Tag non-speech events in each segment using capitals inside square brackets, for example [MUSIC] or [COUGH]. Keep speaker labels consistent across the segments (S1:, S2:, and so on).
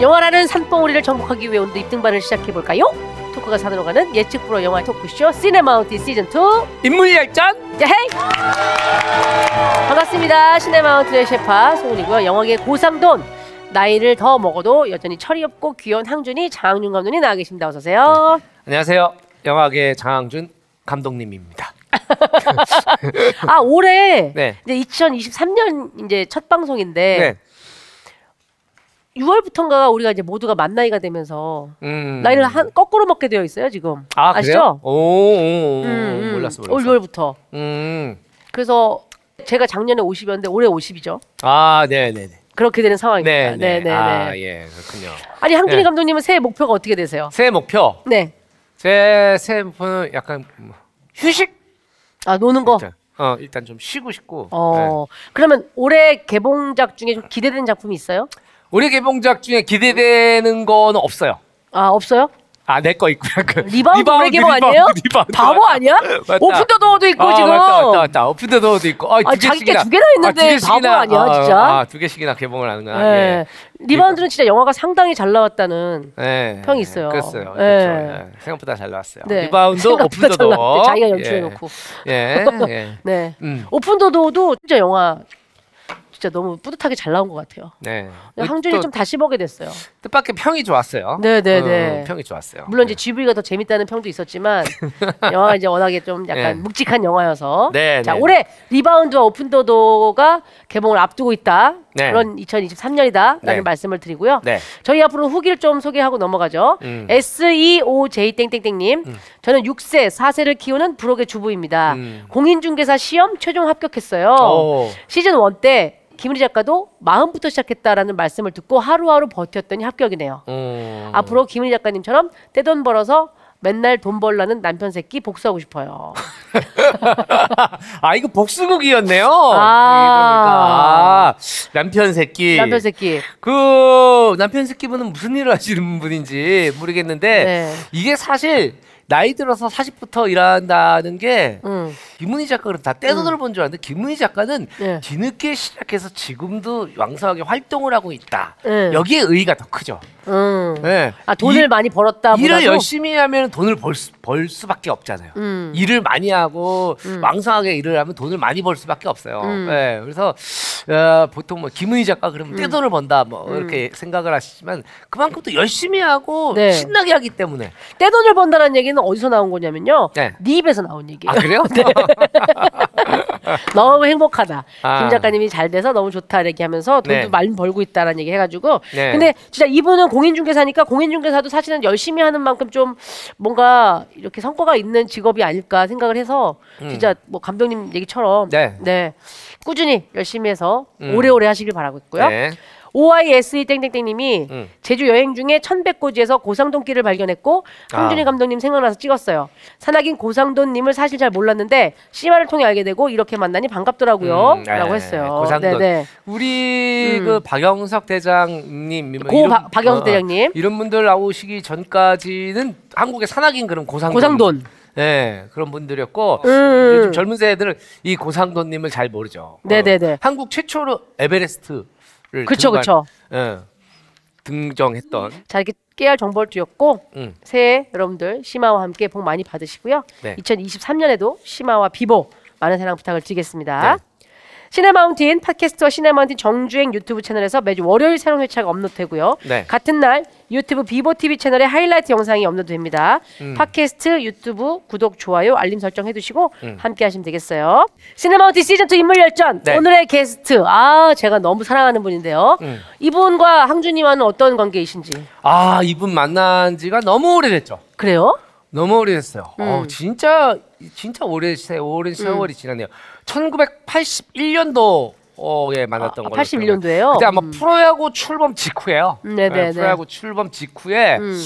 S1: 영화라는 산봉우리를 정복하기 위해 오늘도 입등반을 시작해볼까요? 토크가 산으로 가는 예측 불허 영화 토크쇼 시네마운틴 시즌2
S2: 인물열전
S1: 야헤이! 반갑습니다. 시네마운틴의 셰파 송은이고요. 영화계 고상돈 나이를 더 먹어도 여전히 철이 없고 귀여운 항준이 장윤 감독님 나와 계십니다. 어서 오세요.
S3: 안녕하세요. 영화계 장항준 감독님입니다.
S1: 아 올해
S3: 네.
S1: 이제 2023년 이제 첫 방송인데
S3: 네.
S1: 6월부터인가 우리가 이제 모두가 만 나이가 되면서
S3: 음.
S1: 나이를 한, 거꾸로 먹게 되어 있어요 지금.
S3: 아, 그래요?
S1: 아시죠?
S3: 오, 오, 오, 오.
S1: 음, 음.
S3: 몰랐어,
S1: 올
S3: 몰랐어.
S1: 6월부터.
S3: 음.
S1: 그래서 제가 작년에 50이었는데 올해 50이죠.
S3: 아, 네, 네, 네.
S1: 그렇게 되는 상황입니다.
S3: 네, 네.
S1: 네네네.
S3: 아, 예, 그렇군요.
S1: 아니 항준이
S3: 네.
S1: 감독님은 새해 목표가 어떻게 되세요?
S3: 새 목표.
S1: 네.
S3: 제 새해 목표는 약간 음, 휴식.
S1: 아 노는 거.
S3: 일단. 어, 일단 좀 쉬고 싶고. 네.
S1: 어 그러면 올해 개봉작 중에 좀 기대되는 작품이 있어요?
S3: 우리 개봉작 중에 기대되는 건 없어요.
S1: 아 없어요?
S3: 아, 내 거 있고요. 그
S1: 리바운드, 올해 개봉 아니에요?
S3: 리바운드.
S1: 바보 아니야?
S3: [LAUGHS] 맞다.
S1: 오픈 더 도어도 있고
S3: 아,
S1: 지금.
S3: 맞다, 맞다, 맞다. 오픈 더 도어도 있고. 아,
S1: 아,
S3: 두
S1: 자기 게
S3: 개씩이나.
S1: 두 개나 있는데
S3: 아, 두
S1: 바보
S3: 개씩이나.
S1: 아니야,
S3: 아,
S1: 진짜?
S3: 아, 두 개씩이나 개봉을 하는구나.
S1: 예. 리바운드는 진짜 영화가 상당히 잘 나왔다는.
S3: 예. 예.
S1: 평이 있어요.
S3: 그랬어요.
S1: 예. 네.
S3: 그렇죠. 예. 생각보다 잘 나왔어요.
S1: [LAUGHS]
S3: 리바운드
S1: 생각보다
S3: 오픈 더
S1: 잘 나왔대,
S3: 도어.
S1: 자기가 연출해놓고.
S3: 예.
S1: [LAUGHS]
S3: 예. 예.
S1: 네.
S3: 음.
S1: 오픈 더 도어도 진짜 영화 진짜 너무 뿌듯하게 잘 나온 것 같아요.
S3: 네.
S1: 항준이
S3: 또
S1: 좀 다시 보게 됐어요.
S3: 뜻밖의 평이 좋았어요. 음,
S1: 네, 네, 네.
S3: 평이 좋았어요.
S1: 물론 이제 GV가 더 재밌다는 평도
S3: [LAUGHS]
S1: 있었지만 영화가 이제 워낙에 좀 약간
S3: 네.
S1: 묵직한 영화여서
S3: 네,
S1: 자
S3: 네.
S1: 올해 리바운드와 오픈더도가 개봉을 앞두고 있다
S3: 네.
S1: 그런 2023년이다라는
S3: 네.
S1: 말씀을 드리고요.
S3: 네.
S1: 저희 앞으로 후기를 좀 소개하고 넘어가죠.
S3: 음.
S1: SEOJ 땡땡땡님, 저는 6세 4세를 키우는 부록의 주부입니다.
S3: 음.
S1: 공인중개사 시험 최종 합격했어요.
S3: 오.
S1: 시즌 1 때 김은희 작가도 마음부터 시작했다라는 말씀을 듣고 하루하루 버텼더니 합격이네요.
S3: 음.
S1: 앞으로 김은희 작가님처럼 떼돈 벌어서 맨날 돈 벌라는 남편 새끼 복수하고 싶어요.
S3: [LAUGHS] 아 이거 복수극이었네요.
S1: 아.
S3: 아, 남편 새끼.
S1: 남편 새끼.
S3: 그 남편 새끼분은 무슨 일을 하시는 분인지 모르겠는데
S1: 네.
S3: 이게 사실 나이 들어서 40부터 일한다는 게
S1: 음.
S3: 김은희 작가 그럼 다 떼돈을 본 줄 알았는데 김은희 작가는
S1: 네.
S3: 뒤늦게 시작해서 지금도 왕성하게 활동을 하고 있다.
S1: 네.
S3: 여기에 의의가 더 크죠.
S1: 음.
S3: 네.
S1: 아 돈을
S3: 이-
S1: 많이 벌었다 보다도
S3: 일을 열심히 하면 돈을 벌, 수, 벌 수밖에 없잖아요.
S1: 음.
S3: 일을 많이 하고 왕성하게 일을 하면 돈을 많이 벌 수밖에 없어요.
S1: 음.
S3: 예, 그래서 어, 보통 뭐 김은희 작가 그러면 떼돈을 번다 뭐
S1: 음.
S3: 이렇게 생각을 하시지만 그만큼 또 열심히 하고
S1: 네.
S3: 신나게 하기 때문에
S1: 떼돈을 번다는 얘기는 어디서 나온 거냐면요. 네,
S3: 네.
S1: 입에서 나온 얘기.
S3: 아 그래요? [LAUGHS]
S1: [LAUGHS] 너무 행복하다.
S3: 아.
S1: 김 작가님이 잘 돼서 너무 좋다 얘기하면서 돈도
S3: 네.
S1: 많이 벌고 있다라는 얘기 해가지고.
S3: 네.
S1: 근데 진짜 이분은 공인중개사니까 공인중개사도 사실은 열심히 하는 만큼 좀 뭔가 이렇게 성과가 있는 직업이 아닐까 생각을 해서 진짜 뭐 감독님 얘기처럼
S3: 음. 네.
S1: 꾸준히 열심히 해서
S3: 음.
S1: 오래오래 하시길 바라고 있고요.
S3: 네.
S1: OISE 땡땡땡님이
S3: 음.
S1: 제주 여행 중에 천백고지에서 고상돈길을 발견했고
S3: 아.
S1: 황준희 감독님 생각나서 찍었어요. 산악인 고상돈님을 사실 잘 몰랐는데 시마를 통해 알게 되고 이렇게 만나니 반갑더라고요.
S3: 음, 네.
S1: 라고 했어요.
S3: 고상돈.
S1: 네네. 음.
S3: 우리 그 박영석 대장님 뭐
S1: 고 바- 박영석 대장님.
S3: 이런 분들 나오시기 전까지는 한국의 산악인 그런 고상돈
S1: 고상돈.
S3: 예 그런 분들이었고
S1: 음.
S3: 요즘 젊은 세대들은 이 고상돈님을 잘 모르죠.
S1: 네네네.
S3: 어, 한국 최초로 에베레스트를
S1: 그쵸,
S3: 등반-
S1: 그쵸.
S3: 예, 등정했던
S1: 음. 자 이렇게 깨알 정보를 드렸고
S3: 음.
S1: 새해 여러분들 시마와 함께 복 많이 받으시고요.
S3: 네.
S1: 2023년에도 시마와 비보 많은 사랑 부탁을 드리겠습니다.
S3: 네.
S1: 시네마운틴 팟캐스트와 시네마운틴 정주행 유튜브 채널에서 매주 월요일 새로운 회차가 업로드되고요.
S3: 네.
S1: 같은 날 유튜브 비보 TV 채널의 하이라이트 영상이 업로드됩니다.
S3: 음.
S1: 팟캐스트, 유튜브 구독, 좋아요, 알림 설정 해두시고 함께 하시면 되겠어요. 시네마운틴 시즌 2 인물 열전
S3: 음. 네.
S1: 오늘의 게스트 아 제가 너무 사랑하는 분인데요.
S3: 음.
S1: 이분과 항준이와는 어떤 관계이신지
S3: 아 이분 만난 지가 너무 오래됐죠.
S1: 그래요?
S3: 너무 오래됐어요.
S1: 음.
S3: 어, 진짜 진짜 오래 세 오랜 세월이 지났네요. 1981년도 어에 만났던
S1: 아,
S3: 걸로.
S1: 81년도
S3: 기억나요.
S1: 예요?
S3: 그때 아마
S1: 음.
S3: 프로야구 출범 직후예요.
S1: 네네네.
S3: 네, 프로야구 출범 직후에
S1: 음.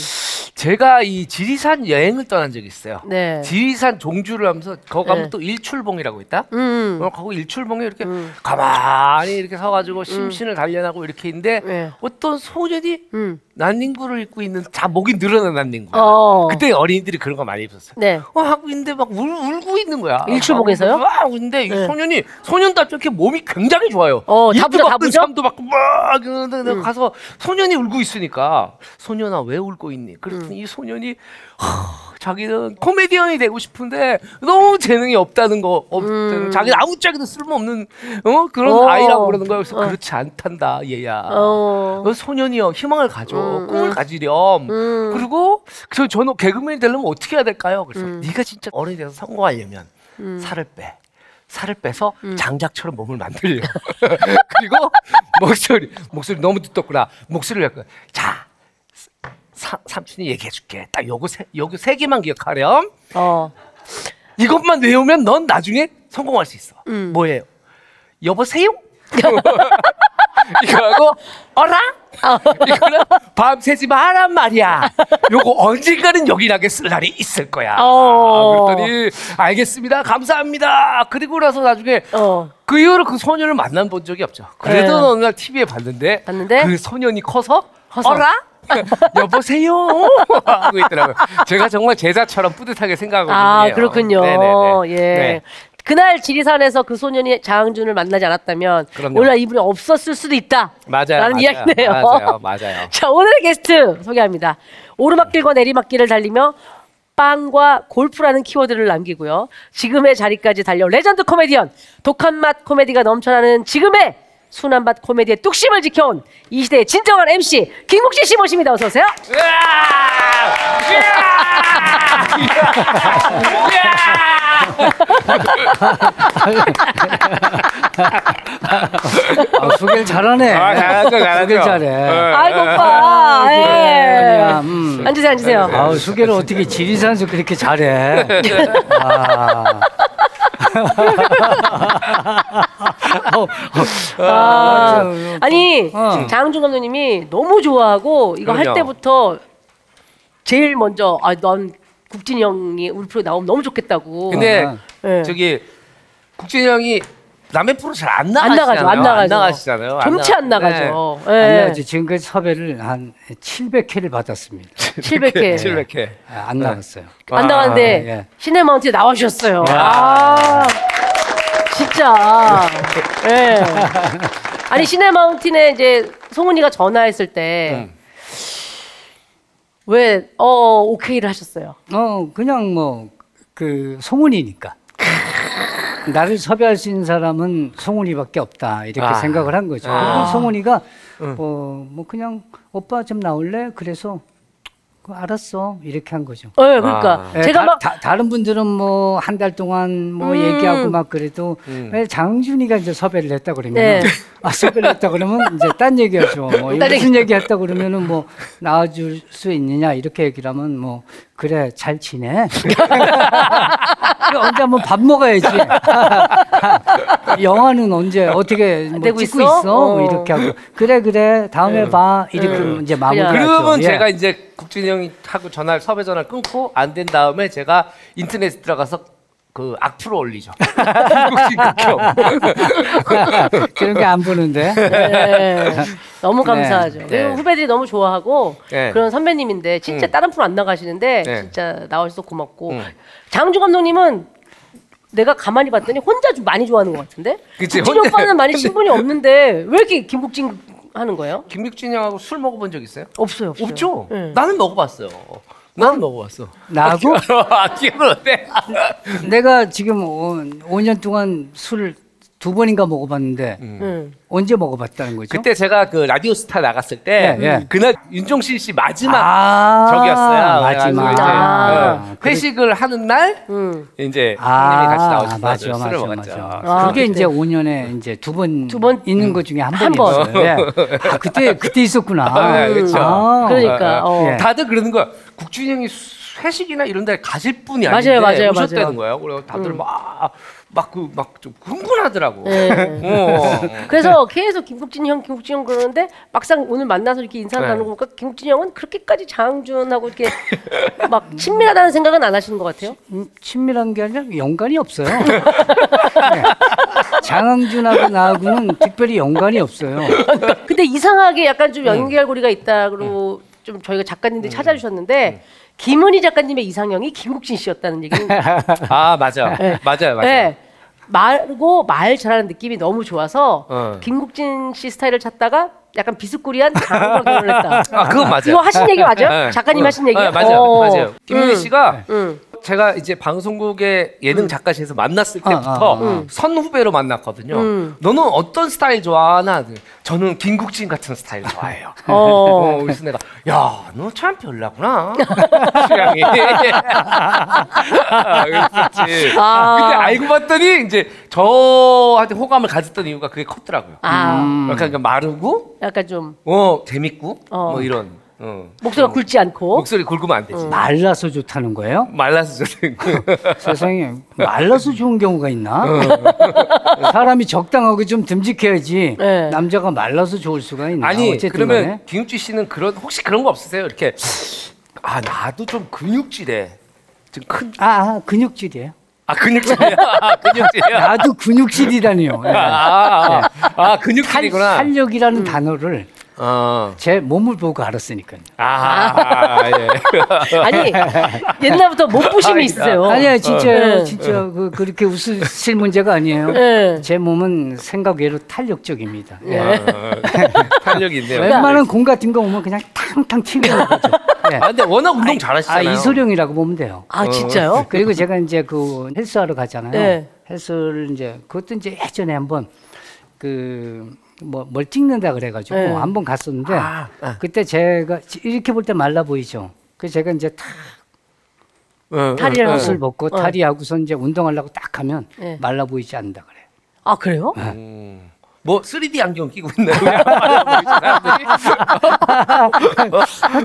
S3: 제가 이 지리산 여행을 떠난 적이 있어요.
S1: 네.
S3: 지리산 종주를 하면서 거기 가면
S1: 네.
S3: 또 일출봉이라고 있다.
S1: 음.
S3: 어, 거기 일출봉에 이렇게 가만히 이렇게 서가지고 심신을 단련하고 이렇게 있는데
S1: 네.
S3: 어떤 소년이
S1: 음.
S3: 난닝구를 입고 있는 자 목이 늘어난 난닝구.
S1: 어.
S3: 그때 어린이들이 그런 거 많이 입었어요.
S1: 네.
S3: 어, 하고 있는데 막 울, 울고 있는 거야.
S1: 일출봉에서요?
S3: 막 울고 있는데 이
S1: 네.
S3: 소년이 소년답게 이렇게 몸이 굉장히 좋아요.
S1: 어, 다 부자, 음. 다 부자?
S3: 삼도 받고 막 이러는데 내가 가서 소년이 울고 있으니까 소년아 왜 울고 있니? 그랬더니
S1: 음.
S3: 이 소년이 하, 자기는 코미디언이 되고 싶은데 너무 재능이 없다는 거, 없다는 자기는 아무짝에도 쓸모없는 어? 그런
S1: 음. 어.
S3: 아이라고 그러는 거야. 그래서
S1: 어.
S3: 그렇지 않단다 얘야.
S1: 어.
S3: 너그 소년이여 희망을 가져
S1: 음,
S3: 꿈을
S1: 음.
S3: 가지렴
S1: 음.
S3: 그리고 저 저는 개그맨이 되려면 어떻게 해야 될까요? 그래서
S1: 음.
S3: 네가 진짜 어른이 돼서 성공하려면 살을 빼 살을 빼서
S1: 음.
S3: 장작처럼 몸을 만들려 [LAUGHS] 그리고 목소리 목소리 너무 두텁구나 목소리를 약간 자 사, 삼촌이 얘기해줄게 딱 요거 세 요거 세 개만 기억하렴
S1: 어.
S3: 이것만 외우면 넌 나중에 성공할 수 있어.
S1: 음.
S3: 뭐예요?
S1: [LAUGHS]
S3: 여보세요? 이거 하고 어라? 이거는 밤 새지 마란 말이야. 요거 언젠가는 여기나게 쓸 날이 있을 거야. 아,
S1: 어.
S3: 그랬더니 알겠습니다. 감사합니다. 그리고 나서 나중에
S1: 어.
S3: 그 이후로 그 소년을 만난 본 적이 없죠. 그래도
S1: 네.
S3: 어느 날 TV에 봤는데,
S1: 봤는데?
S3: 그 소년이 커서
S1: 커서.
S3: 어라? [LAUGHS] 여보세요 [LAUGHS] 하고 있더라고요. 제가 정말 제자처럼 뿌듯하게 생각하고
S1: 아,
S3: 있네요.
S1: 그렇군요.
S3: 네네네.
S1: 예.
S3: 네.
S1: 그날 지리산에서 그 소년이 장항준을 만나지 않았다면
S3: 그럼요.
S1: 오늘 이분이 없었을 수도 있다.
S3: 맞아요.
S1: 라는
S3: 맞아요.
S1: 이야기네요. [LAUGHS]
S3: 맞아요. 맞아요.
S1: 자, 오늘의 게스트 소개합니다. 오르막길과 내리막길을 달리며 빵과 골프라는 키워드를 남기고요. 지금의 자리까지 달려온 레전드 코미디언, 독한 맛 코미디가 넘쳐나는 지금의 순한 맛 코미디의 뚝심을 지켜온 이 시대의 진정한 MC 김국진 씨 모십니다. 어서 오세요.
S2: 아, 소개를 잘하네.
S3: 아, 잘하죠, 잘하죠. 네.
S2: 소개를 잘해.
S1: 아이고 오빠. 예.
S2: 아니야, 음.
S1: 앉으세요, 앉으세요.
S2: 아우, 소개를 어떻게 지리산에서 그렇게 잘해. 아. [LAUGHS] 아우, 어,
S1: 아,
S2: 아, 저,
S1: 아니
S2: 어.
S1: 장항준 감독님이 너무 좋아하고 이거 할
S3: 그럼요.
S1: 때부터 제일 먼저 아넌 국진이 형이 우리 프로 나오면 너무 좋겠다고.
S3: 근데 네.
S2: 아.
S1: 예.
S3: 저기 국진 형이 남의 프로 잘 안
S1: 안
S3: 나가시잖아요.
S1: 나가죠, 안 나가죠.
S3: 시잖아요 네.
S1: 정치 안
S3: [LAUGHS]
S1: 나가죠. 예.
S2: 아니야, 저 지금까지 섭외를 한 700회를 받았습니다.
S1: 700회.
S3: 700회.
S2: 아, 안 나갔어요.
S1: 안
S2: 아,
S1: 나가는데
S2: 예.
S1: 시네마운트에 나와주셨어요.
S2: 야.
S1: 아, 진짜. 예. 아니 시네마운틴에 이제 송은이가 전화했을 때. 왜, 어, 어, 오케이를 하셨어요.
S2: 어, 그냥 뭐, 그, 송은이니까. 나를 섭외할 수 있는 사람은 송은이밖에 없다. 이렇게
S3: 아.
S2: 생각을 한 거죠.
S1: 아.
S2: 그리고 송은이가, 어, 뭐, 그냥, 오빠 좀 나올래? 그래서, 그, 알았어. 이렇게 한 거죠.
S1: 예,
S3: 아.
S1: 그러니까.
S2: 예,
S1: 제가
S2: 다,
S1: 막,
S2: 다, 른 분들은 뭐 한 달 동안 뭐
S1: 음.
S2: 얘기하고 막 그래도
S3: 음.
S2: 왜 장준이가 이제 섭외를 했다 그러면
S1: 네.
S2: [LAUGHS] 아 섭외를 했다 그러면 이제 딴 얘기하죠 뭐
S1: 딴
S2: 무슨 얘기 했다 그러면은 뭐 나와줄 수 있느냐 이렇게 얘기를 하면 뭐 그래 잘 지내 [LAUGHS] 그래, 언제 한번 밥 먹어야지 [LAUGHS] 영화는 언제 어떻게 뭐
S1: 되고
S2: 찍고
S1: 있어?
S2: 있어,
S1: 어.
S2: 이렇게 하고 그래 그래 다음에 봐 이렇게
S1: 네.
S2: 하면 이제 마무리하죠
S3: 네. 그러면
S2: 예.
S3: 제가 이제 국진 형하고 전화를 섭외 전화 를 끊고 안 된 다음에 제가 인터넷에 들어가서 그 악플을 올리죠. [LAUGHS] 국진 국형.
S1: [LAUGHS]
S2: [LAUGHS] 그런 게 안 보는데
S1: 예. 너무 감사하죠.
S2: 네.
S1: 그리고
S3: 네.
S1: 후배들이 너무 좋아하고
S3: 네.
S1: 그런 선배님인데 진짜
S3: 음.
S1: 다른 프로 안 나가시는데
S3: 네.
S1: 진짜 나와주셔서 고맙고
S3: 음.
S1: 장항준 감독님은 내가 가만히 봤더니 혼자 좀 많이 좋아하는 것 같은데
S3: 그치,
S1: 국진
S3: 혼자-
S1: 오빠는 많이 신분이 없는데 왜 이렇게 김국진 하는 거예요?
S3: 김국진 형하고 술 먹어본 적 있어요?
S1: 없어요, 없어요.
S3: 없죠.
S1: 네.
S3: 나는 먹어봤어요. 나는 먹어봤어.
S2: 나하고
S3: [LAUGHS] 아, 기억은 어때?
S2: 내가 지금 5년 동안 술 두 번인가 먹어봤는데
S1: 음.
S2: 언제 먹어봤다는 거죠?
S3: 그때 제가 그 라디오스타 나갔을 때
S2: 예, 예.
S3: 그날 윤종신 씨 마지막
S2: 아,
S3: 적이었어요.
S2: 마지막.
S3: 그래가지고 이제,
S1: 아.
S3: 어, 회식을 하는 날
S1: 음.
S3: 이제
S2: 아,
S3: 형님이 같이 나오셔서
S2: 맞아,
S3: 술을
S2: 맞아,
S3: 먹었죠.
S2: 맞아.
S1: 아,
S2: 그게
S1: 그때.
S2: 이제 5년에 이제 두 번
S1: 두 번?
S3: 음.
S2: 있는 것 중에 한,
S1: 한
S2: 번이었어요.
S1: 번.
S2: 예. 아, 그때 그때 있었구나.
S3: 아, [LAUGHS] 예, 그쵸.
S2: 아.
S1: 그러니까 어.
S2: 예.
S3: 다들 그러는 거야. 국준이 형이 수- 회식이나 이런 데 가실 분이
S1: 맞아요,
S3: 아닌데
S1: 맞아요,
S3: 오셨다는
S1: 맞아요. 음.
S3: 거예요. 그래서 다들 막 막 그 막 좀 흥분하더라고.
S1: 네. [LAUGHS]
S3: 어.
S1: 그래서 계속 김국진 형, 김국진 형 그러는데 막상 오늘 만나서 이렇게 인사를
S3: 네.
S1: 나누고 보니까 김국진 형은 그렇게까지 장준하고 이렇게 [LAUGHS] 막 친밀하다는 생각은 안 하시는 것 같아요.
S2: 음, 친밀한 게 아니라 연관이 없어요. [LAUGHS] 네.
S1: [LAUGHS]
S2: 장항준하고 나하고는 특별히 연관이 없어요.
S3: 그러니까 음.
S1: 근데 이상하게 약간 좀 연결고리가 있다고 좀 저희가 작가님들이
S3: 음.
S1: 찾아주셨는데 김은희 작가님의 이상형이 김국진 씨였다는
S3: [LAUGHS]
S1: 얘기는
S3: 아 맞아 맞아요 맞아요.
S1: 네. 말고 말 잘하는 느낌이 너무 좋아서
S3: 어.
S1: 김국진 씨 스타일을 찾다가 약간 비스코리한 장우랑 결혼을 했다.
S3: [LAUGHS] 아 그건 맞아요.
S1: 이거 하신 얘기 맞아요?
S3: 네.
S1: 작가님 하신 얘기예요?
S3: 네, 맞아요
S1: 어.
S3: 맞아요. 김윤희
S1: 음.
S3: 씨가
S1: 응.
S3: 제가 이제 방송국의 예능 작가실에서 만났을
S1: 어,
S2: 아,
S3: 때부터
S2: 아,
S1: 음.
S2: 아.
S3: 선후배로 만났거든요. 너는 어떤 스타일 좋아하나? 저는 김국진 같은 스타일 좋아해요.
S1: [LAUGHS] 어.
S3: [LAUGHS] 어, 그래서 내가 야, 너 참 별나구나. [LAUGHS]
S1: [LAUGHS]
S3: 취향이. 아, 그랬었지.
S1: 아.
S3: 근데 알고 봤더니 이제 저한테 호감을 가졌던 이유가 그게 컸더라고요.
S1: 아,
S2: 음.
S3: 약간 그 마르고,
S1: 약간 좀
S3: 어, 재밌고,
S1: 어.
S3: 뭐 이런. 어.
S1: 목소리가 굵지 않고.
S3: 목소리 굵으면 안
S2: 어.
S3: 되지.
S2: 말라서 좋다는 거예요?
S3: 말라서 저는
S2: [LAUGHS] 음, 세상에 말라서 뭐 좋은 경우가 있나?
S3: 어.
S2: [LAUGHS] 사람이 적당하고 좀 듬직해야지
S1: 네.
S2: 남자가 말라서 좋을 수가 있나?
S3: 아니
S2: 어쨌든
S3: 그러면
S2: 간에.
S3: 김육주 씨는 그런 혹시 그런 거 없으세요? 이렇게 아 나도 좀 근육질해 좀큰아
S2: 아, 아 근육질이에요. [LAUGHS]
S3: 근육질이야 아, 근육질이야
S2: 나도 근육질이라니요. 예.
S3: [LAUGHS] 아, 아, 아, 아
S2: 탄-
S3: 근육질이구나
S1: 음.
S2: 탄력이라는 단어를
S3: 어.
S2: 제 몸을 보고 알았으니까요.
S3: 아, 예.
S1: 아니 옛날부터 몸부심이 있으세요.
S3: 어.
S2: 아니야 진짜
S1: 네.
S2: 진짜 그, 그렇게 웃으실 문제가 아니에요.
S1: 네.
S2: 제 몸은 생각 외로 탄력적입니다. [LAUGHS] 예.
S3: 아, 탄력이 있네요.
S2: 웬만한 공 같은 거 오면 그냥 탕탕 튀는 거죠. 예.
S3: [LAUGHS] 아, 근데 워낙 운동
S2: 아
S3: 잘하시잖아요.
S2: 이소룡이라고 보면 돼요.
S3: 어.
S1: 아 진짜요?
S2: 그리고 제가 이제 그 헬스하러 가잖아요.
S1: 네.
S2: 헬스를 이제 그것도 이제 예전에 한번 그 뭐 뭘 찍는다 그래가지고
S1: 네.
S2: 한번 갔었는데
S3: 아, 아.
S2: 그때 제가 지- 이렇게 볼 때 말라 보이죠. 그래서 제가 이제 탁
S3: 어, 어,
S1: 다리를
S3: 어.
S1: 네.
S2: 옷을 벗고
S1: 네.
S2: 다리하고서 이제 운동하려고 딱 하면
S1: 네.
S2: 말라 보이지 않는다 그래.
S1: 아 그래요?
S3: 음. 뭐 3D 안경 끼고 있나요? [LAUGHS] 사람들이?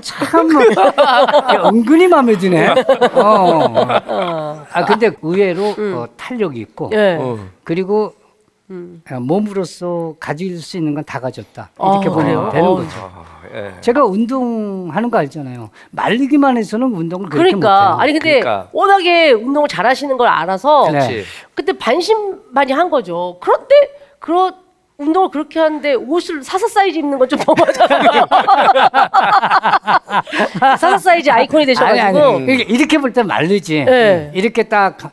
S2: 참 은근히 마음에 드네. 어. 아 근데 의외로 어, 탄력이 있고
S1: 예.
S3: 어.
S2: 그리고
S1: 음.
S2: 아, 몸으로서 가질 수 있는 건 다 가졌다
S1: 아,
S2: 이렇게 보면
S1: 그래요?
S2: 되는
S1: 어.
S2: 거죠.
S3: 아, 예.
S2: 제가 운동하는 거 알잖아요. 말리기만 해서는 운동을 그렇게
S1: 그러니까
S2: 못해요.
S1: 아니 근데
S3: 그러니까.
S1: 워낙에 운동을 잘하시는 걸 알아서
S2: 네.
S3: 그치.
S1: 그때 반신반의 한 거죠. 그런데 그런 운동을 그렇게 하는데 옷을 사사 사이즈 입는 건 좀
S2: [LAUGHS]
S1: 너무하잖아요. 사사 사이즈 아이콘이
S2: 아니, 아니.
S1: 되셔가지고
S2: 이렇게- 이렇게 볼 때 말리지.
S1: 네.
S2: 이렇게 딱 가-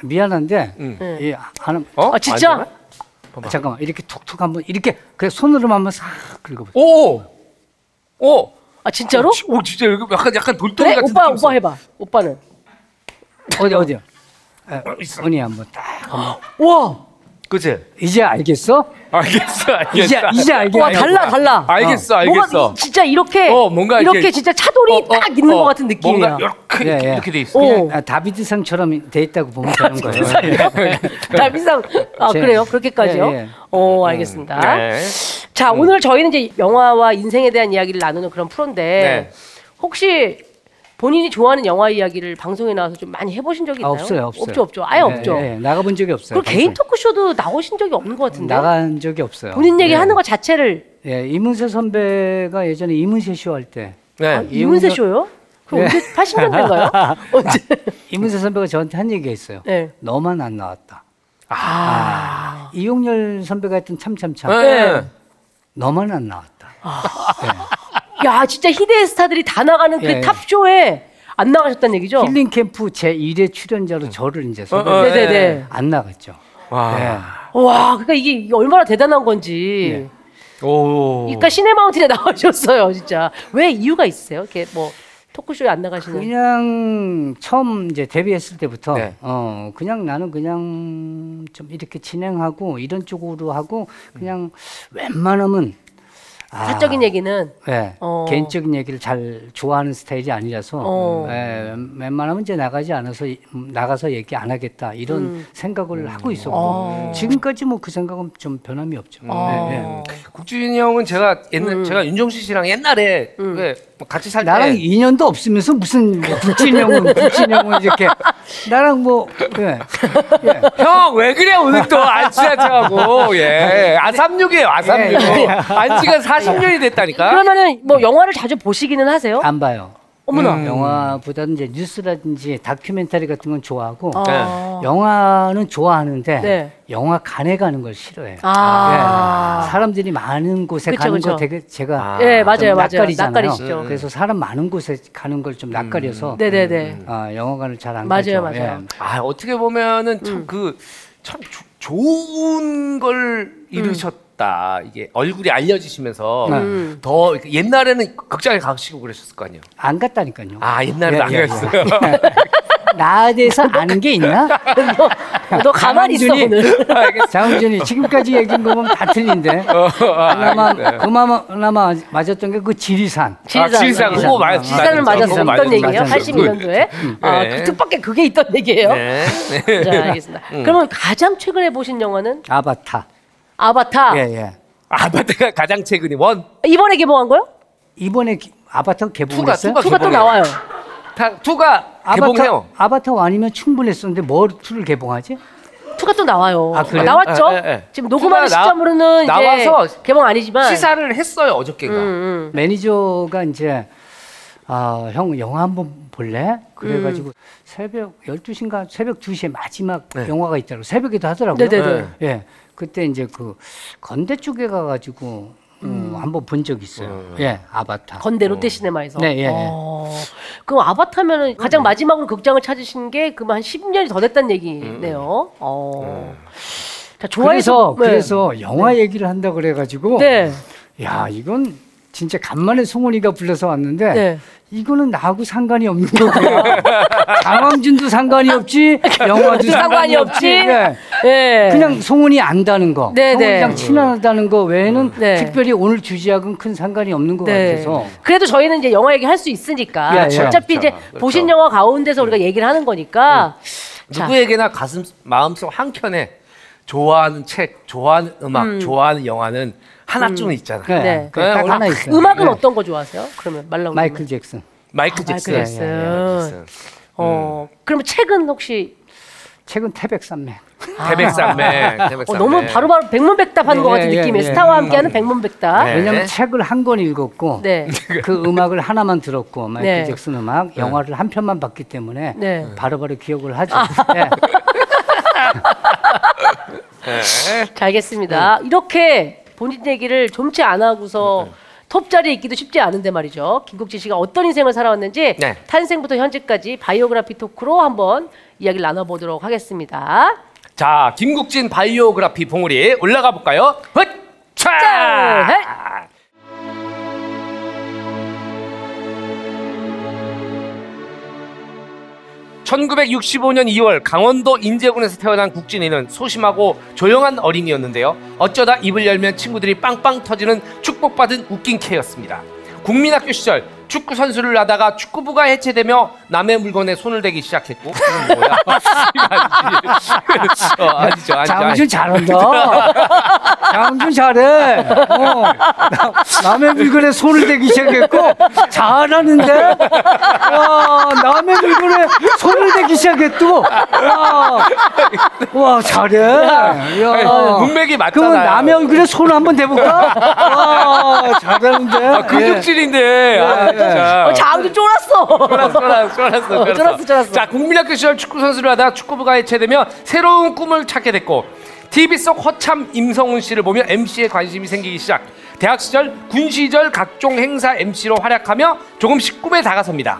S2: 미안한데
S3: 음.
S1: 예.
S2: 이 하는
S3: 어?
S1: 아, 진짜?
S3: 안 되나?
S2: 아, 잠깐만 이렇게 툭툭 한번 이렇게 그냥 손으로 한번 싹 긁어보세요.
S3: 오, 오, 어,
S1: 아 진짜로?
S3: 오, 지- 오, 진짜 여기 약간 약간 돌덩이
S1: 그래
S3: 같은
S1: 오빠
S3: 느낌 있어.
S1: 오빠 해봐. 오빠는
S2: 어디 어디요? 아, 손이 한번 딱.
S1: 와
S3: 그치?
S2: 이제 알겠어?
S3: 알겠어, 알겠어.
S2: 이제 이제 알겠어.
S1: 와 달라 달라.
S3: 아, 알겠어, 알겠어.
S1: 뭔가 이- 진짜 이렇게
S3: 어, 뭔가
S1: 이렇게,
S3: 이렇게-
S1: 진짜 차돌이
S3: 어, 어,
S1: 딱 있는
S3: 어,
S1: 것 같은 느낌이야.
S3: 뭔가 이렇게
S2: 예,
S3: 이렇게,
S2: 예.
S3: 이렇게 돼 있어.
S1: 오.
S2: 그냥, 아, 다비드상처럼 돼 있다고 보면
S1: 아,
S2: 되는 거예요.
S1: [LAUGHS] 다 비상. 아
S2: 제-
S1: 그래요? 그렇게까지요?
S2: 예, 예.
S1: 어 알겠습니다.
S3: 네.
S1: 자
S2: 음.
S1: 오늘 저희는 이제 영화와 인생에 대한 이야기를 나누는 그런 프로인데
S3: 네.
S1: 혹시 본인이 좋아하는 영화 이야기를 방송에 나와서 좀 많이 해보신 적이
S2: 아,
S1: 있나요?
S2: 없어요, 없어요.
S1: 죠 없죠. 아예
S2: 예,
S1: 없죠.
S2: 예, 나가본 적이 없어요.
S1: 그리고 개인
S2: 방송에.
S1: 토크쇼도 나오신 적이 없는 것 같은데.
S2: 나간 적이 없어요. 네.
S1: 본인 얘기 하는 것 자체를
S2: 예, 이문세 선배가 예전에 이문세 쇼 할 때
S3: 네.
S1: 아, 이문세
S2: 이문세-
S1: 쇼요? 그럼 언제
S2: 예. [LAUGHS]
S1: 80년대인가요? 언제?
S2: 이문세 선배가 저한테 한 얘기가 있어요.
S1: 네.
S2: 너만 안 나왔다.
S1: 아.
S2: 이용열 선배가 했던 참참참.
S1: 예.
S3: 네.
S2: 너만 안 나왔다.
S1: 야 진짜 희대의 스타들이 다 나가는
S2: 예, 예.
S1: 그 탑쇼에 안 나가셨다는 얘기죠?
S2: 힐링 캠프 제 1회 출연자로 저를 이제 선배
S3: 어, 어,
S1: 네네네. 아.
S3: 예.
S2: 안 나갔죠.
S3: 와.
S2: 예.
S1: 와 그러니까 이게 얼마나 대단한 건지.
S2: 예.
S3: 오.
S1: 그러니까 시네마운틴에 [LAUGHS] 나오셨어요, 진짜. 왜 이유가 있으세요? 이렇게 뭐 토크쇼에 안 나가시는.
S2: 그냥 처음 이제 데뷔했을 때부터
S3: 네.
S2: 어 그냥 나는 그냥 좀 이렇게 진행하고 이런 쪽으로 하고 그냥 웬만하면 아,
S1: 사적인 얘기는
S2: 예,
S1: 어.
S2: 개인적인 얘기를 잘 좋아하는 스타일이 아니라서
S1: 어.
S2: 예, 웬- 웬만하면 이제 나가지 않아서 이- 음, 나가서 얘기 안 하겠다 이런 생각을 하고
S1: 음.
S2: 있었고
S1: 어.
S2: 지금까지 뭐 그 생각은 좀 변함이 없죠.
S3: 네,
S1: 어.
S2: 예, 예.
S3: 국준이 형은 제가 옛날
S1: 음.
S3: 제가 윤정수 씨랑 옛날에 왜뭐 같이 살
S1: 네.
S3: 때.
S2: 나랑 인연도 없으면서 무슨
S1: [LAUGHS]
S2: 뭐 국진형은 국진형은 이렇게 나랑 뭐 예, 예.
S3: 형, 왜 그래, 오늘 또, 안치하자고, 예. 아삼육이에요, 아삼육.
S2: 예, 예.
S3: 안치가 40년이 됐다니까. 네.
S1: 그러면은 뭐 영화를 자주 보시기는 하세요?
S2: 안 봐요.
S1: 어머나.
S3: 음.
S2: 영화보다는 이제 뉴스라든지 다큐멘터리 같은 건 좋아하고
S1: 어.
S3: 네.
S2: 영화는 좋아하는데
S1: 네.
S2: 영화관에 가는 걸 싫어해요.
S1: 아.
S2: 예. 사람들이 많은 곳에
S1: 그쵸,
S2: 가는
S1: 그쵸.
S2: 거 되게 제가
S3: 아. 음.
S1: 예,
S3: 좀
S1: 맞아요,
S2: 좀
S1: 맞아요.
S2: 낯가리잖아요.
S1: 낯가리시죠.
S2: 그래서 사람 많은 곳에 가는 걸 좀 낯가려서
S3: 음.
S1: 네네네.
S2: 아, 영화관을 잘 안
S1: 맞아요,
S2: 가죠. 예.
S1: 맞아요.
S3: 아 어떻게 보면은 참
S2: 음.
S3: 그 참 좋은 걸
S2: 음.
S3: 이루셨다. 이게 얼굴이 알려지시면서
S2: 네.
S1: 음.
S3: 더 이렇게 옛날에는 극장에 가시고 그러셨을 거 아니에요.
S2: 안 갔다니까요.
S3: 아 옛날에
S2: 예,
S3: 안
S2: 예, 예.
S3: 그랬어요.
S2: [LAUGHS] 나에 대해서 아는 게 있나?
S3: 네.
S1: 너 가만히 있어
S2: 장항준이-
S1: 오늘.
S3: 아,
S2: [LAUGHS] 장훈준이 지금까지 얘기한 거 보면 다 틀린데
S3: 아,
S2: 그나마
S3: 네.
S2: 그나마 그나마 맞았던 게 그 지리산.
S3: 아, 지리산 그거
S1: 지리산.
S3: 맞-
S1: 지리산을
S2: 맞-
S1: 맞아서
S2: 그거
S1: 어떤
S2: 맞-
S1: 얘기예요?
S2: 맞아요.
S1: 82년도에. 아,
S3: 네.
S1: 그 뜻밖의 그게 있던 얘기예요.
S3: 네. 네.
S1: 자, 알겠습니다. 그러면 가장 최근에 보신 영화는
S2: 아바타.
S1: 아바타.
S3: 네.
S2: 예, 예.
S3: 아바타가 가장 최근이 원.
S1: 이번에 개봉한 거요?
S2: 이번에 기- 아바타
S3: 투가,
S2: 개봉했어요?
S3: 투가
S1: 투가 또
S3: 개봉해요.
S1: 나와요.
S3: 다, 투가
S2: 아바타
S3: 개봉해요.
S2: 아바타 1이면 충분했었는데 뭘 2를 개봉하지?
S1: 투가 또 나와요.
S2: 아, 그래요?
S1: 나왔죠?
S3: 예, 예, 예.
S1: 지금 녹음하는
S3: 투가 나-
S1: 시점으로는 이제
S3: 나와서
S1: 개봉
S2: 네.
S1: 아니지만
S3: 시사를 했어요 어저께가.
S1: 음, 음.
S2: 매니저가 이제 아, 형 영화 한번 볼래? 그래
S1: 음.
S2: 가지고 새벽 12시인가 새벽 2시에 마지막
S3: 네.
S2: 영화가 있더라고. 새벽에도 하더라고요.
S1: 네네네.
S3: 네.
S2: 예. 그때 이제 그 건대 쪽에 가 가지고 음, 한번 본 적 있어요. 예. 아바타.
S1: 건대 롯데시네마에서.
S2: 네, 예, 음. 예.
S1: 어, 그럼 아바타면은 가장 마지막으로 극장을 찾으신 게 그만 한 10년이 더 됐단 얘기네요. 어. 자,
S2: 음. 그래서
S1: 좋아해서
S2: 그래서 영화 얘기를 한다 그래 가지고
S1: 네.
S2: 야, 이건 진짜 간만에 송은이가 불러서 왔는데
S1: 네.
S2: 이거는 나하고 상관이 없는 [LAUGHS] 거구나. 장항준도
S1: [LAUGHS]
S2: 상관이 없지, 영화도 상관이 없지. 예.
S1: 네.
S2: 그냥 송은이 안다는 거,
S1: 네,
S2: 송은이랑
S1: 네.
S2: 친하다는 거 외에는
S1: 네.
S2: 특별히 오늘 주제하고는 큰 상관이 없는 것 같아서
S1: 그래도 저희는 이제 영화 얘기 할 수 있으니까
S2: 예, 예.
S1: 어차피 이제
S3: 그렇죠.
S1: 보신 영화 가운데서 우리가 얘기를 하는 거니까
S2: 음.
S1: 자.
S3: 누구에게나 가슴 마음속 한 켠에 좋아하는 책, 좋아하는 음악, 좋아하는 영화는 하나쯤은 있잖아.
S2: 네.
S1: 네.
S2: 그딱
S3: 네,
S2: 하나
S3: 오늘
S2: 있어요.
S1: 음악은
S2: 네.
S1: 어떤 거 좋아하세요? 그러면 말라고
S2: 마이클 잭슨.
S3: 마이클
S1: 아,
S3: 잭슨.
S1: 마이클 잭슨.
S3: 예, 음. 예, 마이클 잭슨.
S1: 어, 그러면 책은 혹시
S2: 최근 태백산맥.
S3: 태백산맥.
S1: 어,
S3: 태백산맥.
S1: 너무 바로바로 백문백답하는
S2: 예,
S1: 것 같은
S2: 예,
S1: 느낌이에요.
S2: 예.
S1: 스타와 함께하는 백문백답.
S3: 네.
S2: 왜냐면 책을 한 권 읽었고
S1: 네.
S2: 그 음악을 하나만 들었고 마이클
S1: 네.
S2: 잭슨 음악, 영화를 한 편만 봤기 때문에
S1: 네. 아.
S2: 바로바로 기억을 하죠. 예.
S3: 예.
S1: 자, 알겠습니다. 이렇게 본인 얘기를 좀치 안 하고서
S3: 음.
S1: 톱 자리에 있기도 쉽지 않은데 말이죠. 김국진 씨가 어떤 인생을 살아왔는지
S3: 네.
S1: 탄생부터 현재까지 바이오그래피 토크로 한번 이야기를 나눠보도록 하겠습니다.
S3: 자, 김국진 바이오그라피 봉우리 올라가 볼까요?
S1: 짠! 헷!
S3: 헛차! (1965년 2월) 강원도 인제군에서 태어난 국진이는 소심하고 조용한 어린이였는데요 어쩌다 입을 열면 친구들이 빵빵 터지는 축복받은 웃긴 캐였습니다 국민학교 시절 축구 선수를 하다가 축구부가 해체되며 남의 물건에 손을 대기 시작했고 이건 뭐야? [LAUGHS] 어, 아니죠, 예, 아니죠, 아니죠.
S2: 장훈준 잘한다.
S3: [LAUGHS]
S2: 장훈준 잘해. 어. 나- 남의 물건에 손을 대기 시작했고 잘하는데. 와, 남의 물건에 손을 대기 시작했고. 와, 와 잘해.
S3: 아니,
S2: 야.
S3: 문맥이 맞잖아요.
S2: 그럼 남의 얼굴에 손을 한번 대볼까? 와, 잘하는데. 예.
S3: 아, 근육질인데. 아, 진짜.
S1: 어, 자도 쫄았어.
S3: 쫄았어, 쫄았어, 쫄았어, 쫄았어.
S1: 쫄았어, 쫄았어.
S3: 자, 국민학교 시절 축구 선수를 하다 축구부가 해체되며 새로운 꿈을 찾게 됐고 TV 속 허참 임성훈 씨를 보며 MC에 관심이 생기기 시작. 대학 시절 군 시절 각종 행사 MC로 활약하며 조금씩 꿈에 다가섭니다.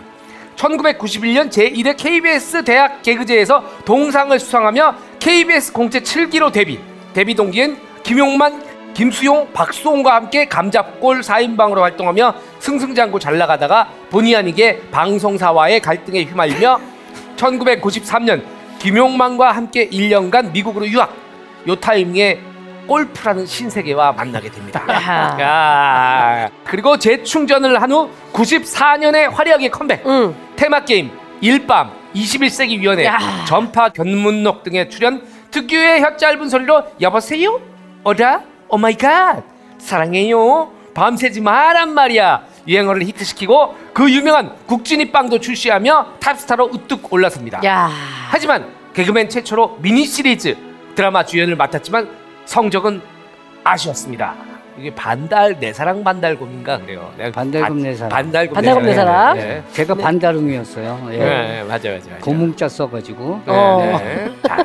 S3: 1991년 제1회 KBS 대학 개그제에서 동상을 수상하며 KBS 공채 7기로 데뷔. 데뷔 동기인 김용만, 김수용, 박수홍과 함께 감잡골 4인방으로 활동하며 승승장구 잘 나가다가 본의 아니게 방송사와의 갈등에 휘말리며 1993년 김용만과 함께 1년간 미국으로 유학. 요 타이밍에 골프라는 신세계와 만나게 됩니다.
S1: 야하.
S3: 야. 그리고 재충전을 한 후 94년에 화려하게 컴백.
S1: 응.
S3: 테마 게임, 일밤, 21세기 위원회,
S1: 야.
S3: 전파 견문록 등에 출연 특유의 혀 짧은 소리로 여보세요? 어라? 오마이갓 사랑해요 밤새지 마란 말이야 유행어를 히트시키고 그 유명한 국진이 빵도 출시하며 탑스타로 우뚝 올라섭니다
S1: 야.
S3: 하지만 개그맨 최초로 미니 시리즈 드라마 주연을 맡았지만 성적은 아쉬웠습니다. 이게 반달 내 사랑 반달곰인가 그래요. 내가
S2: 반달곰
S3: 반-
S2: 내 사랑.
S3: 반달곰, 네
S1: 반달곰 내 사랑.
S3: 예.
S2: 제가 반다름이었어요. 예.
S3: 예, 예, 맞아 맞아. 맞아.
S2: 고문자 써가지고
S3: 네,
S1: 어.
S3: 네. 자,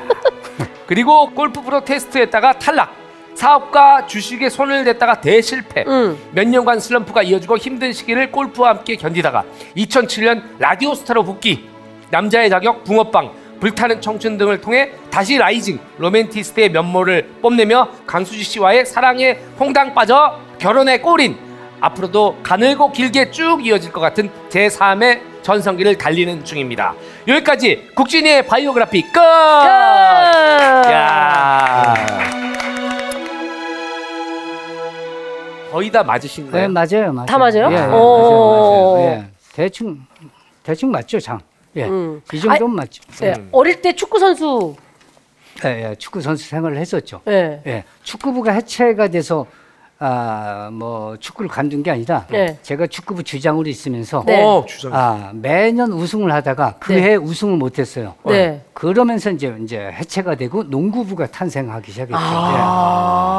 S3: 그리고 골프 프로 테스트에다가 탈락. 사업과 주식에 손을 댔다가 대실패.
S1: 음.
S3: 몇 년간 슬럼프가 이어지고 힘든 시기를 골프와 함께 견디다가 2007년 라디오 스타로 복귀. 남자의 자격 붕어빵 불타는 청춘 등을 통해 다시 라이징 로맨티스트의 면모를 뽐내며 강수지 씨와의 사랑에 퐁당 빠져 결혼에 꼬린 앞으로도 가늘고 길게 쭉 이어질 것 같은 제3의 전성기를 달리는 중입니다. 여기까지 국진이의 바이오그래피 끝! 아, 야. 거의 다 맞으신
S2: 네,
S3: 거예요?
S2: 맞아요, 맞아요.
S1: 다 맞아요?
S2: 예, 예,
S1: 오.
S2: 맞아요, 맞아요. 예. 대충 대충 맞죠, 장. 예,
S1: 음.
S2: 이 정도면 맞죠.
S1: 예,
S3: 음.
S1: 어릴 때 축구 선수.
S2: 예, 예, 축구 선수 생활을 했었죠.
S1: 예.
S2: 예, 축구부가 해체가 돼서 아, 뭐 축구를 관둔 게 아니라
S1: 네.
S2: 제가 축구부 주장으로 있으면서
S1: 네.
S3: 어, 주장.
S2: 아, 매년 우승을 하다가
S1: 네.
S2: 그해 우승을 못 했어요. 예.
S1: 네.
S2: 그러면서 이제 이제 해체가 되고 농구부가 탄생하기 시작했죠. 예.
S1: 아.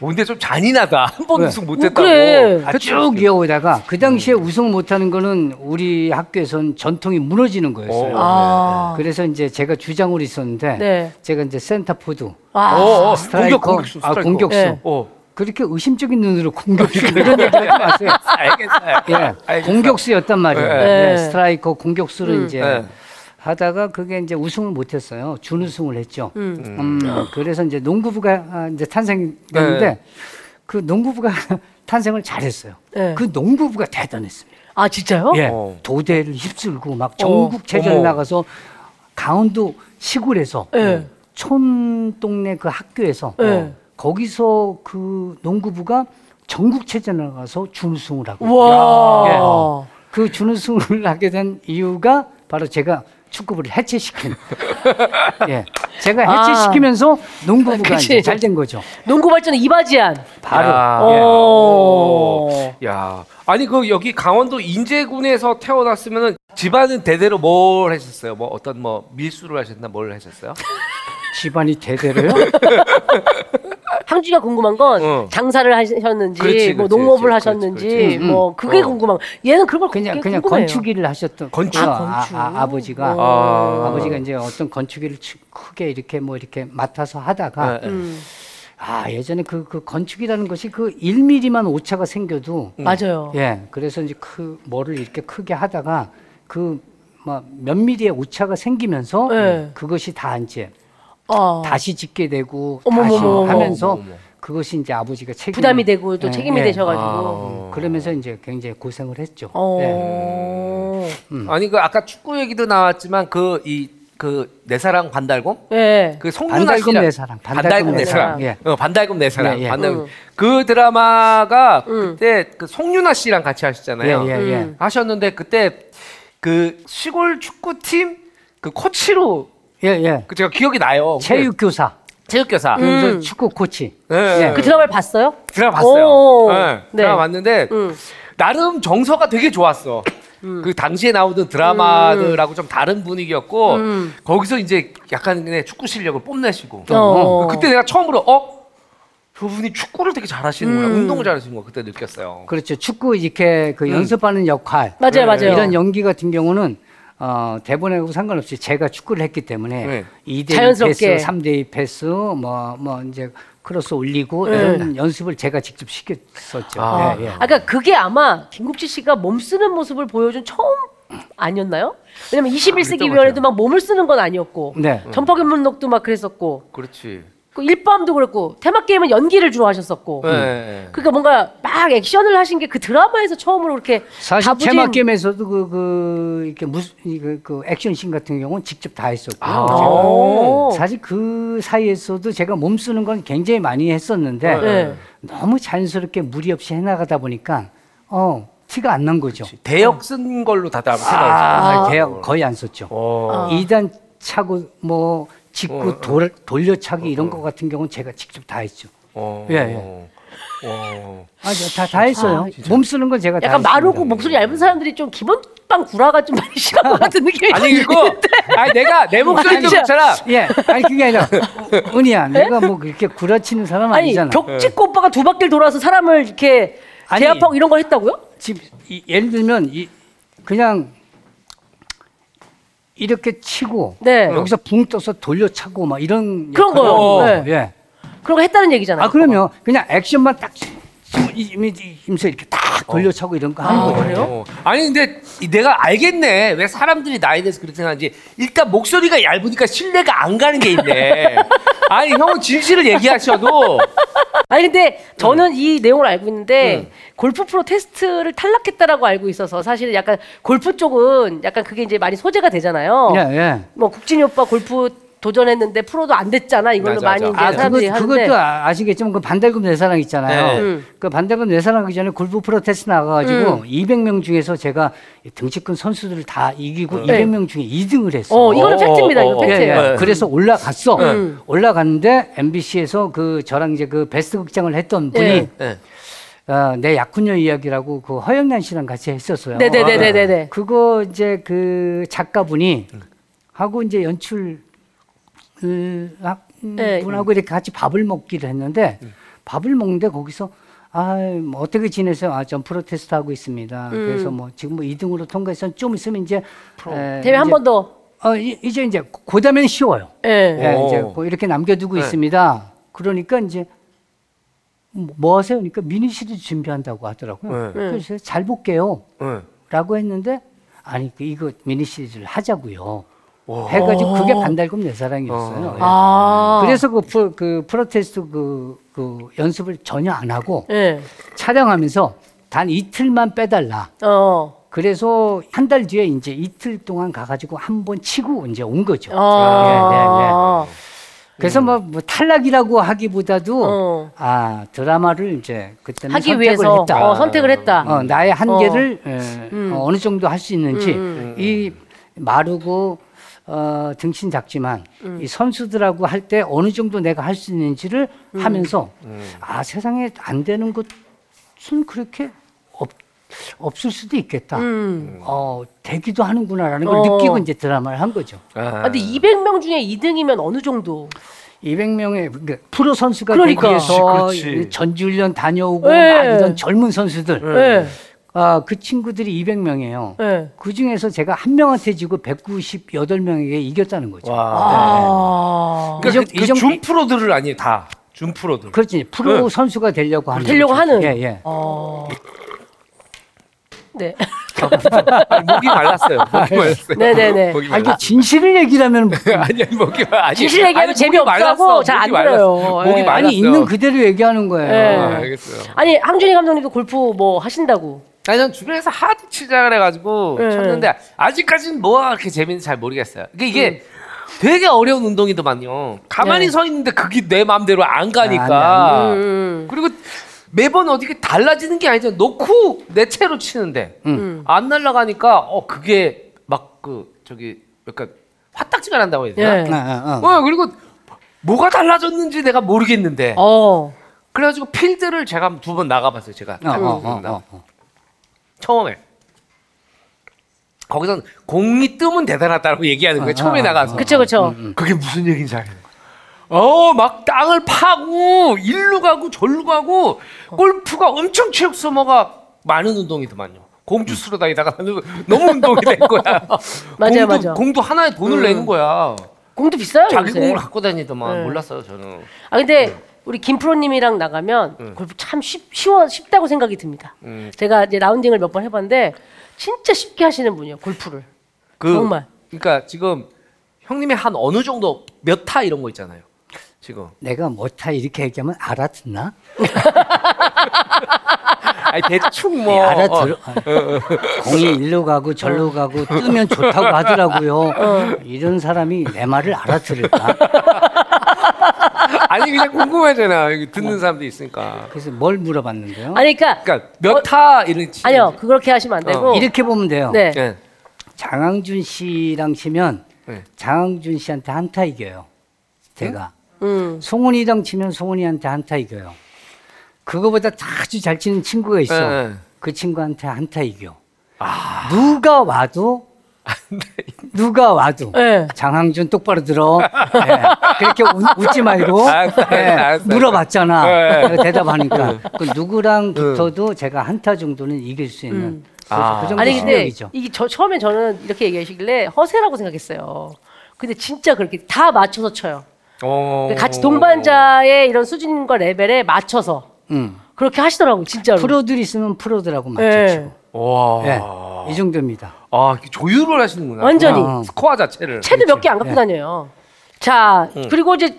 S3: 오, 어, 근데 좀 잔인하다. [LAUGHS] 한 번
S2: 왜?
S3: 우승
S1: 어,
S3: 못했다고.
S1: 그래.
S2: 예. 아, 쭉 이어오다가 그 당시에
S3: 음.
S2: 우승 못하는 거는 우리 학교에선 전통이 무너지는 거였어요.
S3: 어.
S1: 아.
S2: 그래서 이제 제가 주장으로 있었는데
S1: 네.
S2: 제가 이제 센터포드,
S1: 아.
S3: 어, 어,
S2: 스트라이커,
S3: 공격, 공격수,
S2: 아,
S3: 스트라이커.
S2: 공격수.
S1: 네.
S3: 어,
S2: 그렇게 의심적인 눈으로 공격수
S3: [LAUGHS]
S2: 이런 얘기 하지 마세요.
S3: 알겠어요.
S2: 아, 예,
S3: 알겠어요.
S2: 공격수였단 말이에요.
S3: 네.
S2: 예,
S1: 네. 음.
S2: 스트라이커 공격수로 이제
S3: 네.
S2: 하다가 그게 이제 우승을 못했어요. 준우승을 했죠. 음, 그래서 이제 농구부가 아, 이제 탄생됐는데
S3: 네.
S2: 그 농구부가 [LAUGHS] 탄생을 잘했어요.
S1: 네.
S2: 그 농구부가 대단했습니다.
S1: 아, 진짜요?
S2: 예,
S3: 어.
S2: 도대를 휩쓸고
S1: 어.
S2: 막 전국 체전에
S3: 어머.
S2: 나가서 강원도 시골에서
S1: 예.
S2: 촌 동네 그 학교에서
S1: 네.
S2: 거기서 그 농구부가 전국 체전에 나가서 준우승을 하고 예.
S1: 와.
S2: 그 준우승을 [LAUGHS] 하게 된 이유가 바로 제가 축구부를 해체시킨. [LAUGHS] 예. 제가
S1: 아.
S2: 해체시키면서 농구부가
S1: 그치.
S2: 잘 된 거죠.
S3: 예.
S1: 농구 발전의 이바지안.
S2: 바로.
S3: 야,
S1: 오.
S3: 예. 야, 아니 그 여기 강원도 인제군에서 태어났으면은 집안은 대대로 뭘 했었어요? 뭐 어떤 뭐 밀수를 하셨나 뭘 하셨어요?
S2: 집안이 대대로요.
S1: [LAUGHS] 항주가 궁금한 건
S3: 어.
S1: 장사를 하셨는지
S3: 그렇지,
S1: 뭐
S3: 그렇지,
S1: 농업을
S3: 그렇지,
S1: 하셨는지
S3: 그렇지,
S2: 그렇지.
S1: 뭐 그게
S3: 어.
S1: 궁금한. 얘는 그런 걸
S2: 그냥
S1: 그게
S2: 그냥
S1: 궁금해요.
S2: 건축 일을 하셨던
S3: 건축?
S2: 거예요.
S1: 아, 건축.
S2: 아, 아, 버지가
S3: 어.
S2: 아버지가 이제 어떤 건축 일을 치- 크게 이렇게 뭐 이렇게 맡아서 하다가
S3: 예, 예.
S1: 음.
S2: 아 예전에 그 그 건축이라는 것이 그 1mm만 오차가 생겨도
S3: 음.
S1: 맞아요.
S2: 예, 그래서 이제 그 뭐를 이렇게 크게 하다가 그 막 몇 미리의 오차가 생기면서
S1: 네.
S2: 그것이 다 이제
S1: 어.
S2: 다시 짓게 되고 다시
S1: 어머머머머.
S2: 하면서
S3: 어머머머.
S2: 그것이 이제 아버지가 책임
S1: 부담이 되고 또 책임이 되셔가지고.
S3: 예. 아.
S2: 그러면서 이제 굉장히 고생을 했죠.
S1: 어.
S2: 예. 음.
S3: 아니 그 아까 축구 얘기도 나왔지만 그 이 그 내 사랑 반달곰
S1: 예.
S3: 그 송윤아
S2: 반달곰
S3: 씨랑
S2: 내 사랑, 반달곰 네
S3: 반달곰
S1: 내
S3: 내 사랑,
S2: 사랑.
S3: 어, 반달곰 내 사랑,
S2: 예, 예.
S3: 반달곰.
S1: 음.
S3: 그 드라마가
S1: 음.
S3: 그때 그 송윤아 씨랑 같이 하셨잖아요.
S2: 예, 예, 예.
S1: 음.
S3: 하셨는데 그때 그 시골 축구팀 그 코치로
S2: 예, 예.
S3: 그 제가 기억이 나요. 그
S2: 체육 교사,
S3: 체육 교사
S1: 음.
S2: 그래서 축구 코치.
S3: 예, 예.
S1: 그 드라마를 봤어요?
S3: 드라마 봤어요.
S1: 오.
S3: 예,
S1: 네.
S3: 드라마 봤는데
S1: 음.
S3: 나름 정서가 되게 좋았어. 그 당시에 나오던 드라마들하고 좀 다른 분위기였고
S1: 음.
S3: 거기서 이제 약간의 축구 실력을 뽐내시고
S1: 어.
S3: 그때 내가 처음으로 어 저분이 축구를 되게 잘하시는구나
S1: 음.
S3: 운동을 잘하시는 거 그때 느꼈어요.
S2: 그렇죠. 축구 이렇게 그 연습하는 역할. 네.
S1: 맞아요, 맞아요.
S2: 이런 연기 같은 경우는 어, 대본하고 상관없이 제가 축구를 했기 때문에
S3: 네.
S2: 2대1
S1: 자연스럽게.
S2: 패스, 3대2 패스, 뭐, 뭐 이제 크로스 올리고
S1: 네.
S2: 이런 연습을 제가 직접 시켰었죠.
S3: 아.
S2: 예, 예.
S1: 아까 그러니까 그게 아마 김국지 씨가 몸 쓰는 모습을 보여준 처음 아니었나요? 왜냐면 21세기 위원회도 막 몸을 쓰는 건 아니었고
S2: 네.
S1: 전파견문록도 막 그랬었고
S3: 그렇지.
S1: 그 일밤도 그랬고 테마 게임은 연기를 주로 하셨었고
S3: 예,
S2: 네.
S3: 예.
S1: 그러니까 뭔가 막 액션을 하신 게 그 드라마에서 처음으로 이렇게
S2: 사실
S1: 다부진-
S2: 제마 게임에서도 그, 그 이렇게 무슨 그, 그 액션씬 같은 경우는 직접 다 했었고요.
S1: 아.
S2: 제가
S1: 어. 오.
S2: 아, 사실 그 사이에서도 제가 몸 쓰는 건 굉장히 많이 했었는데
S1: 네.
S2: 너무 자연스럽게 무리 없이 해나가다 보니까 어 티가 안 난 거죠.
S3: 대역 쓴 걸로 다들 아마 생각했어요.
S2: 아, 대학 거의 안 썼죠.
S3: 어.
S2: 이단 차고 뭐
S3: 어, 어.
S2: 직구 돌, 돌려차기 이런 것 같은 경우는 제가 직접 다 했죠.
S3: 어.
S2: 예, 예.
S3: 오.
S2: 아, 다, 다 했어요.
S3: 진짜?
S2: 몸 쓰는 건 제가
S1: 약간
S2: 다 했어요.
S1: 마르고 뭐. 목소리 얇은 사람들이 좀 기본빵 구라가 좀 많이 심한 것
S2: [LAUGHS]
S1: 같은 느낌이
S3: 아니 그리고 아니 내가 내 목소리도
S1: 진짜.
S3: 그렇잖아.
S2: 예, 아니 그게 아니라 어, 은희야, 내가 뭐 그렇게 구라치는 사람
S1: 아니
S2: 아니잖아. 네.
S1: 벽 찍고 오빠가 두 바퀴를 돌아서 사람을 이렇게
S2: 아니.
S1: 제압하고 이런 걸 했다고요?
S2: 지금 이- 예를 들면 이 그냥 이렇게 치고
S1: 네.
S2: 여기서 붕 떠서 돌려차고 막 이런
S1: 그런
S2: 역할을
S1: 거요. 네.
S2: 하는 거예요. 예.
S1: 그런 거 했다는 얘기잖아요.
S2: 아 그러면 그냥 액션만 딱 힘- 힘- 힘- 힘써 이렇게 딱 돌려차고 이런 거 하는
S1: 어. 아,
S2: 거예요.
S1: 그래요?
S3: 어. 아니 근데 이- 내가 알겠네 왜 사람들이 나에 대해서 그렇게 생각하는지 일단 목소리가 얇으니까 신뢰가 안 가는
S1: [LAUGHS]
S3: 게 있네 아니 형은 진실을 얘기하셔도
S1: [LAUGHS] 아니 근데 저는
S2: 음.
S1: 이 내용을 알고 있는데 골프 프로 테스트를 탈락했다라고 알고 있어서 사실은 약간 골프 쪽은 약간 그게 이제 많이 소재가 되잖아요.
S2: 예, 예.
S1: 뭐 국진이 오빠 골프 도전했는데 프로도 안 됐잖아. 이걸로
S3: 맞아,
S1: 많이
S3: 맞아.
S1: 이제
S2: 아, 그것,
S1: 사람들이 하는데
S2: 그것도 아- 아시겠지만 그 반달금 내사랑 있잖아요.
S3: 네.
S1: 음.
S2: 그 반달금 내사랑 그 전에 골프 프로테스트 나가가지고 200명 중에서 제가 등치큰 선수들을 다 이기고
S1: 네.
S2: 200명 중에 2등을 했어.
S1: 어, 이거는
S3: 어,
S1: 팩트입니다.
S3: 어,
S1: 이거
S3: 어,
S2: 예,
S1: 팩트예요.
S2: 예.
S3: 네.
S2: 그래서 올라갔어.
S1: 네.
S2: 올라갔는데 MBC에서 그 저랑 이제 그 베스트 극장을 했던 분이
S1: 네.
S3: 예.
S2: 어, 내 약혼녀 이야기라고 그 허영란 씨랑 같이 했었어요.
S1: 네, 네, 네, 네, 네, 네.
S2: 그거 이제 그 작가분이 하고 이제 연출 그 학-
S1: 네.
S2: 분하고 이렇게 같이 밥을 먹기로 했는데 밥을 먹는데 거기서 아, 뭐 어떻게 지내세요? 아, 전 프로테스트 하고 있습니다.
S1: 음.
S2: 그래서 뭐 지금 뭐 2등으로 통과해서 좀 있으면 이제 에,
S1: 대회 네, 한
S2: 이제-
S1: 번 더.
S2: 어, 이- 이제 이제 고다면 쉬워요.
S1: 예.
S3: 네.
S2: 예,
S3: 오.
S2: 이제 뭐 이렇게 남겨두고
S3: 네.
S2: 있습니다. 그러니까 이제 뭐- 뭐 하세요? 그러니까 미니 시리즈 준비한다고 하더라고요.
S3: 네.
S2: 그래서 잘 볼게요.
S3: 예.
S2: 라고 했는데 아니 그 이거 미니 시리즈를 하자고요.
S3: 와.
S2: 해가지고 그게 반달곰 내 사랑이었어요.
S3: 어.
S2: 예.
S1: 아.
S2: 그래서 그, 프로, 그 프로테스트 그, 그 연습을 전혀 안 하고
S1: 예.
S2: 촬영하면서 단 이틀만 빼달라.
S1: 어.
S2: 그래서 한 달 뒤에 이제 이틀 동안 가가지고 한 번 치고 이제 온 거죠. 예,
S1: 아.
S2: 그래서 뭐, 뭐 탈락이라고 하기보다도
S1: 어.
S2: 아 드라마를 이제 그때는
S1: 하기
S2: 선택을
S1: 위해서
S2: 했다.
S1: 어, 선택을 음. 했다.
S2: 어, 나의 한계를 에, 어, 어느 정도 할 수
S1: 음,
S2: 있는지 이 마르고 어, 등신 작지만
S1: 음.
S2: 이 선수들하고 할 때 어느 정도 내가 할 수 있는지를
S1: 음.
S2: 하면서 아 세상에 안 되는 것은 그렇게 없, 없을 수도 있겠다. 어 되기도 하는구나라는 걸
S1: 음. 어.
S2: 느끼고 이제 드라마를 한 거죠.
S1: 아, 근데 200명 중에 2등이면 어느 정도?
S2: 200명의 그러니까 프로 선수가
S1: 그러니까.
S2: 거기에서
S3: 그렇지, 그렇지.
S2: 전지훈련 다녀오고
S1: 예.
S2: 막 이런 젊은 선수들
S1: 예.
S2: 아, 그 친구들이 200명이에요.
S1: 예.
S2: 그 중에서 제가 한 명한테 지고 198명에게 이겼다는 거죠.
S3: 아, 와.
S1: 아.
S3: 그러니까
S2: 이정-
S3: 그, 그
S2: 이정-
S3: 준프로들을 아니에요 다준 프로들
S2: 그렇지 프로
S3: 네.
S2: 선수가 되려고 하는.
S1: 되려고
S2: 거죠.
S1: 그러니까 하는.
S2: 예, 예.
S1: 어. 네.
S3: 아니, 목이 말랐어요 목이 말랐어요
S1: 네네네. 그
S3: 목이
S2: 아, 이게
S3: 말랐어
S2: 진실을 얘기라면
S3: [LAUGHS] 아니 아니, 목이 말 아니
S1: 진실 얘기하면
S3: 아니, 목이
S1: 재미없다고
S3: 말랐어,
S1: 잘안
S3: 목이 말랐어.
S1: 들어요.
S3: 목이
S1: 예.
S3: 말랐어
S2: 아니 있는 그대로 얘기하는 거예요.
S1: 예.
S3: 아, 알겠어요
S1: 아니 항준이 감독님도 골프 뭐 하신다고.
S3: 아니 전 주변에서 하도 치자 그래가지고
S1: 네.
S3: 쳤는데 아직까지는 뭐가 그렇게 재밌는지 잘 모르겠어요. 이게 이게 되게 어려운 운동이더만요. 가만히
S1: 네.
S3: 서 있는데 그게 내 마음대로 안
S2: 아,
S3: 가니까.
S1: 음,
S3: 그리고 매번 어떻게 달라지는 게 아니잖아. 놓고 내 채로 치는데 음. 안 날아가니까 어 그게 막 그 저기 약간 화딱지가 난다고 해야 되나?
S1: 네.
S2: 아, 아, 아.
S3: 어 그리고 뭐가 달라졌는지 내가 모르겠는데
S1: 어.
S3: 그래가지고 필드를 제가 두 번 나가봤어요. 제가
S2: 어, 어, 어, 어, 어.
S3: 처음에 거기선 공이 뜨면 대단하다고 얘기하는 거예요.
S2: 아,
S3: 처음에 음.
S2: 아,
S3: 나가서
S1: 그쵸그쵸
S3: 그게 무슨 얘기인지 알아요. 어막 땅을 파고 일로 가고 절로 가고 골프가 엄청 체육 소모가 많은 운동이더만요. 공주 쓰러 다니다가 너무 운동이 된 거야.
S1: 음. [LAUGHS] 맞아요,
S3: 공도,
S1: 맞아요.
S3: 공도 하나에 돈을 내는 거야.
S1: 공도 비싸요
S3: 자기
S1: 요새.
S3: 공을 갖고 다니더만
S1: 네.
S3: 몰랐어요 저는.
S1: 아 근데 우리 김프로님이랑 나가면 골프 참 쉽, 쉬워 쉽다고 생각이 듭니다.
S3: 음.
S1: 제가 이제 라운딩을 몇 번 해봤는데 진짜 쉽게 하시는 분이에요 골프를.
S3: 그,
S1: 정말.
S3: 그러니까 지금 형님이 한 어느 정도 몇 타 이런 거 있잖아요. 지금.
S2: 내가 뭐다 이렇게 얘기하면 알아듣나?
S3: 아니 대충 뭐
S2: 예,
S3: 어,
S2: 알아들어. 아, 공이 일로 가고 절로 가고 뜨면 좋다고 하더라고요. 이런 사람이 내 말을 알아들을까?
S3: 어. 아니 그냥 궁금하잖아 여기
S1: 뭐.
S3: 듣는 사람도 있으니까
S2: 그래서 뭘 물어봤는데요?
S1: 아니 그러니까,
S3: 그러니까 몇타 이런 치
S1: 아니요 그렇게 하시면 안 되고.
S2: 이렇게 보면 돼요.
S1: 네.
S3: 예.
S2: 장항준 씨랑 치면
S3: 네.
S2: 장항준 씨한테 한타 이겨요. 제가
S1: 음.
S2: 송은이랑 치면 송은이한테 한타 이겨요. 그거보다 아주 잘 치는 친구가 있어.
S3: 예, 예.
S2: 그 친구한테 한타 이겨.
S3: 아.
S2: 누가 와도
S3: 네.
S2: 누가 와도
S1: 예.
S2: 장항준 똑바로 들어. 예. 그렇게 웃, 지 말고
S3: 아, 알았어요,
S2: 예.
S3: 알았어요.
S2: 물어봤잖아.
S3: 예.
S2: 내가 대답하니까 그 누구랑 붙어도 제가 한타 정도는 이길 수 있는 그래서
S3: 네. 아.
S2: 그 정도
S1: 음. 아니 근데
S2: 실력이죠.
S1: 이게 저 처음에 저는 이렇게 얘기하시길래 허세라고 생각했어요. 근데 진짜 그렇게 다 맞춰서 쳐요.
S3: 어.
S1: 네, 같이 동반자의 이런 수준과 레벨에 맞춰서
S2: 음.
S1: 그렇게 하시더라고요, 진짜로.
S2: 프로들이 있으면 프로들하고
S1: 예.
S2: 맞춰치고
S3: 와.
S2: 예. 이 정도입니다.
S3: 아 조율을 하시는구나.
S1: 네. 완전히.
S2: 아.
S3: 스코어 자체를.
S1: 채도 몇 개 안
S3: 예.
S1: 갖고 다녀요. 자,
S3: 음.
S1: 그리고 이제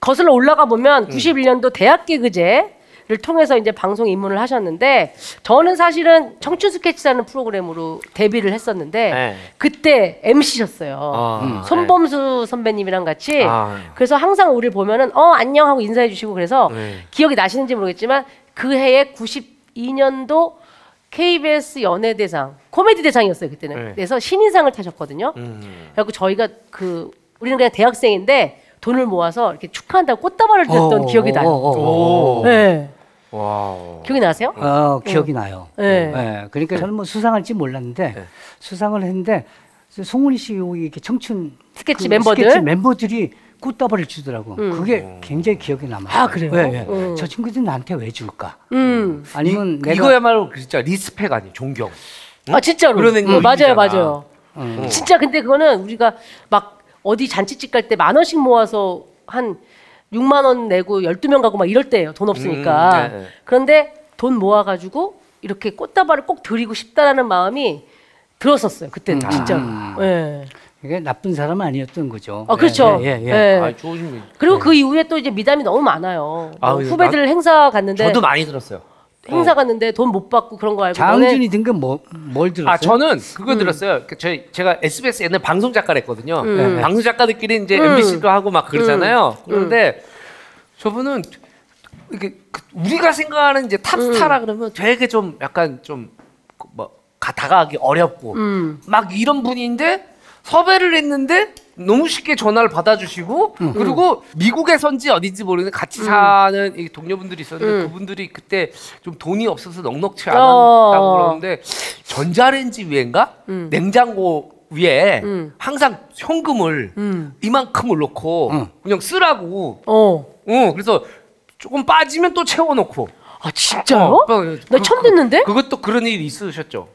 S1: 거슬러 올라가 보면 91년도 대학 개그제를 통해서 이제 방송 입문을 하셨는데 저는 사실은 청춘 스케치라는 프로그램으로 데뷔를 했었는데
S3: 네.
S1: 그때 MC셨어요.
S3: 아, 음.
S1: 손범수 선배님이랑 같이
S3: 아.
S1: 그래서 항상 우리를 보면은 어 안녕 하고 인사해 주시고 그래서
S3: 네.
S1: 기억이 나시는지 모르겠지만 그 해에 92년도 KBS 연예대상 코미디 대상이었어요 그때는
S3: 네.
S1: 그래서 신인상을 타셨거든요.
S3: 음.
S1: 그래갖고 저희가 그 우리는 그냥 대학생인데 돈을 모아서 이렇게 축하한다고 꽃다발을
S3: 어,
S1: 드렸던
S2: 오,
S1: 기억이
S2: 오,
S1: 나요.
S2: 오, 오.
S3: 오.
S1: 네. 그
S3: 와우.
S1: 기억이 나세요?
S2: 어, 기억이 나요.
S1: 네.
S2: 예, 그러니까 저는 뭐 수상할지 몰랐는데
S1: 예.
S2: 수상을 했는데 송은이 씨 여기 이렇게 청춘
S1: 스케치
S2: 그
S1: 멤버들? 음.
S2: 스케치 멤버들이 꽃다발을 주더라고. 그게 굉장히 기억에 남아.
S1: 아, 그래요?
S2: 예, 예.
S1: 음.
S2: 저 친구들이 나한테 왜 줄까?
S1: 음.
S2: 아니면 내가
S3: 이거야말로 진짜 리스펙 아니 존경. 응?
S1: 아 진짜로.
S3: 그런
S1: 어, 맞아요,
S3: 행동이잖아.
S1: 맞아요.
S2: 음.
S1: 진짜 근데 그거는 우리가 막 어디 잔치집 갈 때 만 원씩 모아서 한 6만 원 내고 12명 가고 막 이럴 때예요. 돈 없으니까.
S3: 음, 네, 네.
S1: 그런데 돈 모아 가지고 이렇게 꽃다발을 꼭 드리고 싶다라는 마음이 들었었어요. 그때는
S3: 음.
S1: 진짜로.
S2: 음.
S1: 예.
S2: 이게 나쁜 사람은 아니었던 거죠.
S1: 아, 그렇죠.
S2: 예, 예, 예.
S1: 예.
S3: 아 좋으신 분.
S1: 그리고 그 이후에 또 이제 미담이 너무 많아요.
S3: 아,
S1: 뭐
S3: 예.
S1: 후배들 행사 갔는데
S3: 저도 많이 들었어요.
S1: 행사 갔는데 돈 못 받고 그런 거 알고
S2: 장준이 등급 뭐뭘 들었어요?
S3: 아 저는 그거 들었어요. 그 제, 제가 SBS 옛날 방송 작가를 했거든요.
S2: 음.
S3: 방송 작가들끼리 이제 MBC도 하고 막 그러잖아요. 그런데 저분은 이게 그 우리가 생각하는 이제 탑스타라 그러면 되게 좀 약간 좀뭐 다가가기 어렵고 막 이런 분인데 섭외를 했는데 너무 쉽게 전화를 받아주시고 그리고 미국에선지 어딘지 모르는 같이 사는 이 동료분들이 있었는데 그분들이 그때 좀 돈이 없어서 넉넉치 않았다고
S1: 어.
S3: 그러는데 전자레인지 위에인가 냉장고 위에 항상 현금을 이만큼을 놓고
S2: 응.
S3: 그냥 쓰라고
S1: 어.
S3: 어 그래서 조금 빠지면 또 채워놓고
S1: 아 진짜요?
S3: 어,
S1: 나 처음 듣는데?
S3: 그것도 그런 일이 있으셨죠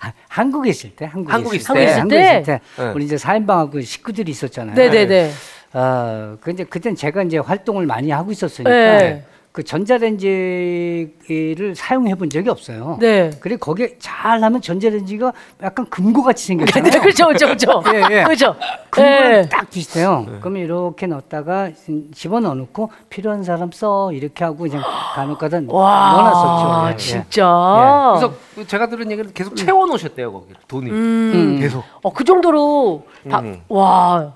S2: 아, [LAUGHS] 한국에 있을 때, 한국에,
S3: 한국에 있을
S2: 한국에
S3: 때.
S2: 있을
S1: 한국에
S2: 때,
S1: 있을 네.
S3: 때.
S2: 우리 이제 사인방하고 식구들이 있었잖아요.
S1: 네네네.
S2: 아, 근데 그땐 제가 이제 활동을 많이 하고 있었으니까
S1: 네.
S2: 그 전자레인지를 사용해 본 적이 없어요.
S1: 네.
S2: 그리고 거기에 잘하면 전자레인지가 약간 금고같이
S1: 네,
S2: 생겼잖아요.
S1: 그렇죠, 그렇죠, 그렇죠.
S2: 예, 예.
S1: 그렇죠.
S2: 금고랑
S1: 예.
S2: 딱 비슷해요. 그러면 이렇게 넣었다가 집어넣어 놓고 필요한 사람 써 이렇게 하고 그냥 간혹가다
S1: [GASPS] 와,
S2: 넣어놨었죠. 예, 예.
S1: 진짜.
S3: 그래서 그 제가 들은 얘기는 계속 채워놓으셨대요 거기 돈이 음, 계속
S1: 어, 그 정도로 다,
S3: 음.
S1: 와,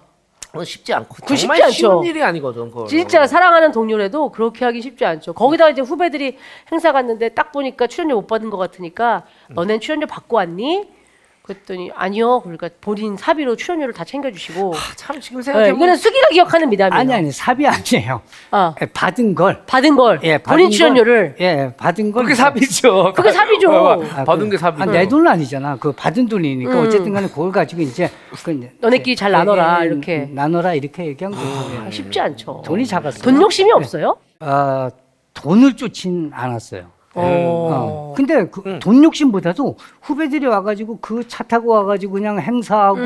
S3: 그건 쉽지 않고
S1: 그건
S3: 정말
S1: 쉽지
S3: 쉬운
S1: 않죠.
S3: 일이 아니거든 그거
S1: 진짜 사랑하는 동료라도 그렇게 하기 쉽지 않죠. 거기다가 이제 후배들이 행사 갔는데 딱 보니까 출연료 못 받은 것 같으니까 너넨 출연료 받고 왔니? 그랬더니 아니요. 그러니까 본인 사비로 출연료를 다 챙겨주시고.
S3: 참 지금
S1: 예,
S3: 생각해보면
S1: 이거는 수기가 기억하는 미담이에요.
S2: 아니 아니 삽이 아니에요. 예,
S1: 아,
S2: 받은 걸
S1: 받은 걸
S2: 예, 받은
S1: 본인
S2: 걸,
S1: 출연료를
S2: 예, 예, 받은 걸
S3: 그게 삽이죠 어,
S1: 그게 삽이죠.
S2: 아,
S3: 받은
S2: 그-
S3: 게 삽이죠
S2: 아, 내 돈은 아니잖아. 그 받은 돈이니까 어쨌든 간에 그걸 가지고 이제 그 이제
S1: 음. 너네끼리 잘
S2: 예,
S1: 나눠라,
S2: 예, 예,
S1: 이렇게.
S2: 나눠라 이렇게 얘기한 거예요.
S1: 아, 쉽지 않죠.
S2: 돈이 작았어요. 예.
S1: 돈 욕심이 없어요?
S2: 아, 돈을 쫓진 않았어요.
S1: 어.
S2: 어. 근데 그
S3: 음.
S2: 돈 욕심보다도 후배들이 와가지고 그 차 타고 와가지고 그냥
S1: 음,
S2: 행사하고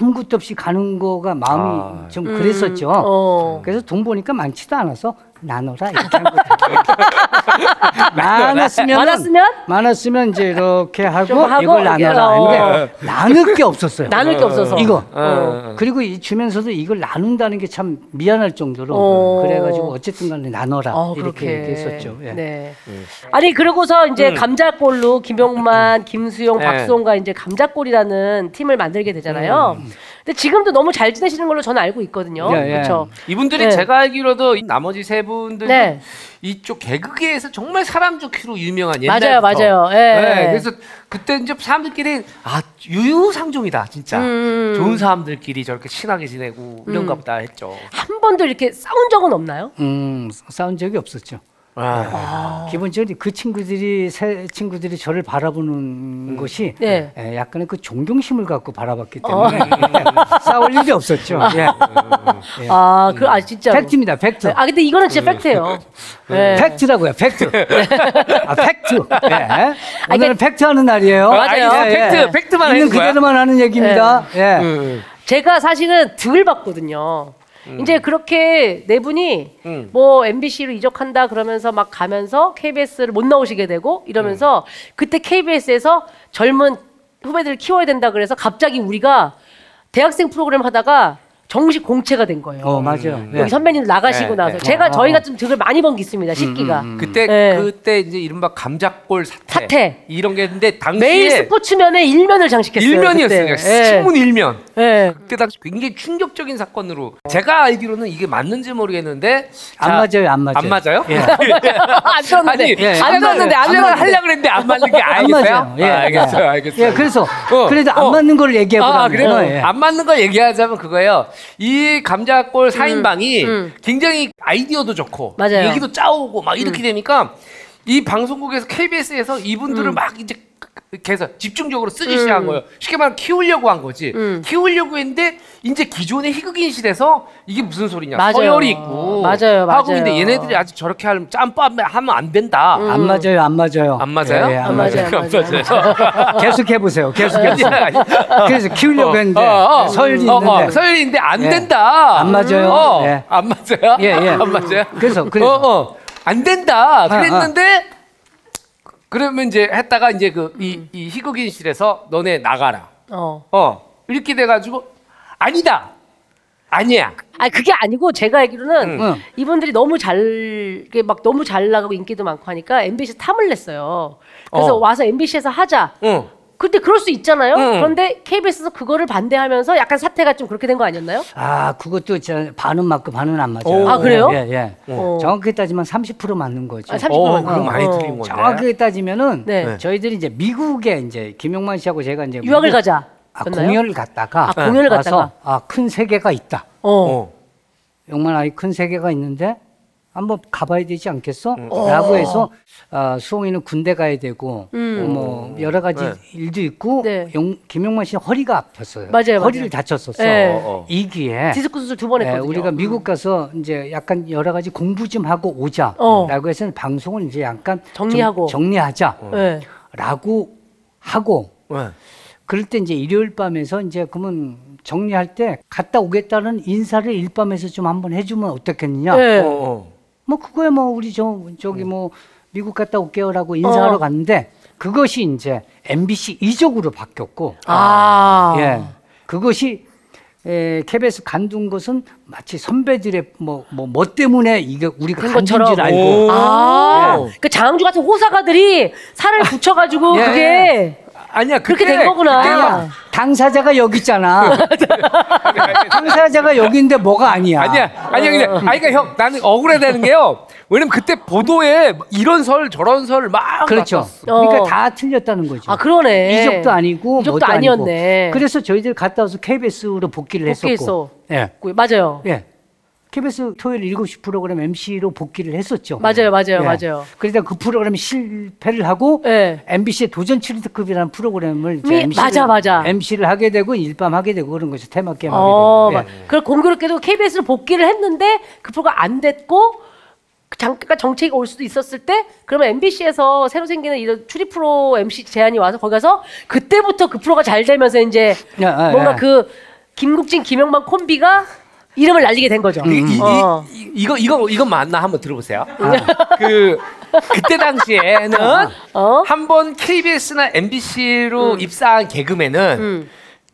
S2: 아무것도 없이 가는 거가 마음이
S3: 아.
S2: 좀 그랬었죠.
S1: 어.
S2: 그래서 돈 보니까 많지도 않아서 나눠라 이렇게 한
S1: [LAUGHS]
S2: 거죠. 많았으면
S1: 많았으면?
S2: 많았으면 이제 이렇게 하고,
S1: 좀 하고
S2: 이걸 나눠라
S1: 이렇게,
S2: 하는데 나눌 게 없었어요.
S1: 나눌 게 없어서.
S2: 이거
S3: 어.
S2: 그리고 이 주면서도 이걸 나눈다는 게 참 미안할 정도로
S1: 어.
S2: 그래가지고 어쨌든간에 나눠라
S1: 어,
S2: 이렇게 얘기했었죠. 예.
S1: 네. 아니 그러고서 이제 감자골로 김용만, 김수용,
S3: 네.
S1: 박수홍과 이제 감자골이라는 팀을 만들게 되잖아요. 근데 지금도 너무 잘 지내시는 걸로 저는 알고 있거든요.
S2: 음. 예, 예.
S1: 그렇죠.
S3: 이분들이
S1: 네.
S3: 제가 알기로도 이 나머지 세 분들은
S1: 네.
S3: 이쪽 개그계에서 정말 사람 좋기로 유명한
S1: 맞아요,
S3: 옛날부터. 네,
S1: 맞아요. 예.
S3: 그래서 그때 이제 사람들끼리 아 유유상종이다 진짜
S1: 음.
S3: 좋은 사람들끼리 저렇게 친하게 지내고 이런가 보다 했죠.
S1: 한 번도 이렇게 싸운 적은 없나요?
S2: 음 싸운 적이 없었죠.
S3: 네.
S1: 아.
S2: 기본적으로 그 친구들이 새 친구들이 저를 바라보는 것이
S1: 네.
S2: 예, 약간의 그 존경심을 갖고 바라봤기 때문에
S1: 어.
S2: [LAUGHS] 싸울 일이 없었죠. 예. 음.
S1: 아, 그, 아, 진짜.
S2: 팩트입니다. 팩트. 음.
S1: 아, 근데 이거는 진짜 팩트예요. 네.
S2: 팩트라고요. 팩트. 아, 팩트. 예.
S1: 아, 이게-
S2: 오늘은 팩트 하는 날이에요. 예,
S1: 맞아요.
S3: 아, 이게 팩트, 팩트만
S2: 있는
S3: 하는 거야?
S2: 그대로만 하는 얘기입니다. 예.
S3: 음.
S1: 제가 사실은 덜 봤거든요. 이제 그렇게 네 분이
S3: 음.
S1: 뭐 MBC로 이적한다 그러면서 막 가면서 KBS를 못 나오시게 되고 이러면서
S3: 음.
S1: 그때 KBS에서 젊은 후배들을 키워야 된다 그래서 갑자기 우리가 대학생 프로그램 하다가 정식 공채가 된 거예요.
S2: 어, 맞아요. 예.
S1: 여기 선배님 나가시고
S3: 네,
S1: 나서
S3: 네. 음,
S1: 제가
S2: 아.
S1: 저희가 좀 득을 많이 번 게 있습니다. 식기가
S2: 음.
S3: 그때
S1: 네.
S3: 그때 이제 이른바 감자골 사태,
S1: 사태.
S3: 이런 게 있는데 당시에
S1: 매일 스포츠면의 일면을 장식했어요.
S3: 예. 일면이었어요.
S1: 그때. 예.
S3: 신문 일면.
S1: 예.
S3: 그때 당시 굉장히 충격적인 사건으로 제가 알기로는 이게 맞는지 모르겠는데
S2: 안
S3: 자,
S2: 맞아요. 예. 안 맞아요.
S3: 안 [LAUGHS] 맞아요? [LAUGHS]
S1: 안 썼는데
S3: 아니
S2: 예.
S3: 안 맞는데
S1: 안
S3: 하려고
S1: 맞는데.
S3: 하려고 그랬는데 안 맞는 게
S2: 안
S3: 알겠어요?
S2: 맞아요. 예.
S3: 아, 알겠어요.
S2: 예.
S3: 알겠어요.
S2: 예, 그래도
S3: 어,
S2: 그래도 안
S3: 어.
S2: 맞는 걸 얘기하고
S3: 아,
S2: 갑니다.
S3: 그래요?
S2: 예.
S3: 안 맞는 걸 얘기하자면 그거예요. 이 감자골 사인방이 굉장히 아이디어도 좋고
S1: 맞아요.
S3: 얘기도 짜오고 막 이렇게 되니까 이 방송국에서 KBS에서 이분들을 막 이제 계속 집중적으로 쓰기 시작한 거예요. 쉽게 말하면 키우려고 한 거지. 키우려고 했는데 이제 기존의 희극인 시대에서 이게 무슨 소리냐?
S1: 맞아요.
S3: 서열이 있고
S1: 맞아요,
S3: 하고
S1: 맞아요.
S3: 근데 얘네들이 아직 저렇게 하면 짬밥 하면 안 된다.
S2: 안 맞아요. 안 맞아요.
S3: 안 맞아요? 네.
S2: 예, 예,
S1: 안
S2: 안
S1: 맞아요.
S2: 맞아요.
S3: 안 맞아요.
S2: 계속 해보세요. 계속 해보세요. 그래서 키우려고 했는데 서열이
S3: 어,
S2: 있는데
S3: 어, 서열이 있는데 안
S2: 예.
S3: 된다.
S2: 안 맞아요.
S3: 어,
S2: 예.
S3: 안 맞아요.
S2: 예, 예.
S3: 안 맞아요.
S2: 그래서, 그래서. 아,
S3: 어, 어. 안 된다. 그랬는데 그러면 이제 했다가 이제 그 이 이 희극인실에서 너네 나가라.
S1: 어.
S3: 어 이렇게 돼가지고 아니다. 아니야.
S1: 아 그게 아니고 제가 알기로는
S2: 응.
S1: 이분들이 너무 잘, 이게 막 너무 잘 나가고 인기도 많고 하니까 MBC 탐을 냈어요. 그래서
S3: 어.
S1: 와서 MBC에서 하자.
S3: 응.
S1: 근데 그럴 수 있잖아요.
S3: 응.
S1: 그런데 KBS에서 그거를 반대하면서 약간 사태가 좀 그렇게 된 거 아니었나요?
S2: 아, 그것도 진짜 반은 맞고 반은 안 맞아요.
S3: 오.
S1: 아, 그래요?
S2: 예, 예.
S1: 어.
S2: 정확히 따지면 30% 맞는 거죠.
S1: 아, 30%
S3: 어,
S1: 맞나요?
S3: 그럼 많이
S1: 어.
S3: 틀린 건데.
S2: 정확하게 따지면은
S1: 네.
S2: 저희들이 이제 미국에 이제 김용만 씨하고 제가 이제
S1: 유학을
S2: 미국-
S1: 가자.
S2: 아,
S1: 였나요?
S2: 공연을 갔다가
S1: 아, 공연을
S2: 와서
S1: 갔다가.
S2: 아, 큰 세계가 있다.
S1: 어.
S3: 어.
S2: 용만 아이 큰 세계가 있는데 한번 가봐야 되지 않겠어?
S1: 음.
S2: 라고 해서 아, 수홍이는 군대 가야 되고 뭐 여러 가지
S3: 네.
S2: 일도 있고
S1: 음. 네.
S2: 용- 김용만 씨는 허리가 아팠어요.
S1: 맞아요,
S2: 허리를
S1: 맞아요.
S2: 다쳤었어.
S1: 네. 어,
S3: 어.
S2: 이기에
S1: 디스크 수술 두 번
S2: 네,
S1: 했거든요. 예.
S2: 우리가 미국 가서 이제 약간 여러 가지 공부 좀 하고
S1: 어.
S2: 오자라고 해서 방송을 이제 약간 좀
S1: 정리하고.
S2: 정리하자라고
S1: 네.
S2: 하고
S3: 응.
S2: 그럴 때 이제 일요일 밤에서 이제 그러면 정리할 때 갔다 오겠다는 인사를 일밤에서 좀 한번 해주면 어떻겠느냐?
S1: 네.
S3: 어, 어.
S2: 뭐 그거야 뭐 우리 저 저기 뭐 미국 갔다 올게요라고 인사하러
S1: 어.
S2: 갔는데 그것이 이제 MBC 이적으로 바뀌었고
S1: 아.
S2: 예. 그것이 에, KBS 간둔 것은 마치 선배들의 뭐, 뭐, 뭐 때문에 이게 우리가
S1: 그런
S2: 간둔 줄
S1: 것처럼.
S2: 알고.
S1: 아,
S3: 예.
S1: 그 장항주 같은 호사가들이 살을 붙여가지고
S2: 예,
S1: 그게
S3: 아니야.
S1: 그렇게
S3: 그때-
S1: 된 거구나.
S3: 그때 막
S2: 아니야, 그러니까 당사자가
S1: [LAUGHS]
S2: 여기 있잖아. 당사자가 여기인데 뭐가 아니야.
S3: 아니야, 아니야, 그냥. 아니, 그러니까 형, 나는 억울하다는 게요. 왜냐면 그때 보도에 이런 설, 저런 설막
S2: 그렇죠.
S3: 났었어.
S2: 그러니까
S1: 어.
S2: 다 틀렸다는 거죠.
S1: 아 그러네.
S2: 이적도 아니고
S1: 이적도
S2: 뭐도
S1: 아니었네.
S2: 아니고. 그래서 저희들 갔다 와서 KBS로 복귀를
S1: 복귀했어.
S2: 했었고. 예.
S1: 맞아요.
S2: 예. KBS 토요일 7시 프로그램 MC로 복귀를 했었죠.
S1: 맞아요, 맞아요,
S2: 예.
S1: 맞아요.
S2: 그러다 그 프로그램이 실패를 하고
S1: 예.
S2: MBC의 도전 트리트급이라는 프로그램을
S1: 미- 맞아, 맞아.
S2: MC를 하게 되고 일밤 하게 되고 그런 거죠. 테마 게임
S1: 어,
S2: 하게
S1: 막
S2: 되고. 예.
S1: 그걸 공교롭게도 KBS로 복귀를 했는데 그 프로가 안 됐고 잠깐 정책이 올 수도 있었을 때 그러면 MBC에서 새로 생기는 이런 출입 프로 MC 제안이 와서 거기 가서 그때부터 그 프로가 잘 되면서 이제
S2: 예, 예,
S1: 뭔가
S2: 예.
S1: 그 김국진 김영만 콤비가 이름을 날리게 된
S2: 음,
S1: 거죠.
S3: 이, 이,
S1: 어.
S3: 이, 이거, 이거, 이거 맞나? 한번 들어보세요. 그, 그때 당시에는
S1: 어?
S3: 한 번 KBS나 MBC로 입사한 개그맨은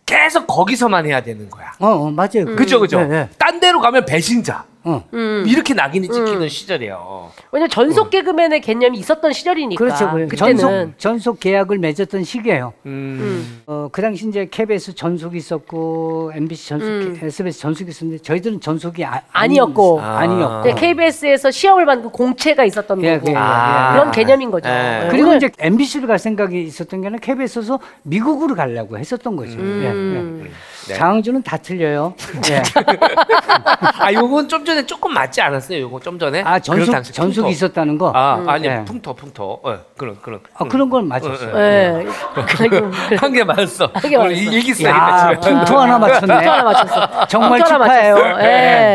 S3: 계속 거기서만 해야 되는 거야.
S2: 어, 어, 맞아요.
S3: 그죠, 그죠?
S2: 예, 예.
S3: 딴 데로 가면 배신자.
S2: 어.
S3: 이렇게 낙인이 찍히는 시절이에요.
S1: 왜냐면 전속 개그맨의 개념이 있었던 시절이니까.
S2: 그렇죠. 그래요.
S1: 그때는
S2: 전속 전속 계약을 맺었던 시기예요.
S3: 음.
S2: 어, 그 당시 이제 KBS 전속이 있었고 MBC 전속, SBS 전속이 있었는데 저희들은 전속이 아,
S1: 음. 아니었고. 네,
S2: 아니- 아니었고.
S3: 아.
S1: 이제 KBS에서 시험을 받는 그 공채가 있었던
S2: 예,
S1: 거고
S2: 예, 예, 예.
S1: 아, 그런 개념인 거죠.
S3: 예.
S2: 그리고 이제 MBC로 갈 생각이 있었던 게 아니라 KBS에서 미국으로 가려고 했었던 거죠. 예, 예.
S3: 네.
S2: 장항준은 다 틀려요.
S3: [LAUGHS]
S2: 예.
S3: 아 요건 좀 전에 조금 맞지 않았어요? 요거 좀 전에?
S2: 아
S3: 그럴
S2: 전속
S3: 당시
S2: 전속이
S3: 풍토.
S2: 있었다는
S1: 어.
S2: 거.
S3: 아
S1: 음.
S3: 아니
S2: 예.
S3: 풍토 풍토. 어, 그런 그런.
S2: 아, 그런 건
S3: 음,
S2: 맞았어요.
S1: 네.
S2: 음.
S1: 아이고, 그래.
S3: 한개 맞았어.
S1: 한개 맞았어.
S3: 오늘 일- 일기 쓰레기
S2: 야, 풍토 하나 맞췄네.
S1: 풍토 하나 맞췄어.
S2: 정말
S1: 풍토 하나
S2: 축하해요.
S1: 맞췄어.
S2: 예.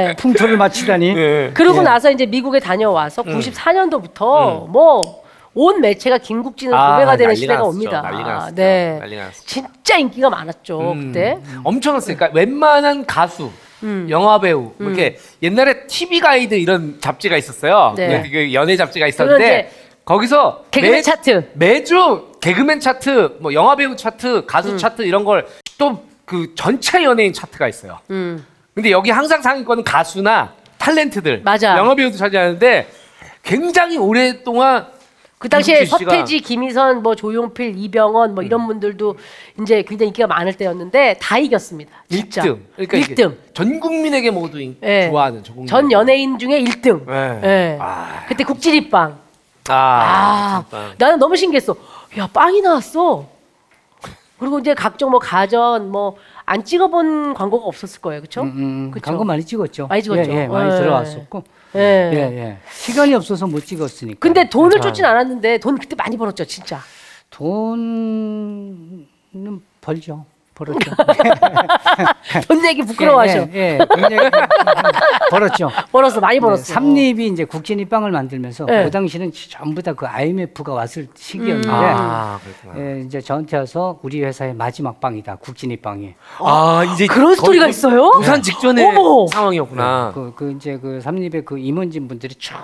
S1: 예.
S2: 풍토를 맞히다니.
S3: 예. 음.
S1: 그러고
S2: 예.
S1: 나서 이제 미국에 다녀와서 94년도부터 뭐 온 매체가 김국진은
S3: 아,
S1: 도배가 되는
S3: 난리
S1: 시대가
S3: 났었죠.
S1: 옵니다.
S3: 난리 났었죠.
S1: 네,
S3: 난리 났었죠.
S1: 진짜 인기가 많았죠
S3: 음,
S1: 그때.
S3: 엄청났으니까 웬만한 가수,
S1: 음.
S3: 영화 배우 뭐 이렇게 옛날에 TV 가이드 이런 잡지가 있었어요.
S1: 네.
S3: 그- 그 연예 잡지가
S1: 그건 이제
S3: 있었는데 거기서
S1: 개그맨 차트.
S3: 매주 개그맨 차트, 뭐 영화 배우 차트, 가수
S1: 음.
S3: 차트 이런 걸 또 그 전체 연예인 차트가 있어요.
S1: 음.
S3: 근데 여기 항상 상위권은 가수나 탤런트들,
S1: 맞아.
S3: 영화 배우도 차지하는데 굉장히 오랫동안
S1: 그 당시에
S3: 김국진 씨가- 음.
S1: 서태지, 김희선, 뭐 조용필, 이병헌 뭐 이런 분들도 이제 굉장히 인기가 많을 때였는데 다 이겼습니다. 진짜.
S3: 1등. 그러니까 이게
S1: 등
S3: 전 국민에게 모두 인-
S1: 예.
S3: 좋아하는 전 국민.
S1: 전 연예인 중에 1등.
S3: 네.
S1: 예.
S3: 아.
S1: 그때 국진이빵.
S3: 아,
S1: 아, 나는 너무 신기했어. 야, 빵이 나왔어. 그리고 이제 각종 뭐 가전 뭐 안 찍어본 광고가 없었을 거예요, 그렇죠?
S2: 음, 광고 많이 찍었죠.
S1: 많이 찍었죠.
S2: 예, 예, 많이
S1: 예.
S2: 들어왔었고.
S1: 예.
S2: 예, 아, 예. 시간이 없어서 못 찍었으니까.
S1: 근데 돈을 쫓진 않았는데 돈 그때 많이 벌었죠, 진짜.
S2: 돈은 벌죠. 벌었죠.
S1: 돈 내기 [LAUGHS] 부끄러워하셔.
S2: 예, 예, 예. 굉장히
S1: [LAUGHS]
S2: 벌었죠. 예,
S1: 벌었어, 많이 벌었어.
S2: 삼립이 이제 국진이 빵을 만들면서
S1: 네.
S2: 그 당시는 전부 다 그 IMF가 왔을
S1: 음.
S2: 시기였는데
S3: 아, 그렇구나.
S2: 예, 이제 저한테 와서 우리 회사의 마지막 빵이다 국진이 빵이.
S3: 아, 이제
S1: 어, 그런 스토리가 있어요?
S3: 부산 직전의
S1: 어머!
S3: 상황이었구나.
S2: 그, 그 이제 그 삼립의 그 임원진 분들이 쭉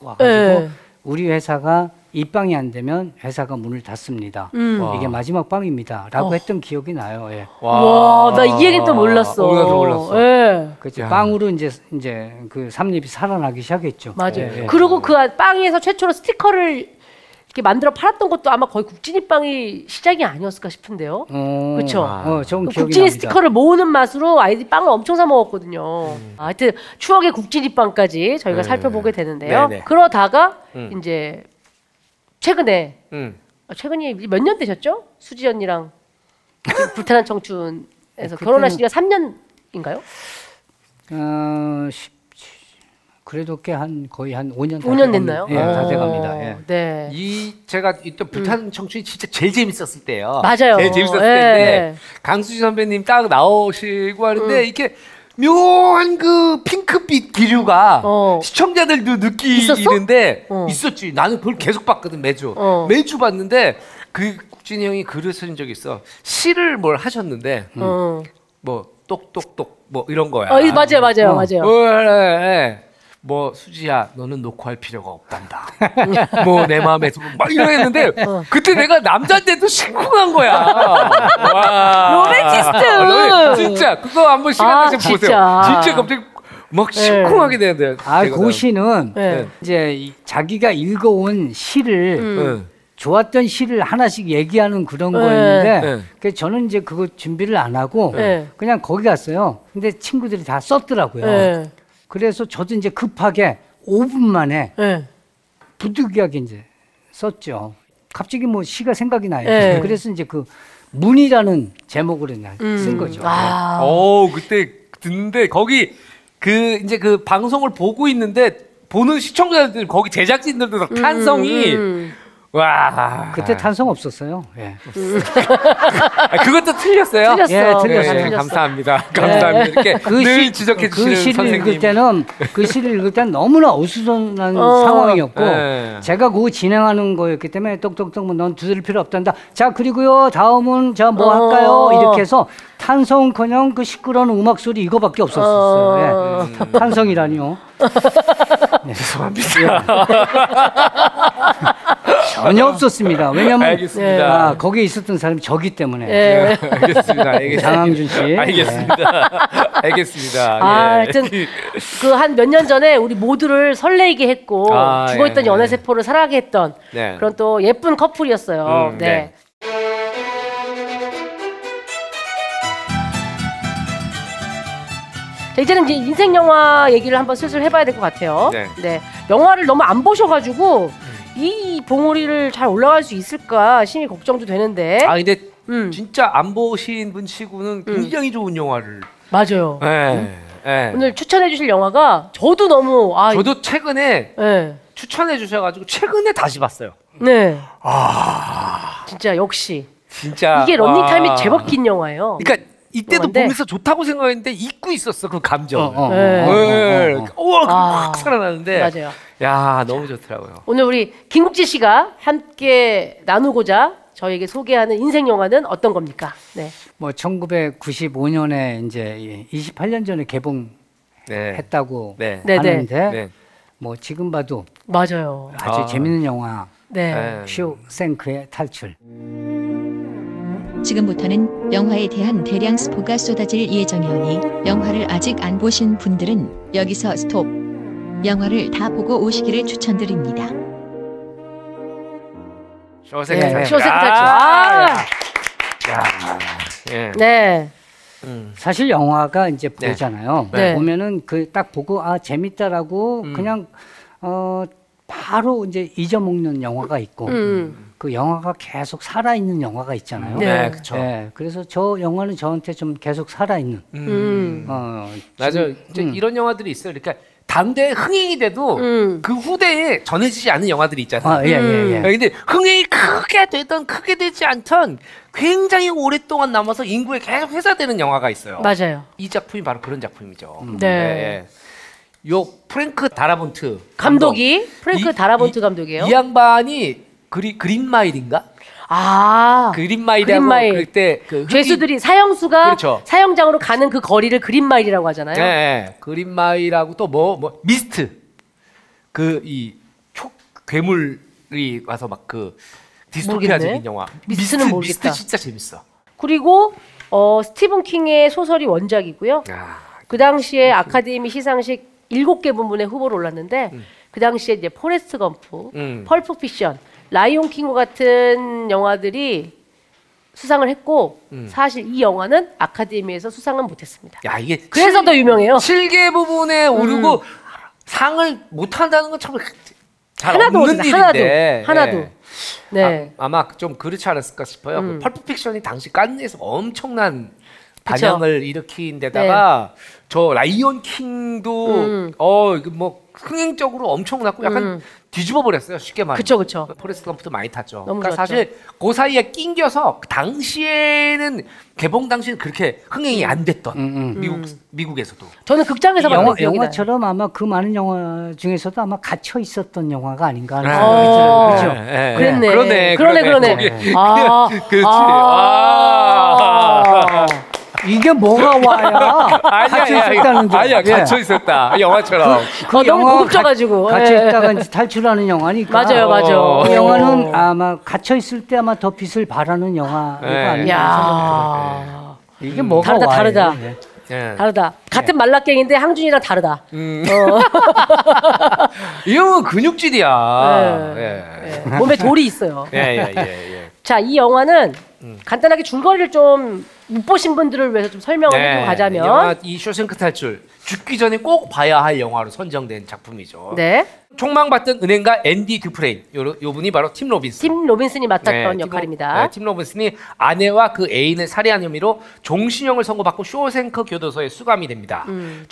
S2: 와가지고
S1: 네.
S2: 우리 회사가 이 빵이 안 되면 회사가 문을 닫습니다.
S1: 음. 어.
S3: 와.
S2: 이게 마지막 빵입니다라고 했던 기억이 나요. 예.
S1: 와, 나 이 얘기 또 몰랐어.
S3: 어, 나도 몰랐어.
S1: 예.
S2: 그 이제
S3: 야.
S2: 빵으로 이제 이제 그 삼립이 살아나기 시작했죠.
S1: 맞아요.
S2: 예, 예.
S1: 그리고 그 안- 빵에서 최초로 스티커를 이렇게 만들어 팔았던 것도 아마 거의 국진이 빵이 시작이 아니었을까 싶은데요.
S2: 어,
S1: 그쵸?
S2: 어, 좀 기억이
S1: 국진이
S2: 납니다.
S1: 스티커를 모으는 맛으로 아이들이 빵을 엄청 사 먹었거든요.
S2: 음.
S1: 아, 하여튼 추억의 국진이 빵까지 저희가
S3: 네.
S1: 살펴보게 되는데요.
S3: 네, 네.
S1: 그러다가
S3: 음.
S1: 이제 최근에
S3: 음.
S1: 아, 최근이 몇 년 되셨죠? 수지 언니랑 그 불타는
S2: [LAUGHS]
S1: 청춘에서
S2: 네,
S1: 결혼하신 지가 3년인가요?
S2: 어, 17, 그래도 꽤 한 거의 한 5년 다
S1: 5년
S2: 돼갑니다.
S1: 됐나요?
S2: 예, 다
S1: 어,
S2: 돼갑니다. 예.
S1: 네. 음.
S3: 이 제가 이때 불타는 청춘이 진짜 제일 재밌었을 때예요.
S1: 맞아요.
S3: 제일 재밌었을
S1: 예.
S3: 때인데 강수지 선배님 딱 나오시고
S1: 음.
S3: 하는데 이렇게 묘한 그 핑크빛 기류가
S1: 어.
S3: 시청자들도
S1: 있었어?
S3: 느끼는데
S1: 어.
S3: 있었지. 나는 그걸 계속 봤거든 매주.
S1: 어.
S3: 매주 봤는데 그 국진이 형이 글을 쓴 적이 있어. 시를 뭘 하셨는데
S2: 음.
S1: 어.
S3: 뭐 똑똑똑 뭐 이런 거야.
S1: 어, 이-
S2: 음.
S1: 맞아요, 맞아요, 맞아요.
S3: 예, 예. 뭐 수지야 너는 놓고 할 필요가 없단다.
S1: [LAUGHS]
S3: 뭐 내 마음에 들어 막 이러는데 그때 내가 남자인데도 심쿵한 거야. 와. 아,
S1: 로맨티스트!
S3: 로맨- 진짜 그거 한번 시간
S1: 아,
S3: 내서 보세요.
S1: 진짜.
S3: 진짜 갑자기 막 심쿵하게 되는데.
S2: 아,
S3: 제가
S2: 그 시는
S1: 네.
S2: 이제 이- 자기가 읽어온 시를
S1: 음.
S3: 응.
S2: 좋았던 시를 하나씩 얘기하는 그런
S1: 네.
S2: 거였는데
S3: 네.
S2: 그 저는 이제 그거 준비를 안 하고
S1: 네.
S2: 그냥 거기 갔어요. 근데 친구들이 다 썼더라고요.
S1: 예.
S2: 그래서 저도 이제 급하게 5분 만에
S1: 예.
S2: 부득이하게 이제 썼죠. 갑자기 뭐 시가 생각이 나요.
S1: 네.
S2: 그래서 이제 그 문이라는 제목으로 그냥 쓴
S1: 음.
S2: 거죠. 예.
S1: 아.
S3: 어 그때 듣는데 거기 그 이제 그 방송을 보고 있는데 보는 시청자들 거기 제작진들도 다 탄성이
S1: 음.
S3: 와
S2: 그때 탄성 없었어요. 예.
S3: 아, 그것도 틀렸어요.
S1: 틀렸어.
S2: 예,
S1: 그거
S2: 틀렸어요.
S1: 다
S3: 예,
S1: 틀렸어.
S3: 감사합니다.
S1: 네.
S3: 감사합니다. 이렇게 늘
S2: 시-
S3: 지적해
S2: 네. 그
S3: 주시는
S2: 시를 읽을
S3: 선생님.
S2: 때는 그 시를 읽을 때는 너무나 어수선한
S1: 어.
S2: 상황이었고
S3: 예.
S2: 제가 그거 진행하는 거였기 때문에 똑똑똑 뭐넌 두드릴 필요 없단다. 자 그리고요 다음은 자 뭐
S1: 어.
S2: 할까요? 이렇게 해서 탄성커녕 그 시끄러운 음악 소리 이거밖에 없었었어요.
S3: [LAUGHS]
S2: 예. 탄성이라니요. 예.
S3: 죄송합니다.
S2: 전혀 없었습니다. 왜냐면
S3: 알겠습니다.
S2: 아, 거기에 있었던 사람이 저기 때문에.
S1: 예.
S3: 네,
S1: [LAUGHS]
S3: 알겠습니다. 알겠습니다.
S2: 장항준 씨.
S3: 알겠습니다. 알겠습니다.
S1: 네. 아,
S3: 예. [LAUGHS]
S1: 하여튼 그 한 몇 년 전에 우리 모두를 설레게 했고
S3: 아,
S1: 죽어있던
S3: 예,
S1: 연애
S3: 예.
S1: 세포를 살아게 했던
S3: 네.
S1: 그런 또 예쁜 커플이었어요.
S3: 음,
S1: 네.
S3: 네.
S1: 자, 이제는 이제 인생 영화 얘기를 한번 슬슬 해봐야 될 것 같아요.
S3: 네. 음.
S1: 영화를 너무 안 보셔가지고 이 봉우리를 잘 올라갈 수 있을까 심히 걱정도 되는데.
S3: 아 근데
S1: 음.
S3: 진짜 안 보신 분 치고는 굉장히 좋은 영화를.
S1: 맞아요.
S3: 예. 예.
S1: 네. 오늘 추천해 주실 영화가 저도 너무 아
S3: 저도 최근에
S1: 네.
S3: 추천해 주셔가지고 최근에 다시 봤어요.
S1: 네.
S3: 아.
S1: 진짜 역시
S3: 진짜
S1: 이게
S3: 와.
S1: 런닝타임이 제법 긴 영화예요.
S3: 그러니까 이때도
S1: 영화인데.
S3: 보면서 좋다고 생각했는데 잊고 있었어 그 감정.
S2: 어, 어,
S3: 을
S1: 네.
S2: 어, 어, 어, 어.
S3: 우와 그
S1: 아.
S3: 확 살아나는데.
S1: 맞아요.
S3: 야 너무 좋더라고요.
S1: 오늘 우리 김국지 씨가 함께 나누고자 저에게 소개하는 인생 영화는 어떤 겁니까? 네.
S2: 뭐 1995년에 이제 28년
S3: 네.
S2: 전에 개봉했다고
S3: 네.
S1: 네, 네.
S2: 하는데
S3: 네.
S2: 뭐 지금 봐도
S1: 맞아요.
S2: 아주
S3: 아.
S2: 재밌는 영화
S1: 네.
S3: 네.
S2: 쇼생크의 탈출.
S4: 지금부터는 영화에 대한 대량 스포가 쏟아질 예정이오니 영화를 아직 안 보신 분들은 여기서 스톱. 영화를 다 보고 오시기를 추천드립니다.
S3: 쇼생
S2: 네.
S3: 탈출.
S1: 쇼생 탈출.
S3: 아,
S1: 아!
S3: 야. 야. 예.
S1: 네.
S3: 음.
S2: 사실 영화가 이제 보잖아요.
S1: 네.
S2: 보면은 그 딱 보고 아 재밌다라고
S3: 음.
S2: 그냥 어 바로 이제 잊어먹는 영화가 있고
S1: 음.
S2: 그 영화가 계속 살아있는 영화가 있잖아요.
S1: 네.
S3: 네. 그렇죠.
S2: 예, 그래서 저 영화는 저한테 좀 계속 살아있는.
S1: 음.
S2: 어,
S3: 맞아요. 이제 이런 영화들이 있어요. 그러니까 당대에 흥행이 돼도
S1: 음.
S3: 그 후대에 전해지지 않은 영화들이 있잖아요. 음.
S2: 아, 예, 예, 예.
S3: 아니, 근데 흥행이 크게 되든 크게 되지 않던 굉장히 오랫동안 남아서 인구에 계속 회자되는 영화가 있어요.
S1: 맞아요.
S3: 이 작품이 바로 그런 작품이죠.
S1: 네.
S3: 예. 요 프랭크 다라본트
S1: 감독이 프랭크
S3: 이-
S1: 다라본트
S3: 이-
S1: 감독이에요.
S3: 이 양반이 그리 그린마일인가?
S1: 아.
S3: 그린마일이라고
S1: 그린마일.
S3: 그때 그 흑인-
S1: 죄수들이 사형수가
S3: 그렇죠.
S1: 사형장으로 가는 그 거리를 그린마일이라고 하잖아요.
S3: 예, 예. 그린마일하고 또 뭐 뭐 미스트 그 이 괴물이 와서 막 그 디스토피아적인
S1: 모르겠네.
S3: 영화
S1: 미스트는
S3: 미스트,
S1: 모르겠다.
S3: 미스트 진짜 재밌어.
S1: 그리고 어, 스티븐 킹의 소설이
S3: 네.
S1: 원작이고요. 그 당시에 아카데미 시상식 7개 부문에 후보로 올랐는데 그 당시에 이제 포레스트 검프,
S3: 음.
S1: 펄프 피션, 라이온 킹과 같은 영화들이 수상을 했고 사실 이 영화는 아카데미에서 수상은 못했습니다.
S3: 음. 야 이게
S1: 그래서 음. 더 유명해요.
S3: 실계 부분에 오르고 상을 못 한다는 건 참 잘
S1: 하나도
S3: 없는
S1: 못했어요. 하나도
S3: 일인데
S1: 하나도.
S3: 예.
S1: 네. 음.
S3: 아, 마좀 그렇지 않았을까 싶어요. 그 펄프 픽션이 당시 깐느에서 엄청난 반향을 일으킨 데다가
S1: 네.
S3: 저 라이온 킹도
S1: 음.
S3: 어 이거 뭐 흥행적으로 엄청났고 약간 뒤집어 버렸어요 쉽게 말해.
S1: 그쵸, 그쵸.
S3: 포레스트 검프도 많이 탔죠.
S1: 너무
S3: 그러니까
S1: 좋았죠.
S3: 사실 그 사이에 낑겨서 그 당시에는 개봉 당시는 그렇게 흥행이
S1: 음.
S3: 안 됐던
S2: 음,
S3: 미국 미국에서도
S1: 저는 극장에서
S2: 영화,
S1: 봤던 기억이 나요.
S2: 영화처럼 아마 그 많은 영화 중에서도 아마 갇혀 있었던 영화가 아닌가 하는 생각이
S1: 어.
S2: 들어요. 그렇죠.
S3: 예, 예.
S1: 그랬네.
S3: 그러네.
S1: 그러네,
S3: 거기.
S1: 그러네. 아,
S3: [LAUGHS] 그렇지.
S1: 아.
S3: 아.
S2: 이게 뭐가 [LAUGHS] 와야 갇혀 있었다는 점.
S3: 아니야,
S2: 예. 그
S3: 갇혀 있었다. 영화처럼.
S1: 어, 너무
S2: 영화가
S1: 고급져가지고.
S2: 갇- 갇혀
S1: 예.
S2: 있다가 이제 탈출하는 영화니까.
S1: 맞아요,
S3: 어.
S1: 맞아요.
S2: 그 영화는 아마 갇혀 있을 때 아마 더 빛을 발하는 영화가
S3: 네.
S2: 아니야.
S1: 야
S2: 이게 뭐가
S1: 다르다,
S2: 와요.
S1: 다르다.
S2: 예.
S3: 예.
S1: 그 다르다. 같은 말라깽인데 항준이랑 다르다.
S3: 이 형은 근육질이야.
S1: 예.
S3: 뭐 예.
S1: 예. 몸에 돌이 있어요.
S3: 예, 예, 예, 예.
S1: 자, 이 영화는
S3: 음.
S1: 간단하게 줄거리를 좀 못 보신 분들을 위해서 좀 설명을
S3: 네,
S1: 해주고 가자면,
S3: 영화 이 쇼생크 탈출 죽기 전에 꼭 봐야 할 영화로 선정된 작품이죠.
S1: 네,
S3: 총망받던 은행가 앤디 듀프레인 요, 요 분이 바로 팀 로빈스.
S1: 팀 로빈슨이
S3: 네,
S1: 맡았던
S3: 팀 로-
S1: 역할입니다.
S3: 네, 팀 로빈슨이 아내와 그 애인을 살해한 혐의로 종신형을 선고받고 쇼생크 교도소에 수감이 됩니다.
S1: 음.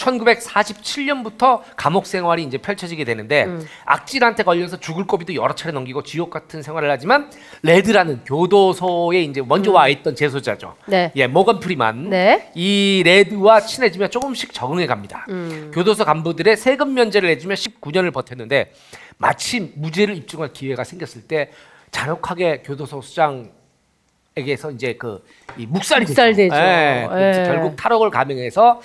S3: 1947년부터 감옥 생활이 이제 펼쳐지게 되는데
S1: 음.
S3: 악질한테 걸려서 죽을 고비도 여러 차례 넘기고 지옥 같은 생활을 하지만 레드라는 교도소에 이제 먼저 와 있던 재소자죠.
S1: 음. 네.
S3: 예, 모건 프리만.
S1: 네.
S3: 이 레드와 친해지며 조금씩 적응해 갑니다.
S1: 음.
S3: 교도소 간부들의 세금 면제를 해주며 19년을 버텼는데 마침 무죄를 입증할 기회가 생겼을 때 잔혹하게 교도소 수장에게서 이제 그 이 묵살이
S1: 묵살되죠.
S3: 예, 그래서
S1: 예.
S3: 결국 탈옥을 감행해서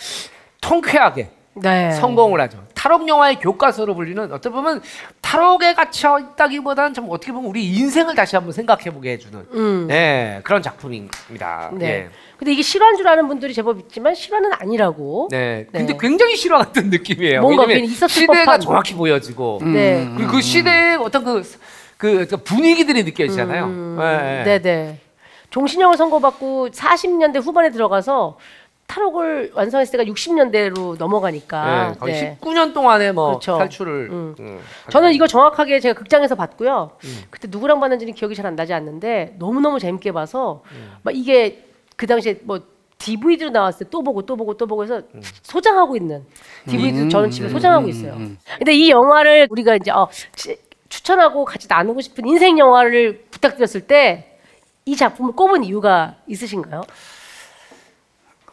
S3: 통쾌하게
S1: 네.
S3: 성공을 하죠. 탈옥 영화의 교과서로 불리는 어떻게 보면 탈옥에 갇혀 있다기보다는 좀 어떻게 보면 우리 인생을 다시 한번 생각해 보게 해주는 예, 그런 작품입니다.
S1: 음. 네.
S3: 예.
S1: 근데 이게 실화인 줄 아는 분들이 제법 있지만 실화는 아니라고.
S3: 네. 근데
S1: 네.
S3: 굉장히 실화 같은 느낌이에요.
S1: 뭔가
S3: 왜냐면
S1: 그냥 있었을
S3: 시대가
S1: 법한.
S3: 정확히 보여지고
S1: 네.
S3: 그리고 그 시대의 어떤 그, 그 어떤 분위기들이 느껴지잖아요.
S1: 네,
S3: 예, 예.
S1: 네네. 종신형을 선고받고 40년대 후반에 들어가서 카탈로그를 완성했을 때가 60년대로 넘어가니까.
S3: 거의
S1: 네.
S3: 19년 동안에 뭐
S1: 그렇죠.
S3: 탈출을
S1: 음.
S3: 음,
S1: 저는 이거 정확하게 제가 극장에서 봤고요. 그때 누구랑 봤는지는 기억이 잘 안 나지 않는데 너무너무 재밌게 봐서
S3: 음.
S1: 막 이게 그 당시에 뭐 DVD로 나왔을 때 또 보고 또 보고 또 보고 해서
S3: 음.
S1: 소장하고 있는 DVD도 저는 지금 소장하고 있어요.
S3: 음.
S1: 근데 이 영화를 우리가 이제 어, 치- 추천하고 같이 나누고 싶은 인생 영화를 부탁드렸을 때 이 작품을 꼽은 이유가 있으신가요?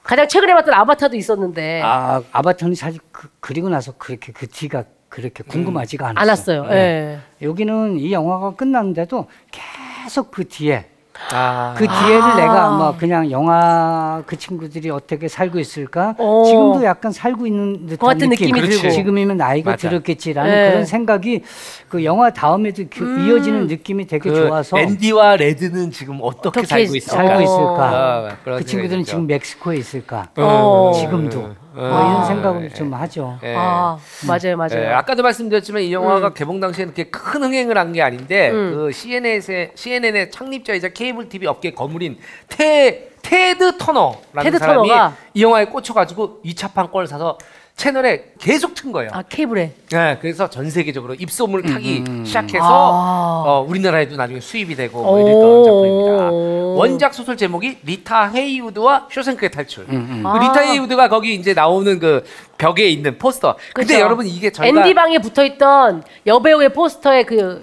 S1: 가장 최근에 봤던 아바타도 있었는데
S2: 아 아바타는 사실 그, 그리고 나서 그렇게 그 뒤가 그렇게 궁금하지가 않았어요.
S1: 안 왔어요.
S3: 네.
S1: 예.
S2: 여기는 이 영화가 끝났는데도 계속 그 뒤에
S3: 아,
S2: 그 뒤에를 내가 뭐 그냥 영화 그 친구들이 어떻게 살고 있을까
S1: 어.
S2: 지금도 약간 살고 있는 듯한
S1: 그 같은
S2: 느낌.
S1: 느낌이
S3: 그렇지. 들고.
S2: 지금이면 나이가
S3: 맞아.
S2: 들었겠지라는
S1: 네.
S2: 그런 생각이 그 영화 다음에도 그 이어지는 느낌이 되게
S3: 그
S2: 좋아서
S3: 앤디와 레드는 지금 어떻게,
S1: 어떻게
S3: 살고 있을까?
S2: 살고
S1: 어.
S2: 있을까
S3: 아, 그런
S2: 그
S3: 생각이죠.
S2: 친구들은
S3: 아,
S2: 지금 멕시코에 있을까
S1: 어.
S2: 지금도 뭐 이런 생각을 좀 하죠
S3: 예.
S1: 아 맞아요, 맞아요. 음.
S3: 예, 아까도 말씀드렸지만 이 영화가 개봉 당시에 그렇게 큰 흥행을 한 게 아닌데 그 CNN의 CNN의 창립자이자 케이블 TV 업계 거물인 테 테드 터너라는
S1: 테드
S3: 사람이
S1: 터너가?
S3: 이 영화에 꽂혀가지고 2차 판권을 사서 채널에 계속 튼 거예요.
S1: 아 케이블에
S3: 예, 그래서 전 세계적으로 입소문을 타기 시작해서
S1: 아.
S3: 어, 우리나라에도 나중에 수입이 되고 뭐
S1: 오.
S3: 이랬던 작품입니다. 원작 소설 제목이 리타 헤이우드와 쇼생크의 탈출. 그
S1: 아.
S3: 리타 헤이우드가 거기 이제 나오는 그 벽에 있는 포스터. 근데
S1: 그쵸?
S3: 여러분 이게 저희가
S1: 앤디 방에 그렇죠. 붙어 있던 여배우의 포스터에 그.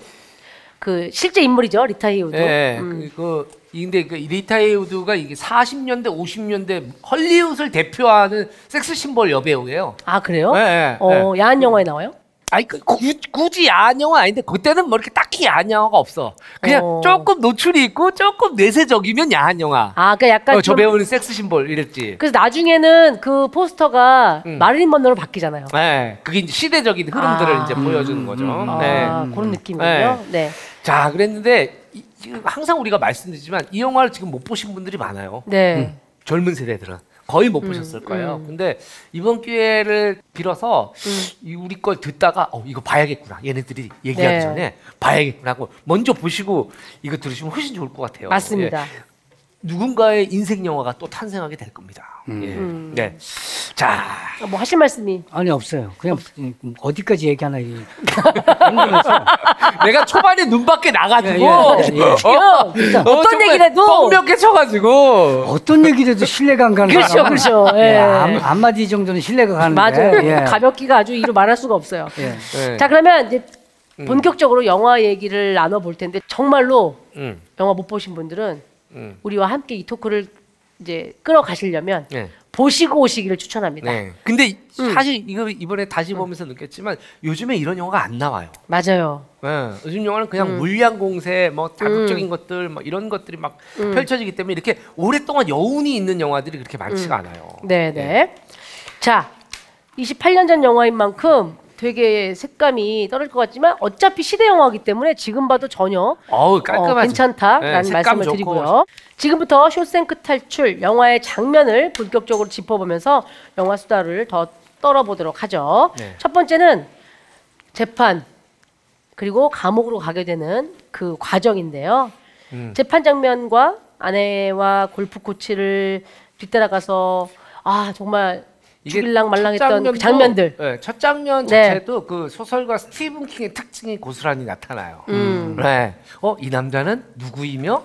S1: 그 실제 인물이죠 리타 히우도
S3: 예,
S1: 음.
S3: 그, 그 근데 그 리타 헤이우드가 이게 40년대 50년대 헐리우드를 대표하는 섹스 심벌 여배우예요.
S1: 아 그래요?
S3: 예, 예,
S1: 어 야한 영화에 나와요?
S3: 아니 그, 구, 굳이 야한 영화 아닌데 그때는 뭐 이렇게 딱히 야한 영화가 없어. 그냥
S1: 어.
S3: 조금 노출이 있고 조금 내세적이면 야한 영화.
S1: 아 그러니까 약간
S3: 어, 저
S1: 좀-
S3: 배우는 섹스 심벌 이랬지.
S1: 그래서 나중에는 그 포스터가
S3: 음.
S1: 마릴린 먼로로 바뀌잖아요.
S3: 네, 그게 이제 시대적인 흐름들을
S1: 아.
S3: 이제 보여주는 거죠.
S1: 아,
S3: 네.
S2: 음,
S3: 예.
S1: 그런 느낌이군요. 네.
S3: 자, 그랬는데 이- 지금 항상 우리가 말씀드리지만 이 영화를 지금 못 보신 분들이 많아요.
S1: 네.
S2: 음.
S3: 젊은 세대들은 거의
S1: 음,
S3: 못 보셨을 거예요. 근데 이번 기회를 빌어서
S1: 음.
S3: 이 우리 걸 듣다가 어 이거 봐야겠구나. 얘네들이 얘기하기
S1: 네.
S3: 전에 봐야겠구나 하고 먼저 보시고 이거 들으시면 훨씬 좋을 것 같아요. 예.
S1: 맞습니다.
S3: 누군가의 인생 영화가 또 탄생하게 될 겁니다. 예.
S1: 음.
S3: 네. 자,
S1: 뭐 하실 말씀이
S2: 아니 없어요 그냥 어디까지 얘기하나 이- 궁금해서
S3: 내가 초반에 눈밖에 나가지고
S2: 예, 예, 예.
S3: 어,
S1: 일단 어떤
S3: 정말
S1: 얘기를 해도
S3: 뻥몇개 쳐가지고
S2: 어떤 얘기라도 신뢰가 안 가는
S1: 그렇죠,
S2: 사람은
S1: 그렇죠. 예.
S2: 예, 한- 한마디 정도는 신뢰가 가는데
S1: 맞아요.
S2: 예.
S1: [LAUGHS] 가볍기가 아주 이루 말할 수가 없어요.
S2: 예.
S3: 네.
S1: 자 그러면 이제 본격적으로 영화 얘기를 나눠볼 텐데 정말로
S3: 음,
S1: 영화 못 보신 분들은
S3: 음.
S1: 우리와 함께 이 토크를 이제 끌어가시려면
S3: 네.
S1: 보시고 오시기를 추천합니다.
S3: 네. 근데 이-
S1: 음.
S3: 사실 이거 이번에 다시 보면서 느꼈지만 요즘에 이런 영화가 안 나와요.
S1: 맞아요.
S3: 예, 요즘 영화는 그냥
S1: 음.
S3: 물량 공세, 뭐 자극적인 것들, 뭐 이런 것들이 막
S1: 음.
S3: 펼쳐지기 때문에 이렇게 오랫동안 여운이 있는 영화들이 그렇게 많지가 않아요.
S1: 네, 네. 자, 28년 전 영화인 만큼 되게 색감이 떨어질 것 같지만 어차피 시대 영화이기 때문에 지금 봐도 전혀
S3: 어우 깔끔하죠.
S1: 어, 괜찮다라는
S3: 예, 색감
S1: 말씀을
S3: 좋고.
S1: 드리고요. 지금부터 쇼생크 탈출 영화의 장면을 본격적으로 짚어보면서 영화 수다를 더 떨어보도록 하죠.
S3: 네.
S1: 첫 번째는 재판 그리고 감옥으로 가게 되는 그 과정인데요.
S3: 음.
S1: 재판 장면과 아내와 골프 코치를 뒤따라가서 아 정말
S3: 이게
S1: 죽일랑
S3: 첫
S1: 말랑했던
S3: 장면도-
S1: 그 장면들.
S3: 예, 첫 장면
S1: 네.
S3: 자체도 그 소설가 스티븐 킹의 특징이 고스란히 나타나요.
S1: 음.
S3: 네. 어, 이 남자는 누구이며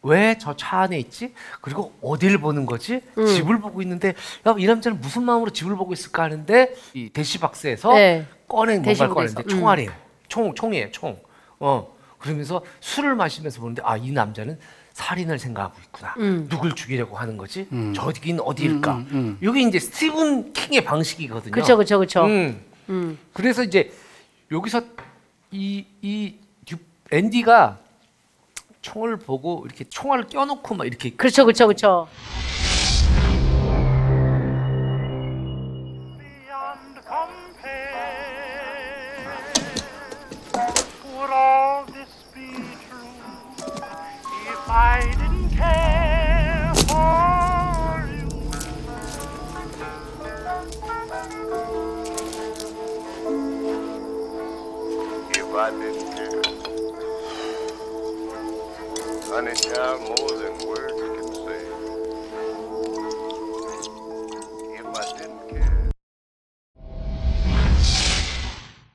S3: 왜 저 차 안에 있지? 그리고 어디를 보는 거지?
S1: 음.
S3: 집을 보고 있는데 야, 이 남자는 무슨 마음으로 집을 보고 있을까 하는데 이 대시박스에서
S1: 네.
S3: 꺼낸 뭔가를
S1: 대시박스에서.
S3: 꺼냈는데 총알이에요. 총 총이에요, 총. 어. 그러면서 술을 마시면서 보는데 아, 이 남자는 살인을 생각하고 있구나.
S1: 음.
S3: 누굴 죽이려고 하는 거지? 저긴 어디일까? 이게 이제 스티븐 킹의 방식이거든요.
S1: 그렇죠, 그렇죠, 그렇죠.
S3: 음. 그래서 이제 여기서 이, 이 듀- 앤디가 총을 보고 이렇게 총알을 껴놓고 막 이렇게
S1: 그렇죠, 그렇죠, 그렇죠.
S5: beyond compare. Would all this be true if I didn't care for you?
S6: If I didn't care, honey child, more than words can say.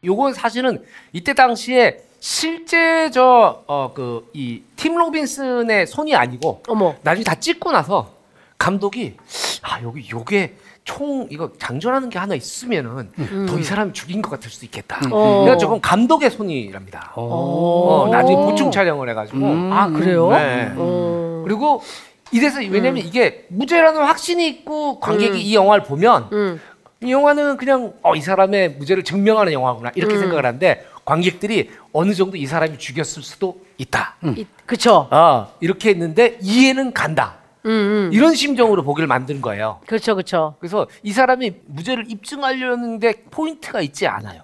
S3: 요건 사실은 이때 당시에 실제 저어그이 팀 로빈슨의 손이 아니고
S1: 어머.
S3: 나중에 다 찍고 나서 감독이 아 여기 요게 총 이거 장전하는 게 하나 있으면은 더 이 사람 죽인 것 같을 수도 있겠다.
S1: 음. 어.
S3: 그러니까 조금 감독의 손이랍니다. 어, 나중에 보충 촬영을 해가지고
S1: 아 그래요? 음.
S3: 네.
S1: 어.
S3: 그리고 이래서 왜냐면 이게 무죄라는 확신이 있고 관객이 이 영화를 보면
S1: 음.
S3: 이 영화는 그냥 어, 이 사람의 무죄를 증명하는 영화구나 이렇게
S1: 음.
S3: 생각을 하는데 관객들이 어느 정도 이 사람이 죽였을 수도 있다.
S1: 이- 그쵸.
S3: 아 이렇게 했는데 이해는 간다.
S1: 음, 음.
S3: 이런 심정으로 보기를 만든 거예요.
S1: 그렇죠, 그렇죠.
S3: 그래서 이 사람이 무죄를 입증하려는데 포인트가 있지 않아요.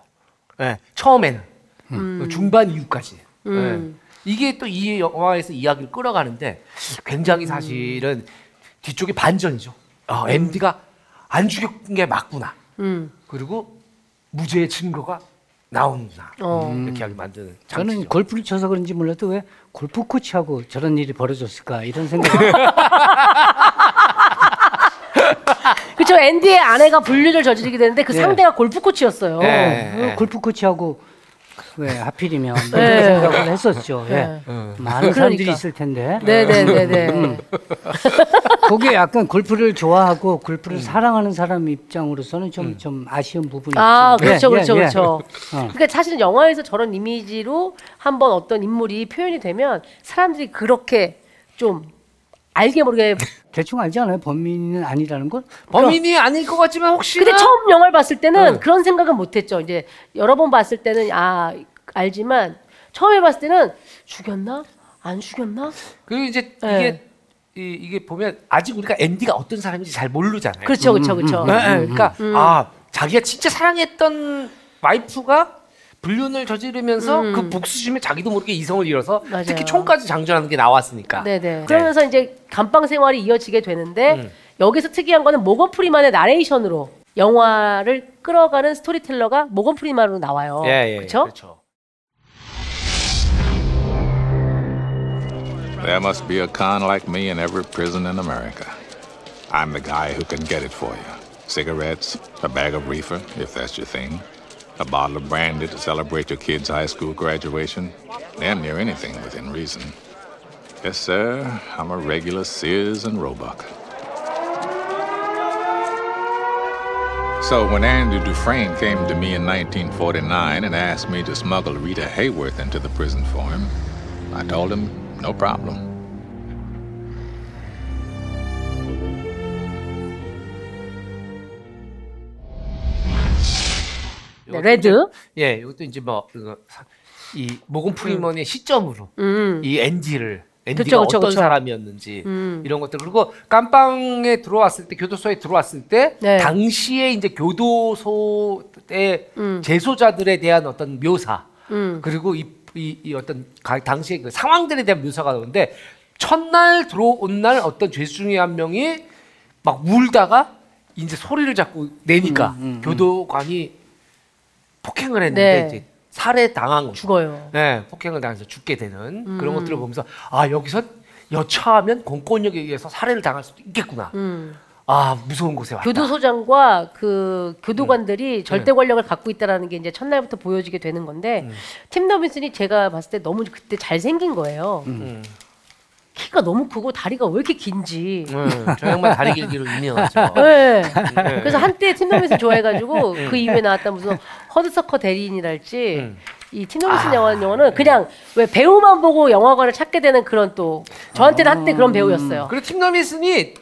S3: 예, 처음에는 그 중반 이후까지. 예.
S1: 음.
S3: 이게 또 이 영화에서 이야기를 끌어가는데 굉장히 사실은 뒤쪽이 반전이죠. 아, MD가 안 죽인 게 맞구나.
S1: 음.
S3: 그리고 무죄의 증거가 나오는구나.
S1: 어.
S3: 이렇게 하게 만드는 장치죠.
S2: 저는 골프를 쳐서 그런지 몰라도 왜 골프 코치하고 저런 일이 벌어졌을까
S1: [LAUGHS]
S2: 이런
S1: 네,
S2: 생각이
S1: 그쵸. 앤디의 그렇죠. 아내가 불륜을 저지르게 되는데 그
S2: 네.
S1: 상대가 골프 그- 코치였어요.
S3: 네.
S2: 어, 골프 코치하고 왜 하필이면 뭐 이런
S1: 네.
S2: 생각을 했었죠. 예.
S1: 네.
S2: 많은 사람들이
S1: 그러니까.
S2: 있을 텐데
S1: 네, 네, 네, 네.
S2: 음. 거기에 약간 골프를 좋아하고
S1: 음.
S2: 골프를 사랑하는 사람 입장으로서는 좀 좀 아쉬운 부분이
S1: 아,
S2: 있죠. 예,
S1: 그렇죠,
S2: 예,
S1: 그렇죠,
S2: 예.
S1: 그렇죠.
S2: 어.
S1: 그러니까 사실은 영화에서 저런 이미지로 한번 어떤 인물이 표현이 되면 사람들이 그렇게 좀 알게 모르게.
S2: 대충 알지 않아요? 범인은 아니라는 그러니까 걸?
S3: 범인이 아닐 것 같지만 혹시나
S1: 근데 처음 영화를 봤을 때는
S3: 응.
S1: 그런 생각은 못했죠. 이제 여러 번 봤을 때는 아 알지만 처음에 봤을 때는 죽였나? 안 죽였나?
S3: 그리고 이제
S1: 네.
S3: 이게 이, 이게 보면 아직 우리가 앤디가 어떤 사람인지 잘 모르잖아요.
S1: 그렇죠, 그렇죠, 그렇죠.
S2: 음,
S3: 네, 네, 그러니까 아 자기가 진짜 사랑했던 와이프가 불륜을 저지르면서 그 복수심에 자기도 모르게 이성을 잃어서
S1: 음. 맞아요.
S3: 특히 총까지 장전하는 게 나왔으니까.
S1: 네네. 아, 음. 그러면서 이제 감방 생활이 이어지게 되는데 여기서 특이한 거는 모건 프리만의 나레이션으로 영화를 끌어가는 스토리텔러가 모건 프리만으로 나와요.
S3: 예, 예,
S1: 그렇죠?
S3: 그렇죠.
S7: There must be a con like me in every prison in America. I'm the guy who can get it for you. Cigarettes, a bag of reefer, if that's your thing, a bottle of brandy to celebrate your kid's high school graduation, damn near anything within reason. Yes, sir, I'm a regular Sears and Roebuck. So when Andrew Dufresne came to me in 1949 and asked me to smuggle Rita Hayworth into the prison for him, I told him no problem.
S1: 네, 레드.
S3: 예, 이것도 이제 뭐 이 모건 프리먼의 시점으로 이 앤디를 앤디가
S1: 음. 그쵸, 그쵸,
S3: 어떤
S1: 그쵸. 음.
S3: 사람이었는지 이런 것들 그리고 감방에 들어왔을 때 교도소에 들어왔을 때
S1: 네.
S3: 당시에 이제 교도소의
S1: 음.
S3: 재소자들에 대한 어떤 묘사 그리고 이, 이, 이 어떤 가- 당시의 그 상황들에 대한 묘사가 나오는데 첫날 들어온 날 어떤 죄수 중에 한 명이 막 울다가 이제 소리를 자꾸 내니까 교도관이 폭행을 했는데
S1: 네.
S3: 이제 살해 당한 거.
S1: 죽어요. 음.
S3: 네, 폭행을 당해서 죽게 되는 그런 것들을 보면서 아 여기서 여차하면 공권력에 의해서 살해를 당할 수도 있겠구나. 아 무서운 곳에 왔다.
S1: 음. 교도소장과 그 교도관들이 절대 권력을 갖고 있다라는 게 이제 첫날부터 보여지게 되는 건데 팀 더빈슨이 제가 봤을 때 너무 그때 잘 생긴 거예요. 키가 너무 크고 다리가 왜 이렇게 긴지.
S3: 네, 저 양반 다리 길기로 유명하죠.
S1: 네. [LAUGHS] 그래서 한때 팀덤에서 [LAUGHS] 좋아해가지고 그 이후에 나왔던 무슨 허드서커 대리인이랄지 이 팀덤슨 영화는 영화는 그냥 왜 배우만 보고 영화관을 찾게 되는 그런 또 저한테는 한때 아. 그런 배우였어요.
S3: 그리고 팀 너미슨이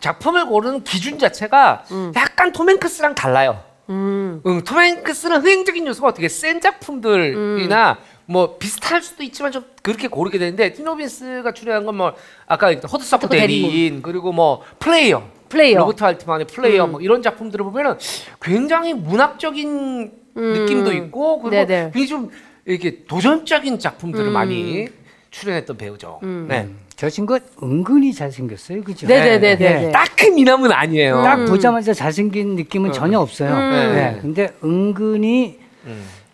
S3: 작품을 고르는 기준 자체가
S1: 음.
S3: 약간 톰 행크스랑 달라요. 응, 톰 행크스는 흥행적인 요소가 어떻게 센 작품들이나
S1: 음.
S3: 뭐 비슷할 수도 있지만 좀 그렇게 고르게 되는데 팀 너미스가 출연한 건 뭐 아까 얘기했던 허드서커
S1: 허드서커 대리인.
S3: 대리인 그리고 뭐 플레이어
S1: 플레이어. 음.
S3: 로버트 알트만의 플레이어 뭐 이런 작품들을 보면은 굉장히 문학적인 느낌도 있고 그리고
S1: 음. 네네. 음.
S3: 굉장히 좀 이렇게 도전적인 작품들을 많이 출연했던 배우죠. 네.
S2: 저 친구 은근히 잘생겼어요. 그죠?
S1: 네네네네.
S2: 네.
S1: 네.
S3: 딱히 미남은 아, 아니에요.
S2: 딱
S1: 음.
S2: 보자마자 잘생긴 느낌은 전혀 없어요.
S3: 음.
S2: 네. 근데 은근히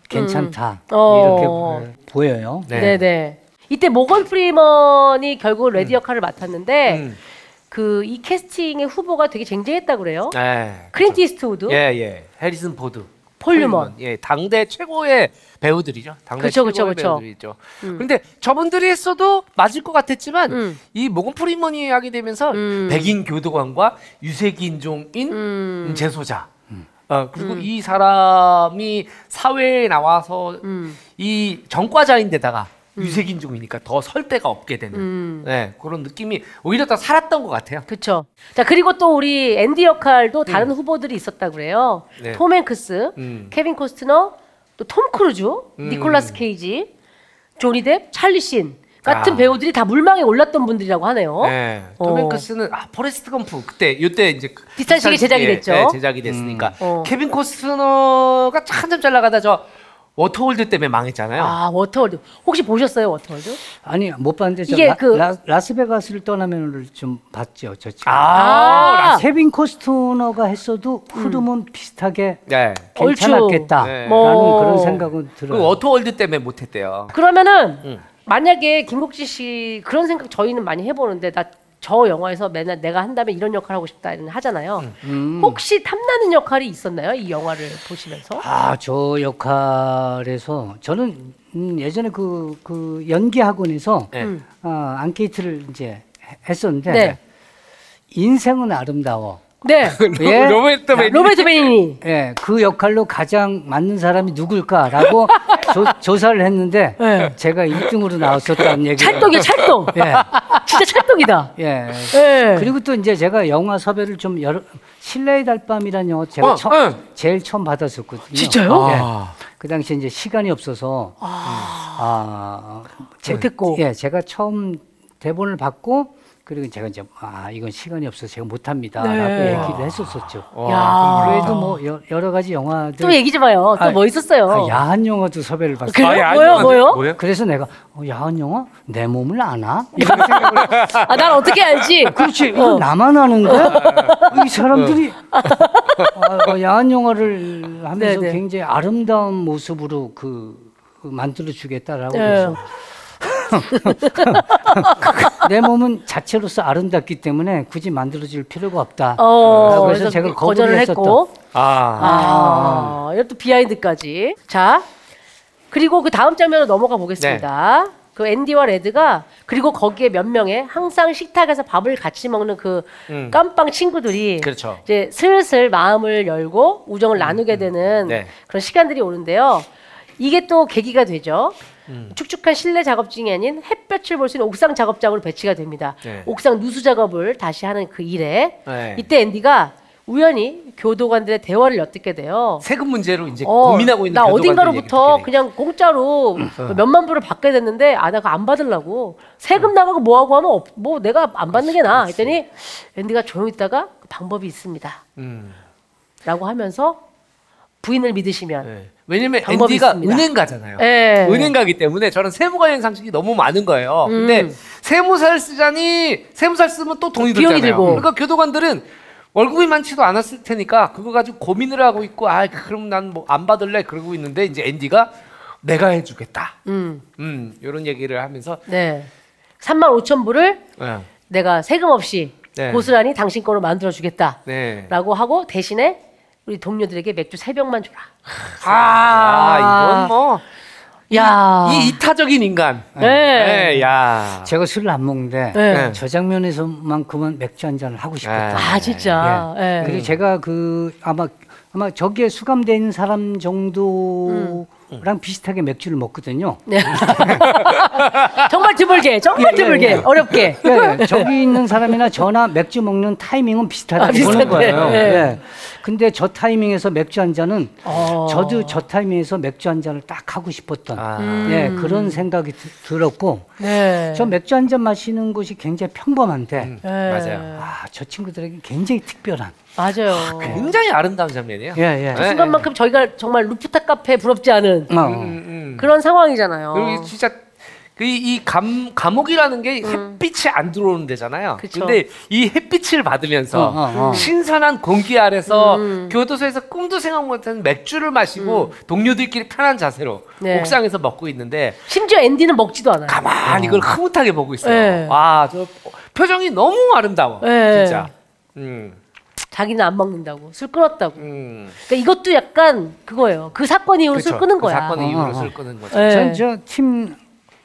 S2: 괜찮다.
S1: 어.
S2: 이렇게 보- 보여요.
S3: 네.
S1: 네네. 이때 모건 프리먼이 결국 레디 역할을 맡았는데
S3: 음.
S1: 그 이 캐스팅의 후보가 되게 쟁쟁했다 그래요.
S3: 네.
S1: 크린티 스트우드,
S3: 예, 예. 해리슨 포드.
S1: 폴류먼.
S3: 예, 당대 최고의 배우들이죠. 당대
S1: 그쵸, 그쵸, 음.
S3: 최고의
S1: 그쵸.
S3: 배우들이죠. 근데 저분들이 했어도 맞을 것 같았지만
S1: 음.
S3: 이 모건 프리먼이 하게 되면서 백인 교도관과 유색인종인
S1: 음.
S3: 재소자. 어, 그리고 이 사람이 사회에 나와서
S1: 음.
S3: 이 전과자인데다가 유색인종이니까 더 설 데가 없게 되는
S1: 음.
S3: 예, 그런 느낌이 오히려 더 살았던 것 같아요.
S1: 그렇죠. 자 그리고 또 우리 앤디 역할도 다른 후보들이 있었다 그래요.
S3: 음. 네.
S1: 톰 행크스,
S3: 음.
S1: 케빈 코스트너, 또 톰 크루즈, 니콜라스 케이지, 조니 뎁, 찰리 신 같은
S3: 아.
S1: 배우들이 다 물망에 올랐던 분들이라고 하네요.
S3: 네.
S1: 어.
S3: 톰 행크스는 아 포레스트 검프 그때 이때 이제 그-
S1: 비슷한 시기에 제작이
S3: 예,
S1: 됐죠.
S3: 예, 제작이 됐으니까
S1: 어.
S3: 케빈 코스너가 한참 잘 나가다 저 워터홀드 때문에 망했잖아요.
S1: 아 워터월드 혹시 보셨어요 워터월드?
S2: 아니 못 봤는데 저
S1: 이게
S2: 라,
S1: 그-
S2: 스베가스를 떠나면을 좀 봤죠 저 친구.
S3: 아,
S1: 아.
S2: 케빈 코스트너가 했어도 흐름은 비슷하게
S3: 네.
S1: 음. 얼추.
S2: 괜찮았겠다라는
S3: 네.
S1: 뭐.
S2: 그런 생각은
S3: 그
S2: 들어요.
S3: 워터홀드 때문에 못했대요.
S1: 그러면은
S3: 음.
S1: 만약에 김국지 씨 그런 생각 저희는 많이 해보는데 나 저 영화에서 맨날 내가 한다면 이런 역할 하고 싶다 이런 하잖아요.
S3: 음.
S1: 혹시 탐나는 역할이 있었나요? 이 영화를 보시면서?
S2: 아 저 역할에서 저는 음, 예전에 그, 그 연기 학원에서
S3: 네.
S1: 음.
S2: 어, 안케이트를 이제 해- 했었는데
S1: 네.
S2: 인생은 아름다워.
S1: 네.
S2: 예?
S3: 로베르토 베니.
S1: 로베르트 베니니.
S2: 예, 그 역할로 가장 맞는
S1: [LAUGHS]
S2: 사람이 누굴까라고 조, 조사를 했는데
S1: 네.
S2: 제가 1등으로 나왔었다는 얘기를
S1: 찰떡이야 찰떡.
S2: 예.
S1: 진짜 찰떡이다.
S2: 예.
S1: 예.
S2: 그리고 또 이제 제가 영화 섭외를 좀 여러 신뢰의 달밤이라는 영화 제가
S3: 어,
S2: 처,
S3: 예.
S2: 제일 처음 받았었거든요.
S1: 네. 진짜요?
S2: 예. 그 당시에 이제 시간이 없어서 음. 아, 제-
S1: 못했고.
S2: 예, 제가 처음 대본을 받고 그리고 제가 이제 아 이건 시간이 없어서 제가 못합니다라고
S1: 네.
S2: 얘기를 했었었죠.
S1: 야.
S2: 그래도 뭐 여, 여러 가지 영화들
S1: 좀 얘기 좀 해요. 또
S2: 아,
S1: 뭐 있었어요?
S2: 아, 야한 영화도 섭외를 받았어요.
S1: 그래요?
S3: 아, 예, 아니,
S1: 뭐요?
S3: 아니,
S1: 뭐요?
S3: 뭐예요?
S2: 그래서 내가 어, 야한 영화? 내 몸을 아나?
S1: 아, 난 어떻게 알지?
S2: 그렇지.
S1: 어.
S2: 이건 나만 아는데 이 사람들이 아, 어, 야한 영화를 하면서
S1: 네네.
S2: 굉장히 아름다운 모습으로 그 만들어 주겠다라고
S1: 네.
S2: 해서 [LAUGHS] 내 몸은 자체로서 아름답기 때문에 굳이 만들어 줄 필요가 없다.
S1: 어,
S2: 라고 해서 아, 제가 거절을 했었던.
S1: 했고.
S3: 아.
S1: 아, 이것도 비하인드까지. 자, 그리고 그 다음 장면으로 넘어가 보겠습니다.
S3: 네.
S1: 그 앤디와 레드가 그리고 거기에 몇 명의 항상 식탁에서 밥을 같이 먹는 그
S3: 음.
S1: 깜빵 친구들이
S3: 그렇죠.
S1: 이제 슬슬 마음을 열고 우정을 나누게 되는
S3: 네.
S1: 그런 시간들이 오는데요. 이게 또 계기가 되죠.
S3: 음.
S1: 축축한 실내 작업증이 아닌 햇볕을 볼 수 있는 옥상 작업장으로 배치가 됩니다.
S3: 네.
S1: 옥상 누수 작업을 다시 하는 그 일에
S3: 네.
S1: 이때 앤디가 우연히 교도관들의 대화를 엿듣게 돼요.
S3: 세금 문제로 이제
S1: 어,
S3: 고민하고 있는
S1: 나
S3: 교도관들
S1: 어딘가로부터
S3: 얘기 듣게
S1: 그냥 공짜로 몇만 불을 받게 됐는데 아 나 그거 안 받으려고 세금 나가고 뭐하고 하면 없- 뭐 내가 안 받는 게 나아 했더니 앤디가 조용히 있다가 그 방법이 있습니다
S3: 되니까. 음.
S1: 라고 하면서 부인을 믿으시면
S3: 네. 왜냐면
S1: 방법이
S3: 앤디가
S1: 있습니다.
S3: 은행가잖아요.
S1: 예.
S3: 은행가기 때문에 저는 세무 관련 상식이 너무 많은 거예요.
S1: 음.
S3: 근데 세무사를 쓰자니 세무사를 쓰면 또 돈이
S1: 비용이
S3: 들잖아요.
S1: 들고.
S3: 그러니까 교도관들은 월급이 많지도 않았을 테니까 그거 가지고 고민을 하고 있고 아 그럼 난 뭐 안 받을래 그러고 있는데 이제 앤디가 내가 해주겠다.
S1: 음,
S3: 음 이런 얘기를 하면서
S1: 네. 3만 5천 불을
S3: 예.
S1: 내가 세금 없이
S3: 네.
S1: 고스란히 당신 거로 만들어 주겠다
S3: 네.
S1: 라고 하고 대신에 우리 동료들에게 맥주 세병만 줘라
S3: 아, 이건 뭐.
S1: 야.
S3: 이 이타적인 인간.
S1: 아. 네.
S3: 예, 야.
S2: 제가 술을 안 먹는데
S1: 네.
S2: 저 장면에서만큼은 맥주 한 잔을 하고 싶었다.
S3: 네.
S1: 아 진짜 예.
S2: 그리고 제가 그 아마 아마 저기에 수감돼 있는 사람 정도랑
S1: 음.
S2: 비슷하게 맥주를 먹거든요.
S1: 네. [LAUGHS] 정말 드물게,
S3: 예,
S1: 정말 드물게, 어렵게.
S2: 예, 예. 저기 있는 사람이나 저나 맥주 먹는 타이밍은
S1: 아,
S2: 비슷하다고
S1: 비슷한데.
S2: 보는 거예요.
S1: 예.
S2: 예. 근데 저 타이밍에서 맥주 한 잔은
S1: 어.
S2: 저도 저 타이밍에서 맥주 한 잔을 딱 하고 싶었던
S3: 아.
S2: 예, 그런 생각이 드- 들었고
S1: 네.
S2: 저 맥주 한 잔 마시는 곳이 굉장히
S3: 음.
S2: 평범한데
S1: 예.
S3: 맞아요.
S2: 아, 저 친구들에게 굉장히 특별한
S1: 맞아요.
S3: 굉장히 아름다운 장면이에요.
S2: 예, 예.
S3: 네.
S1: 그 순간만큼 저희가 정말 루프탑 카페 부럽지 않은
S2: 어.
S3: 음.
S1: 그런 상황이잖아요.
S3: 그리고 진짜 그이감 감옥이라는 게 햇빛이 안 들어오는 데잖아요.
S1: 음. 그쵸.
S3: 근데 이 햇빛을 받으면서
S2: 어, 어, 어.
S3: 신선한 공기 아래서
S1: 음.
S3: 교도소에서 꿈도 생각 못하는 맥주를 마시고 동료들끼리 편한 자세로
S1: 네.
S3: 옥상에서 먹고 있는데
S1: 심지어 앤디는 먹지도 않아요.
S3: 가만히
S2: 어.
S3: 이걸 흐뭇하게 보고 있어요.
S1: 네.
S3: 와, 저 표정이 너무 아름다워.
S1: 네.
S3: 진짜. 음.
S1: 자기는 안 먹는다고 술 끊었다고. 그러니까 이것도 약간 그거예요. 그 사건 이후로 술
S3: 그쵸.
S1: 끊은
S3: 그
S1: 거야.
S3: 사건 이후로
S2: 어,
S3: 술
S2: 어.
S3: 끊은 거죠.
S1: 네.
S2: 전저팀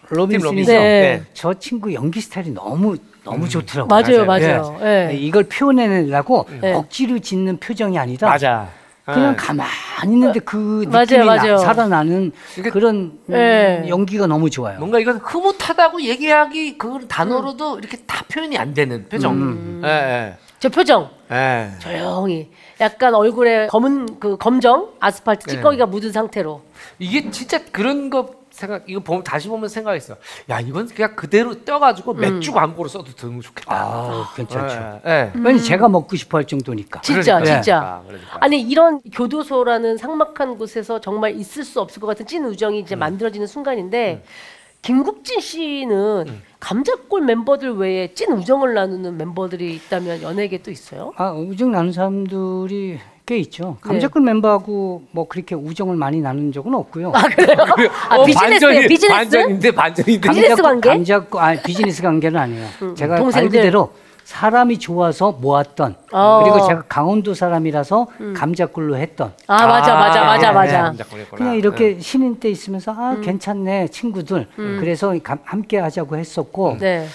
S2: 로빈슨이죠.
S1: 로빈슨. 네.
S2: 저 친구 연기 스타일이 너무
S3: 음.
S2: 너무 좋더라고요.
S1: 맞아요,
S2: 예.
S1: 맞아요. 예.
S2: 이걸 표현해내려고
S1: 예.
S2: 억지로 짓는 표정이 아니라
S3: 맞아.
S2: 그냥
S3: 예.
S2: 가만히 있는데 그
S1: 맞아요,
S2: 느낌이 나-
S1: 맞아요.
S2: 살아나는 그런 음,
S1: 예.
S2: 연기가 너무 좋아요.
S3: 어. 뭔가 이건 흐뭇하다고 얘기하기 그
S1: 음.
S3: 단어로도 이렇게 다 표현이 안 되는 표정. 예,
S1: 저 표정
S3: 예. 예.
S1: 조용히 약간 얼굴에 검은 그 검정 아스팔트
S3: 네.
S1: 찌꺼기가 묻은 상태로
S3: 이게 진짜 그런 거 생각 이거 보면 다시 보면 생각했어. 야 이건 그냥 그대로
S1: 음.
S3: 떼가지고 맥주 광고로 써도 너무 좋겠다.
S2: 아,
S1: 그렇죠,
S2: 괜찮죠.
S3: 예, 예.
S2: 왜냐 제가 먹고 싶어 할 정도니까. 예.
S1: 진짜
S3: 그러니까요.
S1: 진짜
S3: 네. 그러니까.
S1: 아니 이런 교도소라는 삭막한 곳에서 정말 있을 수 없을 것 같은 찐 우정이
S3: 음.
S1: 이제 만들어지는 순간인데 김국진 씨는
S3: 음.
S1: 감자골 멤버들 외에 찐 우정을 나누는 멤버들이 있다면 연예계 또 있어요? [LAUGHS]
S2: 아, 우정 나눈 사람들이 꽤 있죠.
S1: 예.
S2: 감자클 멤버하고 뭐 그렇게 우정을 많이 나눈 적은 없고요.
S1: 아 그래요? 아
S3: 어,
S1: 비즈니스
S3: 반전이-
S1: 비즈니스
S3: 반전인데 반전인데.
S1: 비즈니스
S2: 감자국-
S1: 관계? 음,
S2: 감자국- 아, 비즈니스 관계는 아니에요. 제가 말
S1: 동생들.
S2: 그대로 사람이 좋아서 모았던
S1: 어. 음.
S2: 그리고 제가 강원도 사람이라서 감자꿀로 했던
S1: 아 맞아 맞아
S3: 아,
S1: 맞아
S3: 네,
S1: 맞아
S3: 네, 감자골이었구나.
S2: 그냥 이렇게 신인 때 있으면서 아
S1: 음.
S2: 괜찮네 친구들 그래서 감- 함께 하자고
S3: 음.
S2: 했었고
S1: 네.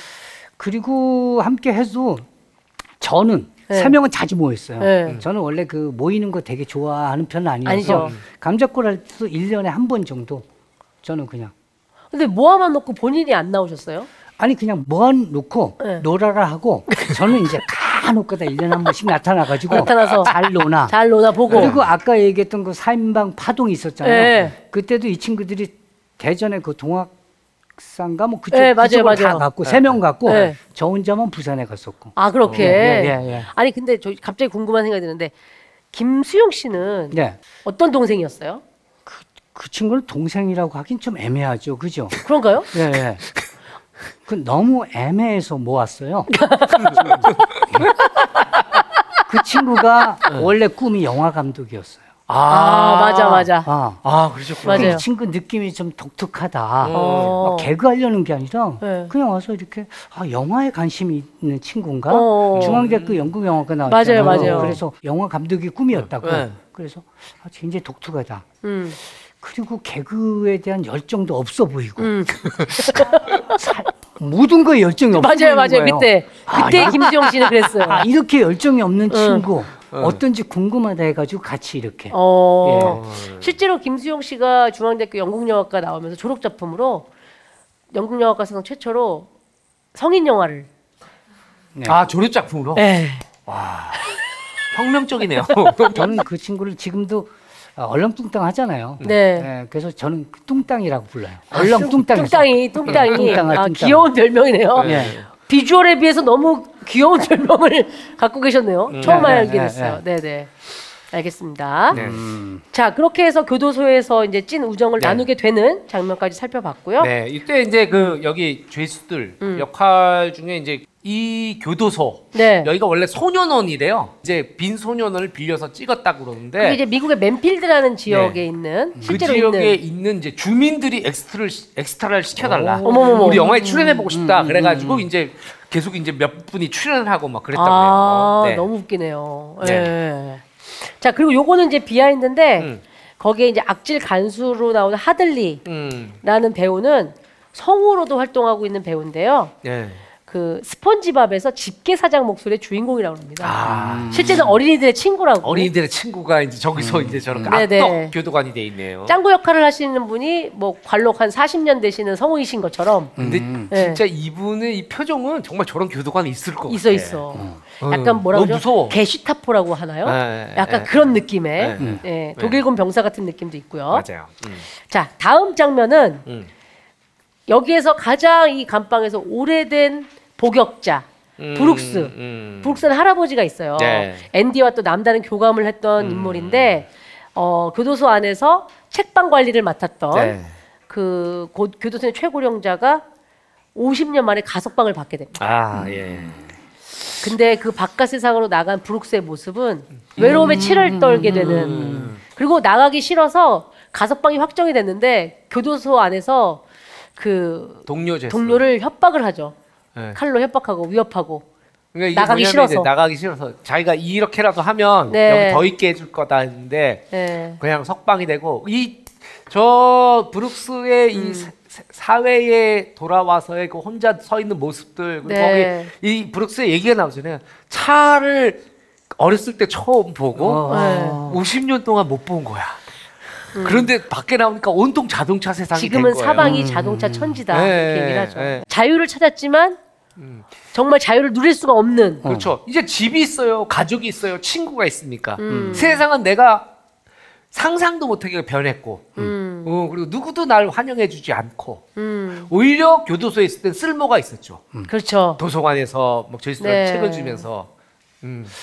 S2: 그리고 함께 해도 저는
S1: 네.
S2: 세 명은 자주 모였어요.
S1: 네.
S3: 음.
S2: 저는 원래 그 모이는 거 되게 좋아하는 편은
S1: 아니죠.
S2: 아니어서
S1: 음.
S2: 감자골 할 때도 1년에 한 번 정도 저는 그냥
S1: 근데 모아만 놓고 본인이 안 나오셨어요?
S2: 아니 그냥 먼 놓고
S1: 네.
S2: 놀아라 하고 저는 이제 가놓고다 1년에 한 번씩 나타나 가지고
S1: 나타나서.
S2: 잘
S3: 아.
S2: 노나.
S1: 잘 노나 보고
S2: 그리고 아까 얘기했던 그 4인방 파동이 있었잖아요.
S1: 네.
S2: 그때도 이 친구들이 대전에 그 동학산가 뭐 그쪽
S1: 네, 맞아요,
S2: 그쪽을 다
S1: 맞아요.
S2: 갔고 세 명 갔고
S1: 네.
S2: 저 혼자만 부산에 갔었고.
S1: 아 그렇게
S3: 어,
S2: 예, 예, 예.
S1: 아니 근데 저 갑자기 궁금한 생각이 드는데 김수용 씨는
S2: 네.
S1: 어떤 동생이었어요?
S2: 그 친구를 동생이라고 하긴 좀 애매하죠. 그죠?
S1: 그런가요?
S2: 예,
S1: [LAUGHS]
S2: 예. 그 너무
S1: [LAUGHS]
S2: 애매해서 모았어요. 그 친구가 원래 꿈이 영화 감독이었어요.
S1: 아, 맞아 맞아
S2: 아.
S3: 아 그러셨구나.
S1: 맞아요.
S2: 이 친구 느낌이 좀 독특하다.
S1: 어.
S2: 막 개그하려는 게 아니라
S1: 네.
S2: 그냥 와서 이렇게 아, 영화에 관심이 있는 친구인가?
S1: 어.
S2: 중앙대학교 연극영화과 나왔잖아요.
S1: 맞아요, 맞아요.
S2: 그래서 영화 감독이 꿈이었다고.
S3: 네.
S2: 그래서 아, 굉장히 독특하다.
S1: 음.
S2: 그리고 개그에 대한 열정도 없어 보이고
S1: 음.
S2: 살- 모든 거에 열정이 없어
S1: 맞아요
S2: 보이는
S1: 맞아요
S2: 거예요.
S1: 그때
S2: 아,
S1: 그때
S2: 야.
S1: [LAUGHS] 김수용 씨는 그랬어요
S2: 아, 이렇게 열정이 없는 친구 어떤지 궁금하다 해가지고 같이 이렇게
S1: 어, 실제로 김수용 씨가 중앙대학교 영국영화과 나오면서 졸업 작품으로 영국영화과 사상 최초로 성인 영화를
S3: 아 조립 작품으로.
S1: 예. [LAUGHS]
S3: 혁명적이네요.
S2: 저는 그 친구를 지금도 어, 얼렁뚱땅 하잖아요.
S1: 네. 아,
S2: 그래서 저는 그 뚱땅이라고 불러요. 얼렁뚱땅.
S1: 뚱땅이 뚱땅이
S2: 뚱땅아,
S1: 아,
S2: 뚱땅아.
S1: 귀여운 별명이네요.
S2: 예.
S1: 비주얼에 비해서 너무 귀여운 [LAUGHS] 별명을 갖고 계셨네요. 처음
S2: 네,
S1: 알게
S2: 네,
S1: 됐어요. 네, 네. 알겠습니다.
S3: 네.
S1: 자, 그렇게 해서 교도소에서 이제 찐 우정을
S3: 네.
S1: 나누게 되는 장면까지 살펴봤고요.
S3: 네, 이때 이제 그 여기 죄수들 역할 중에 이제 이 교도소
S1: 음. 네.
S3: 여기가 원래 소년원이래요. 이제 빈 소년원을 빌려서 찍었다
S1: 그게
S3: 그러는데
S1: 이제 미국의 맨필드라는 지역에 있는
S3: 네. 그
S1: 실제로
S3: 지역에
S1: 있는
S3: 있는, 이제 주민들이 엑스트를 시- 엑스트라를 시켜달라.
S1: 어머머머. 음,
S3: 우리 영화에 출연해 보고 싶다. 그래가지고 이제 계속 이제 몇 분이 출연을 하고 막 그랬다고
S1: 아,
S3: 해요.
S1: 너무 웃기네요.
S3: 네.
S1: 예. 자, 그리고 요거는 이제 비하인드인데
S3: 음.
S1: 거기에 이제 악질 간수로 나오는 하들리라는
S3: 음,
S1: 배우는 성우로도 활동하고 있는 배우인데요.
S3: 예.
S1: 그 스펀지밥에서 집게 사장 목소리의 주인공이라고 합니다.
S3: 아.
S1: 실제는 어린이들의 친구라고.
S3: 어린이들의 친구가 이제 저기서 이제 저렇게
S1: 네, 네.
S3: 악덕 교도관이 돼 있네요.
S1: 짱구 역할을 하시는 분이 뭐 관록 한 40년 되시는 성우이신 것처럼
S3: 근데
S1: 네.
S3: 진짜 이분의 이 표정은 정말 저런 교도관이 있을 것 같아요.
S1: 있어 있어.
S3: 음.
S1: 약간 뭐라고
S3: 너무 무서워.
S1: 게시타포라고 하나요?
S3: 네,
S1: 약간
S3: 네,
S1: 그런 느낌의
S3: 네, 네.
S1: 예, 독일군 병사 같은 느낌도 있고요.
S3: 맞아요. 음.
S1: 자 다음 장면은
S3: 음.
S1: 여기에서 가장 이 감방에서 오래된 복역자 브룩스
S3: 음.
S1: 브룩스는 할아버지가 있어요.
S3: 네. 음.
S1: 앤디와 또 남다른 교감을 했던 인물인데 어, 교도소 안에서 책방 관리를 맡았던
S3: 네.
S1: 그 고- 교도소의 최고령자가 50년 만에 가석방을 받게 됩니다.
S3: 아 예.
S1: 근데 그 바깥 세상으로 나간 브룩스의 모습은 외로움에 치를 떨게 되는 그리고 나가기 싫어서 가석방이 확정이 됐는데 교도소 안에서 그
S3: 동료 제스.
S1: 동료를 협박을 하죠.
S3: 네.
S1: 칼로 협박하고 위협하고
S3: 그러니까 이게
S1: 나가기
S3: 뭐냐면
S1: 싫어서.
S3: 이제 나가기 싫어서 자기가 이렇게라도 하면
S1: 네.
S3: 여기 더 있게 해줄 거다 했는데
S1: 네.
S3: 그냥 석방이 되고 이 저 브룩스의
S1: 음.
S3: 이 사- 사- 사회에 돌아와서의 그 혼자 서 있는 모습들 그리고
S1: 네.
S3: 거기 이 브룩스의 얘기가 나오잖아요. 차를 어렸을 때 처음 보고
S1: 네.
S3: 50년 동안 못 본 거야. 그런데 밖에 나오니까 온통 자동차 세상이
S1: 지금은
S3: 된 거예요.
S1: 사방이 자동차 천지다
S3: 네,
S1: 이렇게 얘기를 하죠.
S3: 네.
S1: 자유를 찾았지만 정말 자유를 누릴 수가 없는
S3: 그렇죠. 이제 집이 있어요, 가족이 있어요, 친구가 있으니까 음. 세상은 내가 상상도 못하게 변했고, 어, 그리고 누구도 날 환영해주지 않고,
S1: 음.
S3: 오히려 교도소에 있을 땐 쓸모가 있었죠.
S1: 그렇죠.
S3: 도서관에서 막 저희
S1: 네.
S3: 네. 책을 주면서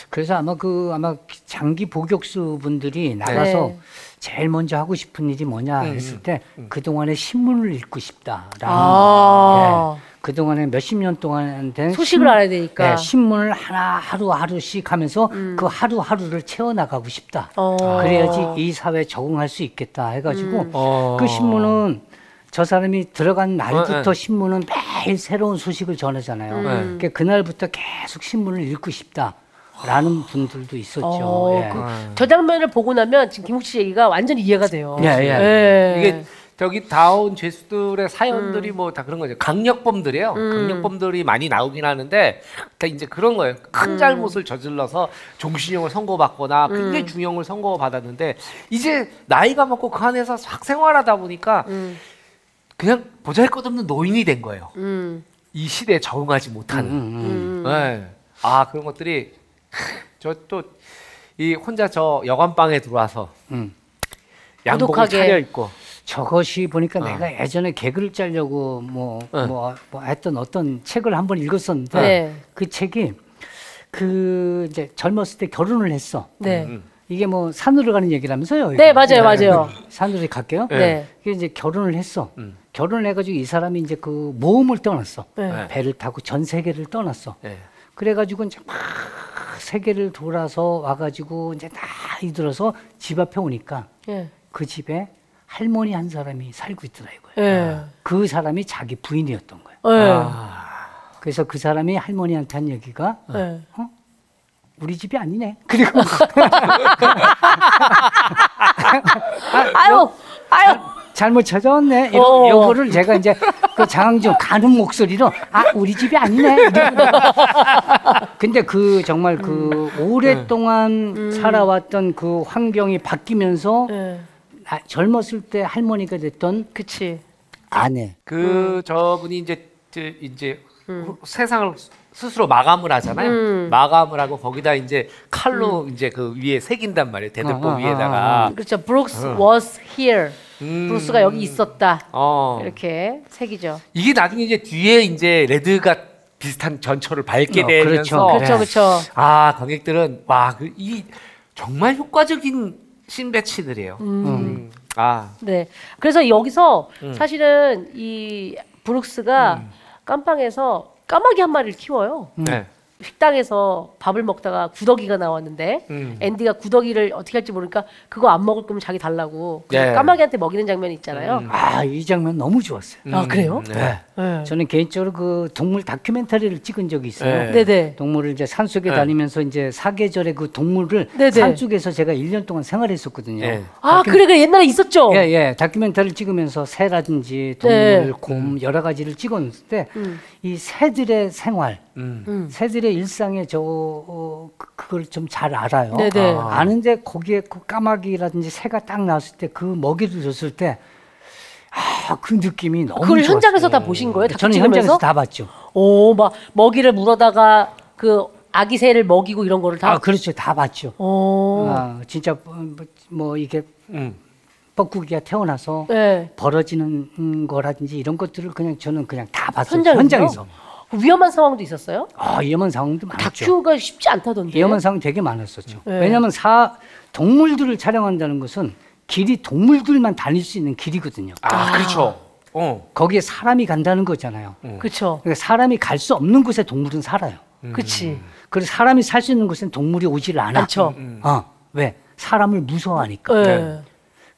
S2: 그래서 아마 그 아마 장기 복역수 분들이 나가서
S1: 네. 음,
S2: 제일 먼저 하고 싶은 일이 뭐냐 했을 때 그동안에 신문을 읽고 싶다라는
S1: 아.
S2: 예. 그동안에 몇십 년 동안 된
S1: 소식을
S2: 신-
S1: 알아야 되니까. 음.
S2: 예, 신문을 하나 하루 하루씩 하면서 그 하루 하루를 채워 나가고 싶다.
S1: 어. 음.
S2: 그래야지 이 사회에 적응할 수 있겠다 해가지고
S3: 어.
S2: 그 신문은 저 사람이 들어간 날부터
S3: 어, 네.
S2: 신문은 매일 새로운 소식을 전하잖아요.
S1: 음.
S2: 그러니까 그날부터 계속 신문을 읽고 싶다라는 분들도 있었죠.
S1: 어,
S2: 예.
S1: 그, 저 장면을 보고 나면 지금 김욱 씨 얘기가 완전히 이해가 돼요.
S2: 예, 예.
S1: 예.
S3: 이게 저기 다운 죄수들의 사연들이
S1: 음.
S3: 뭐 다 그런 거죠. 강력범들이에요. 강력범들이 많이 나오긴 하는데 다 이제 그런 거예요. 큰
S1: 음.
S3: 잘못을 저질러서 종신형을 선고받거나 굉장히 중형을 선고받았는데 이제 나이가 먹고 그 안에서 싹 생활하다 보니까 그냥 보잘것없는 노인이 된 거예요.
S1: 음.
S3: 이 시대에 적응하지 못하는. 네. 아 그런 것들이 저 또 이 혼자 저 여관방에 들어와서
S2: 음.
S3: 양복을
S1: 고독하게.
S3: 차려 입고
S2: 저것이
S3: 어.
S2: 보니까 내가 예전에 개그를 짜려고 뭐,
S3: 네.
S2: 뭐, 뭐 했던 어떤 책을 한번 읽었었는데
S1: 네.
S2: 그 책이 그 이제 젊었을 때 결혼을 했어.
S1: 네.
S2: 이게 뭐 산으로 가는 얘기라면서요.
S1: 네,
S2: 이거.
S1: 맞아요, 맞아요.
S2: 산으로 갈게요.
S1: 네.
S2: 이게 이제 결혼을 했어. 결혼을 해가지고 이 사람이 이제 그 모험을 떠났어.
S1: 네.
S2: 배를 타고 전 세계를 떠났어.
S3: 네.
S2: 그래가지고 이제 막 세계를 돌아서 와가지고 이제 나이 들어서 집 앞에 오니까
S1: 예.
S2: 그 집에 할머니 한 사람이 살고 있더라 이거예요.
S1: 예.
S2: 그 사람이 자기 부인이었던 거예요.
S1: 예.
S2: 그래서 그 사람이 할머니한테 한 얘기가
S1: 예.
S2: 우리 집이 아니네. 그리고
S1: 아유, 아유.
S2: 잘못 찾아왔네. 이런
S1: 어.
S2: 요거를 제가 이제 그 장항준 가는 목소리로 아 우리 집이 아니네. 이러고. 근데 그 정말 그
S3: 음. 네.
S2: 오랫동안 살아왔던 그 환경이 바뀌면서
S1: 예.
S2: 아, 젊었을 때 할머니가 됐던
S1: 그치.
S2: 아내.
S3: 그 저분이 이제 이제, 이제 후- 세상을 스- 스스로 마감을 하잖아요. 마감을 하고 거기다 이제 칼로 이제 그 위에 새긴단 말이에요. 대들보
S2: 아, 아, 아,
S3: 위에다가.
S1: 그렇죠. 브룩스 was here. 브룩스가 여기 있었다.
S3: 어.
S1: 이렇게 색이죠.
S3: 이게 나중에 이제 뒤에 이제 레드가 비슷한 전철을 밟게
S2: 어, 그렇죠.
S3: 되면서
S2: 어,
S1: 그렇죠,
S2: 네.
S1: 그렇죠.
S3: 아 관객들은 와이 정말 효과적인 신배치들이에요. 음. 아
S1: 네. 그래서 여기서 사실은 이 브룩스가 깜빵에서 까마귀 한 마리를 키워요.
S3: 네.
S1: 식당에서 밥을 먹다가 구더기가 나왔는데
S3: 음.
S1: 앤디가 구더기를 어떻게 할지 모르니까 그거 안 먹을 거면 자기 달라고 그래서
S2: 예.
S3: 네.
S1: 까마귀한테 먹이는 장면이 있잖아요.
S2: 아 이 장면 너무 좋았어요. 예.
S1: 아 그래요?
S3: 네.
S1: 네.
S2: 음. 저는 개인적으로 그 동물 다큐멘터리를 찍은 적이 있어요.
S3: 네.
S1: 네. 네
S2: 동물을 이제 산 속에
S3: 네.
S2: 다니면서 이제 사계절에 그 동물을
S1: 네네.
S2: 산 속에서 제가 1년 동안 생활했었거든요.
S3: 네.
S1: 아 그래 그 옛날에 있었죠.
S2: 예, 예. 다큐멘터리를 찍으면서 새라든지 동물,
S1: 네. 음.
S2: 곰 여러 가지를 찍었는데 이 새들의 생활, 새들의 일상의 저 어, 그- 그걸 좀 잘 알아요.
S1: 네네.
S2: 아. 는데 거기에 그 까마귀라든지 새가 딱 나왔을 때 그 먹이를 줬을 때 아, 그 느낌이 너무
S1: 그걸
S2: 좋았어요. 네,
S1: 현장에서 다 보신 거예요? 다큐
S2: 저는
S1: 찍으면서?
S2: 현장에서 다 봤죠.
S1: 오 막 먹이를 물어다가 그 아기 새를 먹이고 이런 거를 다. 어.
S2: 아, 그렇죠. 다 봤죠.
S1: 오.
S2: 아, 진짜 뭐, 뭐 이게
S3: 음.
S2: 뻐꾸기가 태어나서
S1: 네.
S2: 벌어지는 음, 거라든지 이런 것들을 그냥 저는 그냥 다 봤어요.
S1: 현장에서. 그
S2: 현장에서.
S1: 위험한 상황도 있었어요?
S2: 아, 위험한 상황도 많았죠.
S1: 다큐가 쉽지 않다던데.
S2: 위험한 상황 되게 많았었죠.
S1: 네.
S2: 왜냐하면 사 동물들을 촬영한다는 것은 길이 동물들만 다닐 수 있는 길이거든요.
S3: 아 그렇죠. 어.
S2: 거기에 사람이 간다는 거잖아요.
S1: 그렇죠.
S2: 그러니까 사람이 갈 수 없는 곳에 동물은 살아요.
S1: 음. 그렇지.
S2: 그리고 사람이 살 수 있는 곳엔 동물이 오질 않아.
S1: 않죠.
S2: 어, 왜? 사람을 무서워하니까.
S1: 예.
S3: 네.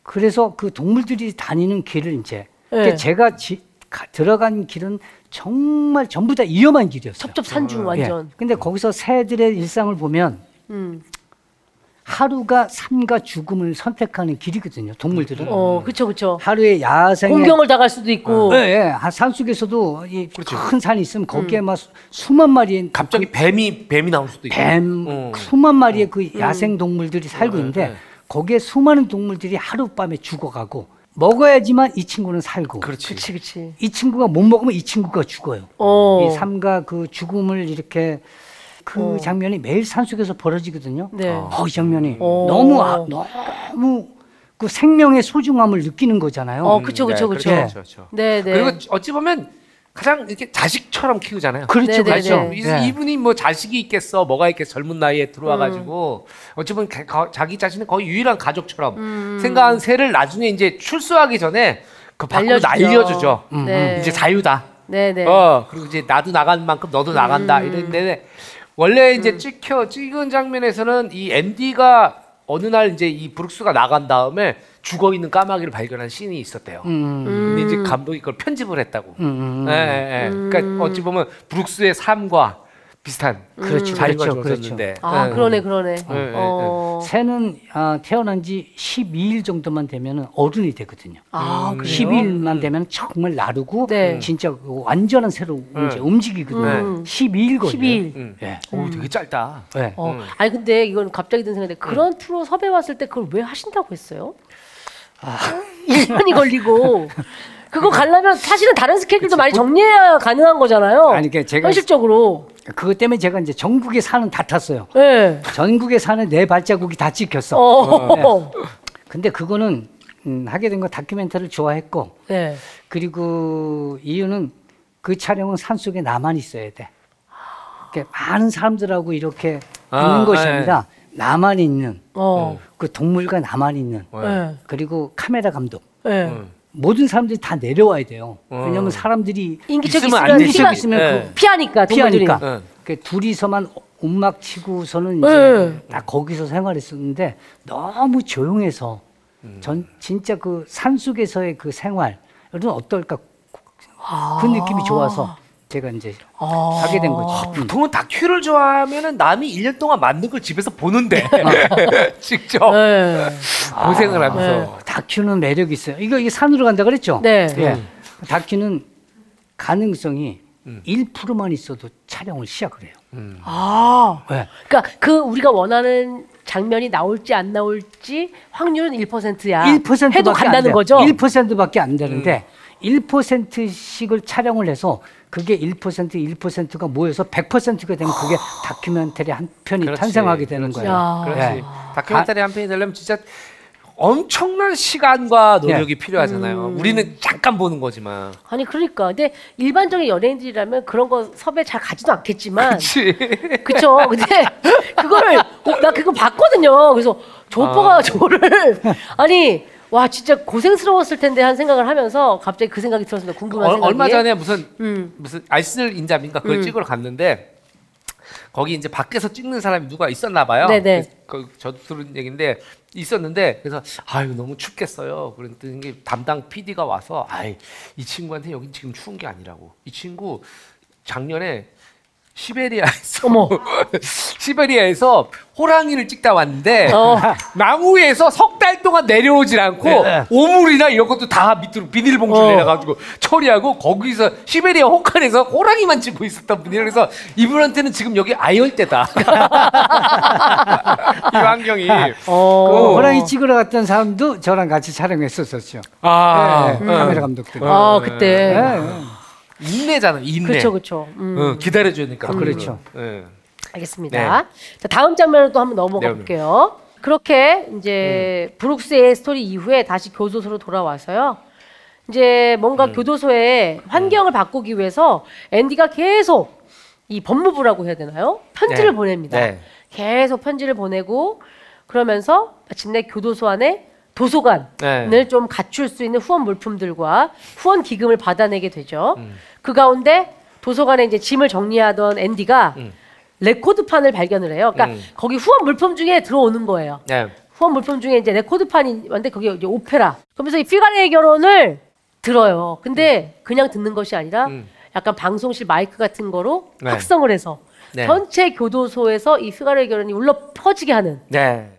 S2: 그래서 그 동물들이 다니는 길을 이제
S1: 네.
S2: 그러니까 제가 지- 가- 들어간 길은 정말 전부 다 위험한 길이었어요.
S1: 첩첩산중 완전. 음.
S2: 예. 근데 거기서 새들의 일상을 보면 하루가 삶과 죽음을 선택하는 길이거든요. 동물들은
S1: 어, 그쵸그쵸
S2: 하루에 야생의
S1: 공경을 당할 수도 있고.
S2: 예, 예. 아, 산 속에서도 이 큰 산이 있으면
S1: 음.
S2: 거기에 막 수- 수만 마리의
S3: 그렇죠. 갑자기 뱀이 뱀이 나올 수도 있고.
S2: 뱀
S3: 어.
S2: 수만 마리의 그 야생 동물들이 살고
S1: 어,
S2: 있는데
S3: 네.
S2: 거기에 수많은 동물들이 하룻밤에 죽어가고 먹어야지만 이 친구는 살고
S3: 그렇지.
S1: 그치, 그치.
S2: 이 친구가 못 먹으면 이 친구가 죽어요.
S1: 어.
S2: 이 삶과 그 죽음을 이렇게 그 장면이 매일 산속에서 벌어지거든요.
S1: 네.
S2: 어, 이 장면이
S1: 어.
S2: 너무 아, 너무 그 생명의 소중함을 느끼는 거잖아요.
S1: 어, 그쵸그쵸
S3: 네,
S1: 그쵸
S3: 그렇죠, 그렇죠.
S1: 네, 네.
S3: 그리고 어찌 보면 가장 이렇게 자식처럼 키우잖아요.
S2: 그렇죠,
S1: 네, 네,
S2: 그렇죠.
S1: 네.
S3: 이-
S2: 네.
S3: 이분이 뭐 자식이 있겠어, 뭐가 있겠어, 젊은 나이에 들어와가지고
S1: 음.
S3: 어찌 보면 가- 가- 자기 자신은 거의 유일한 가족처럼 생각한 새를 나중에 이제 출소하기 전에 그 밖으로
S1: 알려주죠.
S3: 날려주죠.
S1: 네.
S3: 이제 자유다.
S1: 네, 네.
S3: 어 그리고 이제 나도 나간 만큼 너도
S2: 음.
S3: 나간다 이랬는데 원래 이제 찍혀 찍은 장면에서는 이 앤디가 어느 날 이제 이 브룩스가 나간 다음에 죽어 있는 까마귀를 발견한 씬이 있었대요.
S2: 음.
S3: 근데 이제 감독이 그걸 편집을 했다고. 예, 예, 예.
S2: 음.
S3: 그러니까 어찌 보면 브룩스의 삶과 비슷한
S2: 그렇죠,
S3: 자유가
S2: 그렇죠, 그렇죠.
S3: 주어졌는데.
S1: 아,
S3: 예.
S1: 그러네, 그러네.
S3: 네,
S1: 어.
S2: 새는 아, 태어난 지 12일 정도만 되면 어른이 되거든요.
S1: 아, 그래요?
S2: 10일만 되면 정말 나르고
S1: 네.
S2: 진짜 그 완전한 새로 이제 움직이거든요.
S1: 음.
S2: 12일 걸려요.
S1: 12일.
S3: 음.
S2: 예.
S3: 오, 되게 짧다.
S2: 예.
S1: 어. 아니 근데 이건 갑자기 든 생각인데 그런 프로 섭외 왔을 때 그걸 왜 하신다고 했어요? [LAUGHS] 일 1년이 걸리고 그거 가려면 사실은 다른 스케줄도 많이 정리해야 가능한 거잖아요.
S2: 아니, 그러니까 제가-
S1: 현실적으로.
S2: 그것 때문에 제가 이제 전국에 사는 다 탔어요.
S1: 예. 네.
S2: 전국에 사는 내 발자국이 다 찍혔어.
S1: 어.
S2: 근데 그거는 음, 하게 된 건 다큐멘터리를 좋아했고
S1: 네.
S2: 그리고 이유는 그 촬영은 산속에 나만 있어야 돼. 이렇게 많은 사람들하고 이렇게
S3: 아,
S2: 있는 것이
S3: 예.
S2: 아니라 나만 있는
S1: 어.
S2: 그 동물과 나만 있는
S1: 예. 네.
S2: 그리고 카메라 감독
S1: 네.
S2: 모든 사람들이 다 내려와야 돼요.
S3: 어.
S2: 왜냐면 사람들이
S1: 인기척
S3: 있으면
S1: 있으면
S3: 안
S1: 피가-
S3: 되지.
S2: 인기척 있으면
S3: 예.
S1: 피하니까 동물들이.
S2: 아, 피하니까
S3: 응.
S2: 그 둘이서만 움막 치고서는
S1: 네.
S2: 이제 다 거기서 생활했었는데 너무 조용해서
S1: 음.
S2: 전 진짜 그 산속에서의 그 생활은 어떨까 그 느낌이 좋아서 제가 이제
S1: 아.
S2: 하게 된 거죠. 음.
S3: 보통은 다큐를 좋아하면은 남이 1년 동안 만든 걸 집에서 보는데
S2: 아.
S3: [LAUGHS] 직접
S1: 네.
S3: 고생을
S2: 네.
S3: 하면서
S2: 다큐는 매력이 있어요. 이거 이게 산으로 간다 그랬죠?
S1: 네.
S2: 예. 다큐는 가능성이
S1: 음.
S2: 1%만 있어도 촬영을 시작을 해요.
S1: 아.
S2: 예.
S1: 그러니까 그 우리가 원하는 장면이 나올지 안 나올지 확률은 1%야.
S2: 1%밖에
S1: 해도
S2: 안
S1: 간다는
S2: 돼요.
S1: 거죠.
S2: 1%밖에 안 되는데
S3: 음.
S2: 1%씩을 촬영을 해서 그게 1% 1%가 모여서 100%가 되면 그게 다큐멘터리 한 편이
S3: 그렇지,
S2: 탄생하게 되는
S3: 그렇지.
S2: 거예요.
S1: 아. 야.
S3: 그렇지.
S2: 예.
S3: 다큐멘터리 한 편이 되려면 진짜 엄청난 시간과 노력이 필요하잖아요. 우리는 잠깐 보는 거지만.
S1: 아니 그러니까 근데 일반적인 연예인들이라면 그런 거 섭외 잘 가지도 않겠지만
S3: 그렇지.
S1: [LAUGHS] 그쵸 근데 그거를 어, 나 그거 봤거든요 그래서 저 오빠가
S3: 아.
S1: 저를 [LAUGHS] 아니 와 진짜 고생스러웠을 텐데 한 생각을 하면서 갑자기 그 생각이 들었습니다 궁금한 생각이
S3: 얼마 전에 예? 음. 무슨
S1: 음.
S3: 무슨 알쓸 인자인가 그걸 찍으러 갔는데 거기 이제 밖에서 찍는 사람이 누가 있었나 봐요.
S1: 네네.
S3: 그래서 그, 저도 들은 얘기인데 있었는데 그래서 아유 너무 춥겠어요. 그랬더니 이게 담당 PD가 와서 아이 이 친구한테 여긴 지금 추운 게 아니라고. 이 친구 작년에 [LAUGHS] 시베리아에서 시베리아에서 호랑이를 찍다 왔는데
S1: 어.
S3: 나무 위에서 석 달 동안 내려오질 않고
S2: 네.
S3: 오물이나 이런 것도 다 밑으로 비닐봉지로
S1: 어.
S3: 내려가지고 처리하고 거기서 시베리아 혹한에서 호랑이만 찍고 있었던 분이에요. 그래서 이분한테는 지금 여기 아열대다. [LAUGHS] 이 환경이.
S2: 그
S1: 어.
S2: 호랑이 찍으러 갔던 사람도 저랑 같이 촬영했었었죠.
S3: 아,
S2: 예, 카메라 감독들.
S1: 아 그때
S3: 네.
S2: 예.
S3: 인내잖아, 인내.
S1: 그쵸 그쵸 음,
S3: 어, 기다려줘야 되니까.
S2: 그렇죠.
S3: 예.
S1: 알겠습니다 자 다음 장면으로 또 한번 넘어가
S3: 네, 음.
S1: 볼게요 그렇게 이제 브룩스의 스토리 이후에 다시 교도소로 돌아와서요 이제 뭔가
S3: 음.
S1: 교도소의 환경을 바꾸기 위해서 앤디가 계속 이 법무부라고 해야 되나요? 편지를
S3: 네.
S1: 보냅니다.
S3: 네.
S1: 계속 편지를 보내고 그러면서 마침내 교도소 안에 도서관을
S3: 네.
S1: 좀 갖출 수 있는 후원 물품들과 후원 기금을 받아내게 되죠.
S3: 음.
S1: 그 가운데 도서관에 이제 짐을 정리하던 앤디가 레코드판을 발견을 해요. 그러니까
S3: 음.
S1: 거기 후원 물품 중에 들어오는 거예요.
S3: 네.
S1: 후원 물품 중에 이제 레코드판이 왔는데 거기 이제 오페라. 그러면서 이 피가레의 결혼을 들어요. 근데
S3: 음.
S1: 그냥 듣는 것이 아니라 약간 방송실 마이크 같은 거로
S3: 네.
S1: 합성을 해서
S3: 네.
S1: 전체 교도소에서 이 스가르 의견이 울려 퍼지게 하는
S3: 네.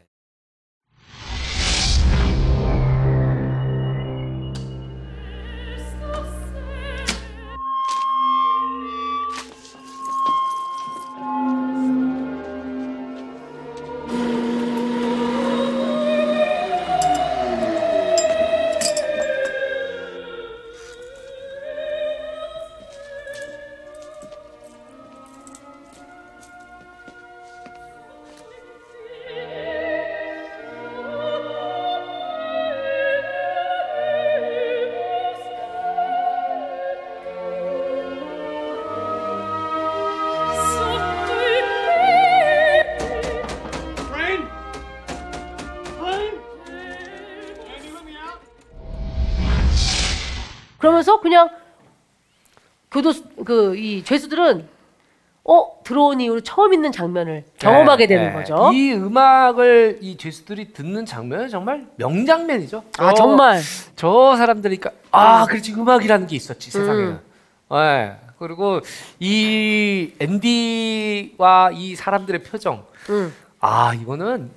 S1: 그러면서 그냥 교도 그 이 죄수들은 어 들어온 이후로 처음 있는 장면을 경험하게
S3: 네,
S1: 되는
S3: 네.
S1: 거죠.
S3: 이 음악을 이 죄수들이 듣는 장면은 정말 명장면이죠.
S1: 아
S3: 저-
S1: 정말
S3: 저 사람들이니까 아 그렇지 음악이라는 게 있었지 세상에는. 네. 그리고 이 앤디와 이 사람들의 표정.
S1: 음.
S3: 아 이거는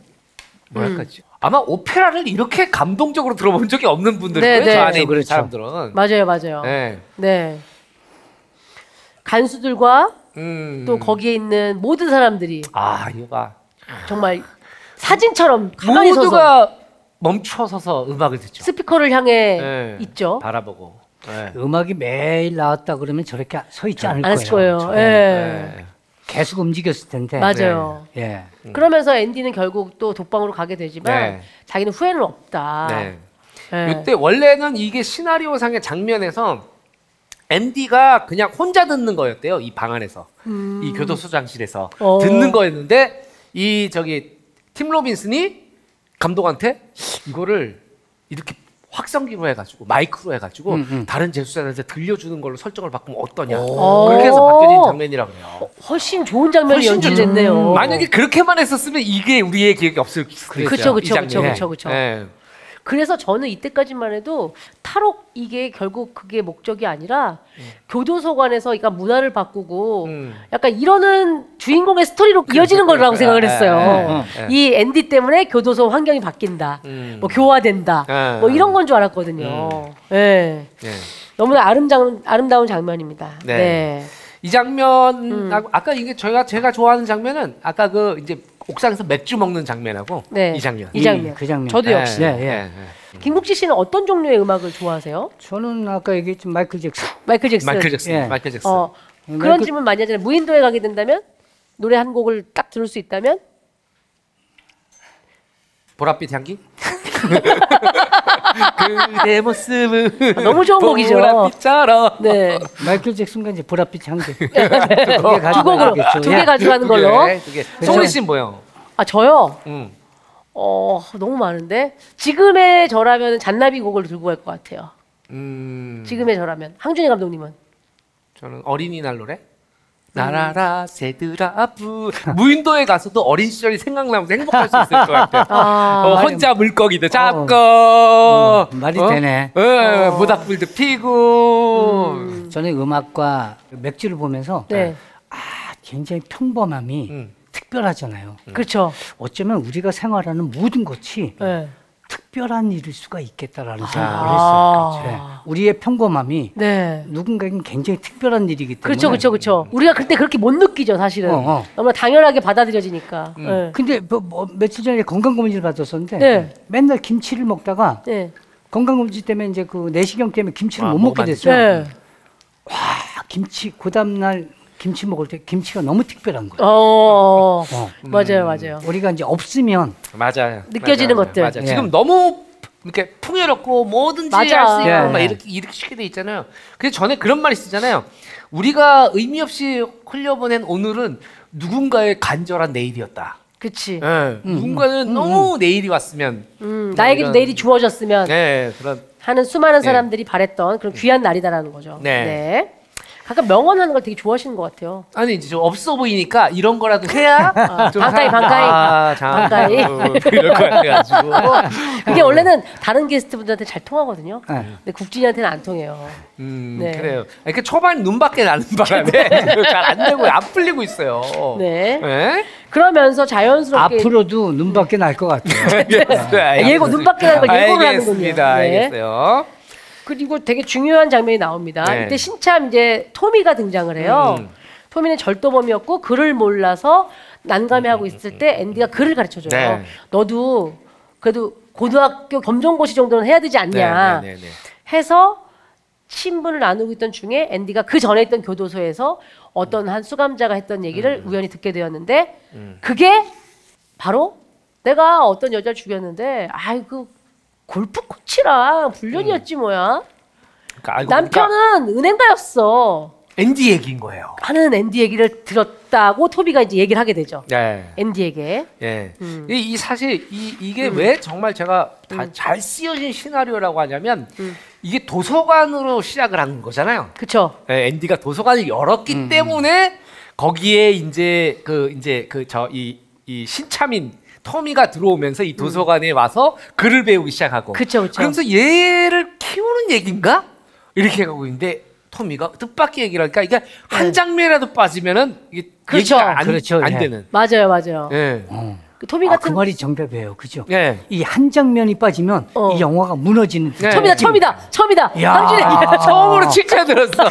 S3: 뭐랄까 지 아마 오페라를 이렇게 감동적으로 들어본 적이 없는 분들
S1: 네,
S3: 거예요.
S1: 네.
S3: 저 안에 있는
S2: 그렇죠.
S3: 사람들은.
S1: 맞아요, 맞아요. 네.
S3: 네.
S1: 간수들과
S3: 음.
S1: 또 거기에 있는 모든 사람들이
S3: 아 이거가
S1: 정말 사진처럼 가만히 서서
S3: 아. 모두가 멈춰서서 음악을 듣죠.
S1: 스피커를 향해
S3: 네.
S1: 있죠.
S3: 바라보고. 네.
S2: 음악이 매일 나왔다 그러면 저렇게 서 있지 않을
S1: 안 했을
S2: 거예요.
S1: 거예요. 예.
S3: 네.
S2: 계속 움직였을 텐데.
S1: 맞아요.
S2: 예.
S1: 그러면서 앤디는 결국 또 독방으로 가게 되지만
S3: 음. 네.
S1: 자기는 후회는 없다.
S3: 네.
S1: 예.
S3: 이때 원래는 이게 시나리오상의 장면에서 앤디가 그냥 혼자 듣는 거였대요. 이 방 안에서. 이 교도소장실에서
S1: 음. 어.
S3: 듣는 거였는데 이 저기 팀 로빈슨이 감독한테 이거를 이렇게 확성기로 해가지고 마이크로 해가지고 다른 제수자들한테 들려주는 걸로 설정을 바꾸면 어떠냐
S1: 음, 오.
S3: 그렇게 해서 바뀌어진 장면이라 그래요.
S1: 훨씬 좋은 장면이
S3: 훨씬 좋죠. 음.
S1: 연출됐네요.
S3: 만약에 그렇게만 했었으면 이게 우리의 기억이 없을 수도 있어요.
S1: 그쵸, 그쵸,
S3: 이 장면이.
S1: 그쵸, 그쵸, 그쵸.
S3: 예.
S1: 그래서 저는 이때까지만 해도 탈옥 이게 결국 그게 목적이 아니라 교도소관에서 그러니까 문화를 바꾸고
S3: 음. 그렇죠.
S1: 약간 이러는 주인공의 스토리로 이어지는 거라고 생각을 했어요.
S3: 예, 예, 예.
S1: 이 앤디 때문에 교도소 환경이 바뀐다.
S3: 음.
S1: 뭐 교화된다.
S3: 예. 음.
S1: 뭐 이런 건 줄 알았거든요. 예.
S3: 예.
S1: 너무나 아름다운 아름다운 장면입니다.
S3: 네.
S1: 네.
S3: 이 장면하고
S1: 음.
S3: 아까 이게 저희가 제가 좋아하는 장면은 아까 그 이제 옥상에서 맥주 먹는 장면하고
S1: 네.
S3: 이 장면.
S1: 이 장면.
S2: 그 장면.
S1: 저도 역시.
S2: 예,
S3: 예,
S2: 예.
S3: 예,
S1: 김국지 씨는 어떤 종류의 음악을 좋아하세요?
S2: 저는 아까 얘기했지만 마이클 잭슨.
S1: 마이클
S3: 예.
S1: 잭슨.
S3: 마이클 잭슨.
S2: 예.
S3: 마이클 잭슨.
S1: 어,
S2: 음,
S1: 그런
S2: 그-
S1: 질문 많이 하잖아요. 무인도에 가게 된다면 노래 한 곡을 딱 들을 수 있다면 [LAUGHS]
S3: 보랏빛 향기? 그대 모습은
S1: 아, 너무 좋은 곡이죠.
S3: 보랏빛처럼.
S1: 네.
S2: 마이클 잭슨과 이제
S1: [LAUGHS]
S2: 보랏빛 향기. 네, 두
S1: 두 곡으로 두
S2: 예.
S1: 개 가져가는 걸로.
S3: 예, 그게. 송은 씨는 뭐예요?
S1: 아 저요.
S3: 음.
S1: 어 너무 많은데 지금의 저라면 잔나비 곡을 들고 갈 것 같아요.
S3: 음.
S1: 지금의 저라면 항준이 감독님은
S3: 저는 어린이날 노래. 나라라 새들아 부 무인도에 가서도 어린 시절이 생각나면서 행복할 수 있을 것 같아요.
S1: 아,
S3: 어,
S2: 말이-
S3: 혼자 물고기도 잡고
S2: 어, 말이 되네.
S3: 예, 모닥불도 피고
S2: 저는 음악과 맥주를 보면서
S1: 네.
S2: 아, 굉장히 평범함이
S3: 음.
S2: 특별하잖아요.
S1: 그렇죠.
S2: 어쩌면 우리가 생활하는 모든 것이
S1: 네.
S2: 특별한 일일 수가 있겠다라는 생각을
S1: 아.
S2: 했어요. 네. 우리의 평범함이
S1: 네.
S2: 누군가에겐 굉장히 특별한 일이기 때문에.
S1: 그렇죠, 그렇죠, 그렇죠. 우리가 그때 그렇게 못 느끼죠, 사실은.
S2: 어, 어.
S1: 너무나 당연하게 받아들여지니까. 네.
S2: 근데 뭐, 뭐 며칠 전에 건강검진을 받았었는데
S1: 네.
S2: 맨날 김치를 먹다가
S1: 네.
S2: 건강검진 때문에 이제 그 내시경 때문에 김치를
S3: 아,
S2: 못
S3: 먹으면
S2: 먹게
S3: 안 되죠.
S2: 됐어요.
S1: 네.
S2: 아, 김치 그 다음 날 김치 먹을 때 김치가 너무 특별한 거예요.
S1: 어, 어.
S2: 어.
S1: 맞아요, 맞아요.
S2: 우리가 이제 없으면
S3: 맞아요.
S1: 느껴지는
S3: 맞아요.
S1: 것들.
S3: 맞아요.
S2: 예.
S3: 지금 너무 이렇게 풍요롭고 뭐든지 할 수
S1: 맞아.
S3: 있고
S2: 예,
S3: 막
S2: 예.
S3: 이렇게 이렇게 쉽게 돼 있잖아요. 근데 전에 그런 말이 있었잖아요. 우리가 의미 없이 흘려보낸 오늘은 누군가의 간절한 내일이었다.
S1: 그치.
S3: 예, 누군가는 너무 내일이 왔으면.
S1: 음, 나에게도
S3: 이런-
S1: 내일이 주어졌으면
S3: 네, 그런 음.
S1: 하는 수많은 사람들이 바랬던 그런 귀한 날이다라는 거죠.
S3: 네.
S1: 가끔 명언하는 걸 되게 좋아하시는 것 같아요.
S3: 아니 이제 좀 없어 보이니까 이런 거라도 해야 좀
S1: 반가이,
S3: 사람들이,
S1: 반가이.
S3: 아, 장,
S1: 반가이.
S3: 어, 이럴 거
S1: [LAUGHS]
S3: 같아가지고
S1: 어,
S3: [LAUGHS]
S1: 그게 원래는 다른 게스트분들한테 잘 통하거든요.
S2: 네.
S1: 근데 국진이한테는 안 통해요.
S3: 음,
S1: 네.
S3: 그래요. 그러니까 초반 눈밖에 나는
S1: [LAUGHS]
S3: 바람에 [LAUGHS] 잘 안 되고 안 풀리고 있어요.
S1: 네.
S3: [LAUGHS] 예?
S1: 그러면서 자연스럽게 음.
S2: 앞으로도 눈밖에 날 것 같아요.
S3: 네, 알겠어요.
S1: 예고, 눈밖에 나는 걸 예고를 하는군요.
S3: 알겠습니다.
S1: 네.
S3: 알겠어요.
S1: 그리고 되게 중요한 장면이 나옵니다.
S3: 네.
S1: 이때 신참 이제 토미가 등장을 해요.
S3: 음.
S1: 토미는 절도범이었고 글을 몰라서
S3: 음,
S1: 난감해하고 있을 때 앤디가 글을 가르쳐줘요.
S3: 네.
S1: 너도 그래도 고등학교 검정고시 정도는 해야 되지 않냐
S3: 네, 네, 네, 네.
S1: 해서 친분을 나누고 있던 중에 앤디가 그 전에 있던 교도소에서 어떤 한 수감자가 했던
S3: 음.
S1: 얘기를 우연히 듣게 되었는데 그게 바로 내가 어떤 여자를 죽였는데 아이고 골프 코치랑 불륜이었지 뭐야.
S3: 음. 그러니까 알고 보니까
S1: 남편은 은행가였어.
S3: ND 얘기인 거예요.
S1: 하는 앤디 얘기를 들었다고 토비가 이제 얘기를 하게 되죠.
S3: 네.
S1: 앤디에게.
S3: 예.
S1: 음.
S3: 이, 이 사실 이 이게 왜 정말 제가 다 잘 쓰여진 시나리오라고 하냐면
S1: 음.
S3: 이게 도서관으로 시작을 한 거잖아요.
S1: 그쵸.
S3: 예, 앤디가 도서관을 열었기
S1: 음.
S3: 때문에 거기에 이제 그 이제 그 저 이 이 신참인 토미가 들어오면서 이 도서관에 와서 글을 배우기 시작하고
S1: 음. 그쵸, 그쵸.
S3: 그러면서 얘를 키우는 얘긴가 이렇게 가고 있는데 토미가 뜻밖의 얘기를 하니까 이게 한 장면이라도 빠지면은 이게
S1: 네. 그렇죠.
S3: 얘기가 안,
S2: 그렇죠,
S3: 안
S2: 예.
S3: 되는
S1: 맞아요, 맞아요.
S3: 예.
S1: 그 토비
S2: 아,
S1: 같은
S2: 그 말이 정답이에요. 그죠?
S3: 예.
S2: 이 한 장면이 빠지면
S1: 어. 예.
S2: 이 영화가 무너지는
S3: 네. 아,
S1: 처음이다, 처음이다, 처음이다.
S2: 야.
S1: 당신의
S3: 처음으로 칭찬 들었어. [LAUGHS]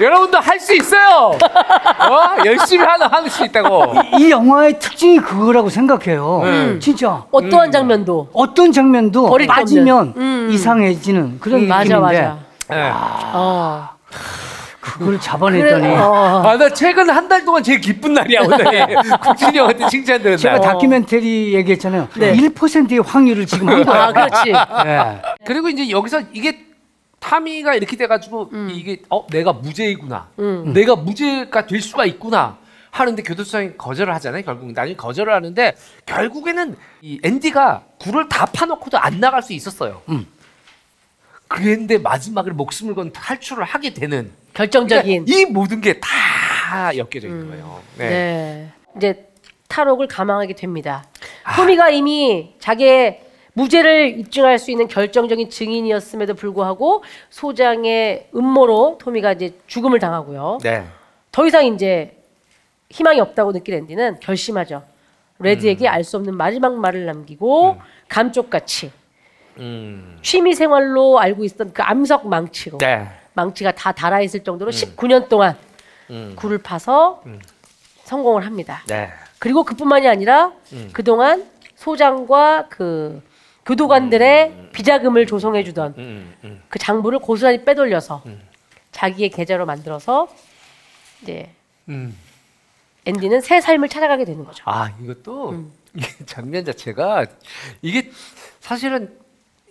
S3: 여러분도 할 수 있어요. 어? 열심히 하는 할수 있다고.
S2: 이 영화의 특징이 그거라고 생각해요. 진짜
S3: 음.
S1: 어떠한 장면도.
S2: 어떤 장면도
S1: 음. 버릴 게
S2: 빠지면
S1: 없는. 음.
S2: 이상해지는 그런
S1: 음, 맞아,
S2: 느낌인데
S1: 맞아.
S3: 예.
S1: 어.
S2: 그걸 잡아냈더니
S1: 그래, [LAUGHS] 어.
S3: 아, 나 최근 한 달 동안 제일 기쁜 날이야, 오늘. [LAUGHS] 국진이 형한테 칭찬 들은 날.
S2: 제가 다큐멘터리 얘기했잖아요.
S1: 네.
S2: 1%의 확률을 지금
S1: [LAUGHS]
S2: 한 거예요.
S1: 아, 그렇지.
S2: 예.
S3: 네. 그리고 이제 여기서 이게 타미가 이렇게 돼가지고 이게 어 내가 무죄이구나, 음. 내가 무죄가 될 수가 있구나 하는데 교도소장이 거절을 하잖아요. 결국 나중에 거절을 하는데 결국에는 이 앤디가 굴을 다 파놓고도 안 나갈 수 있었어요. 그랬는데 마지막에 목숨을 건 탈출을 하게 되는
S1: 결정적인.
S3: 그러니까 이 모든 게 다 엮여져 있는 거예요. 네.
S1: 네. 이제 탈옥을 감행하게 됩니다. 토미가 이미 자기의 무죄를 입증할 수 있는 결정적인 증인이었음에도 불구하고 소장의 음모로 토미가 이제 죽음을 당하고요.
S3: 네.
S1: 더 이상 이제 희망이 없다고 느낀 앤디는 결심하죠. 레드에게 알 수 없는 마지막 말을 남기고 감쪽같이 취미 생활로 알고 있었던 그 암석 망치로
S3: 음. 네.
S1: 망치가 다 달아 있을 정도로 19년 동안 굴을 파서 성공을 합니다.
S3: 네.
S1: 그리고 그뿐만이 아니라 그동안 소장과 그 교도관들의 비자금을 조성해 주던
S3: 음.
S1: 그 장부를 고스란히 빼돌려서 자기의 계좌로 만들어서 이제
S3: 음.
S1: 앤디는 새 삶을 찾아가게 되는 거죠.
S3: 아 이것도
S1: 음.
S3: 이게 [LAUGHS] 장면 자체가 이게 사실은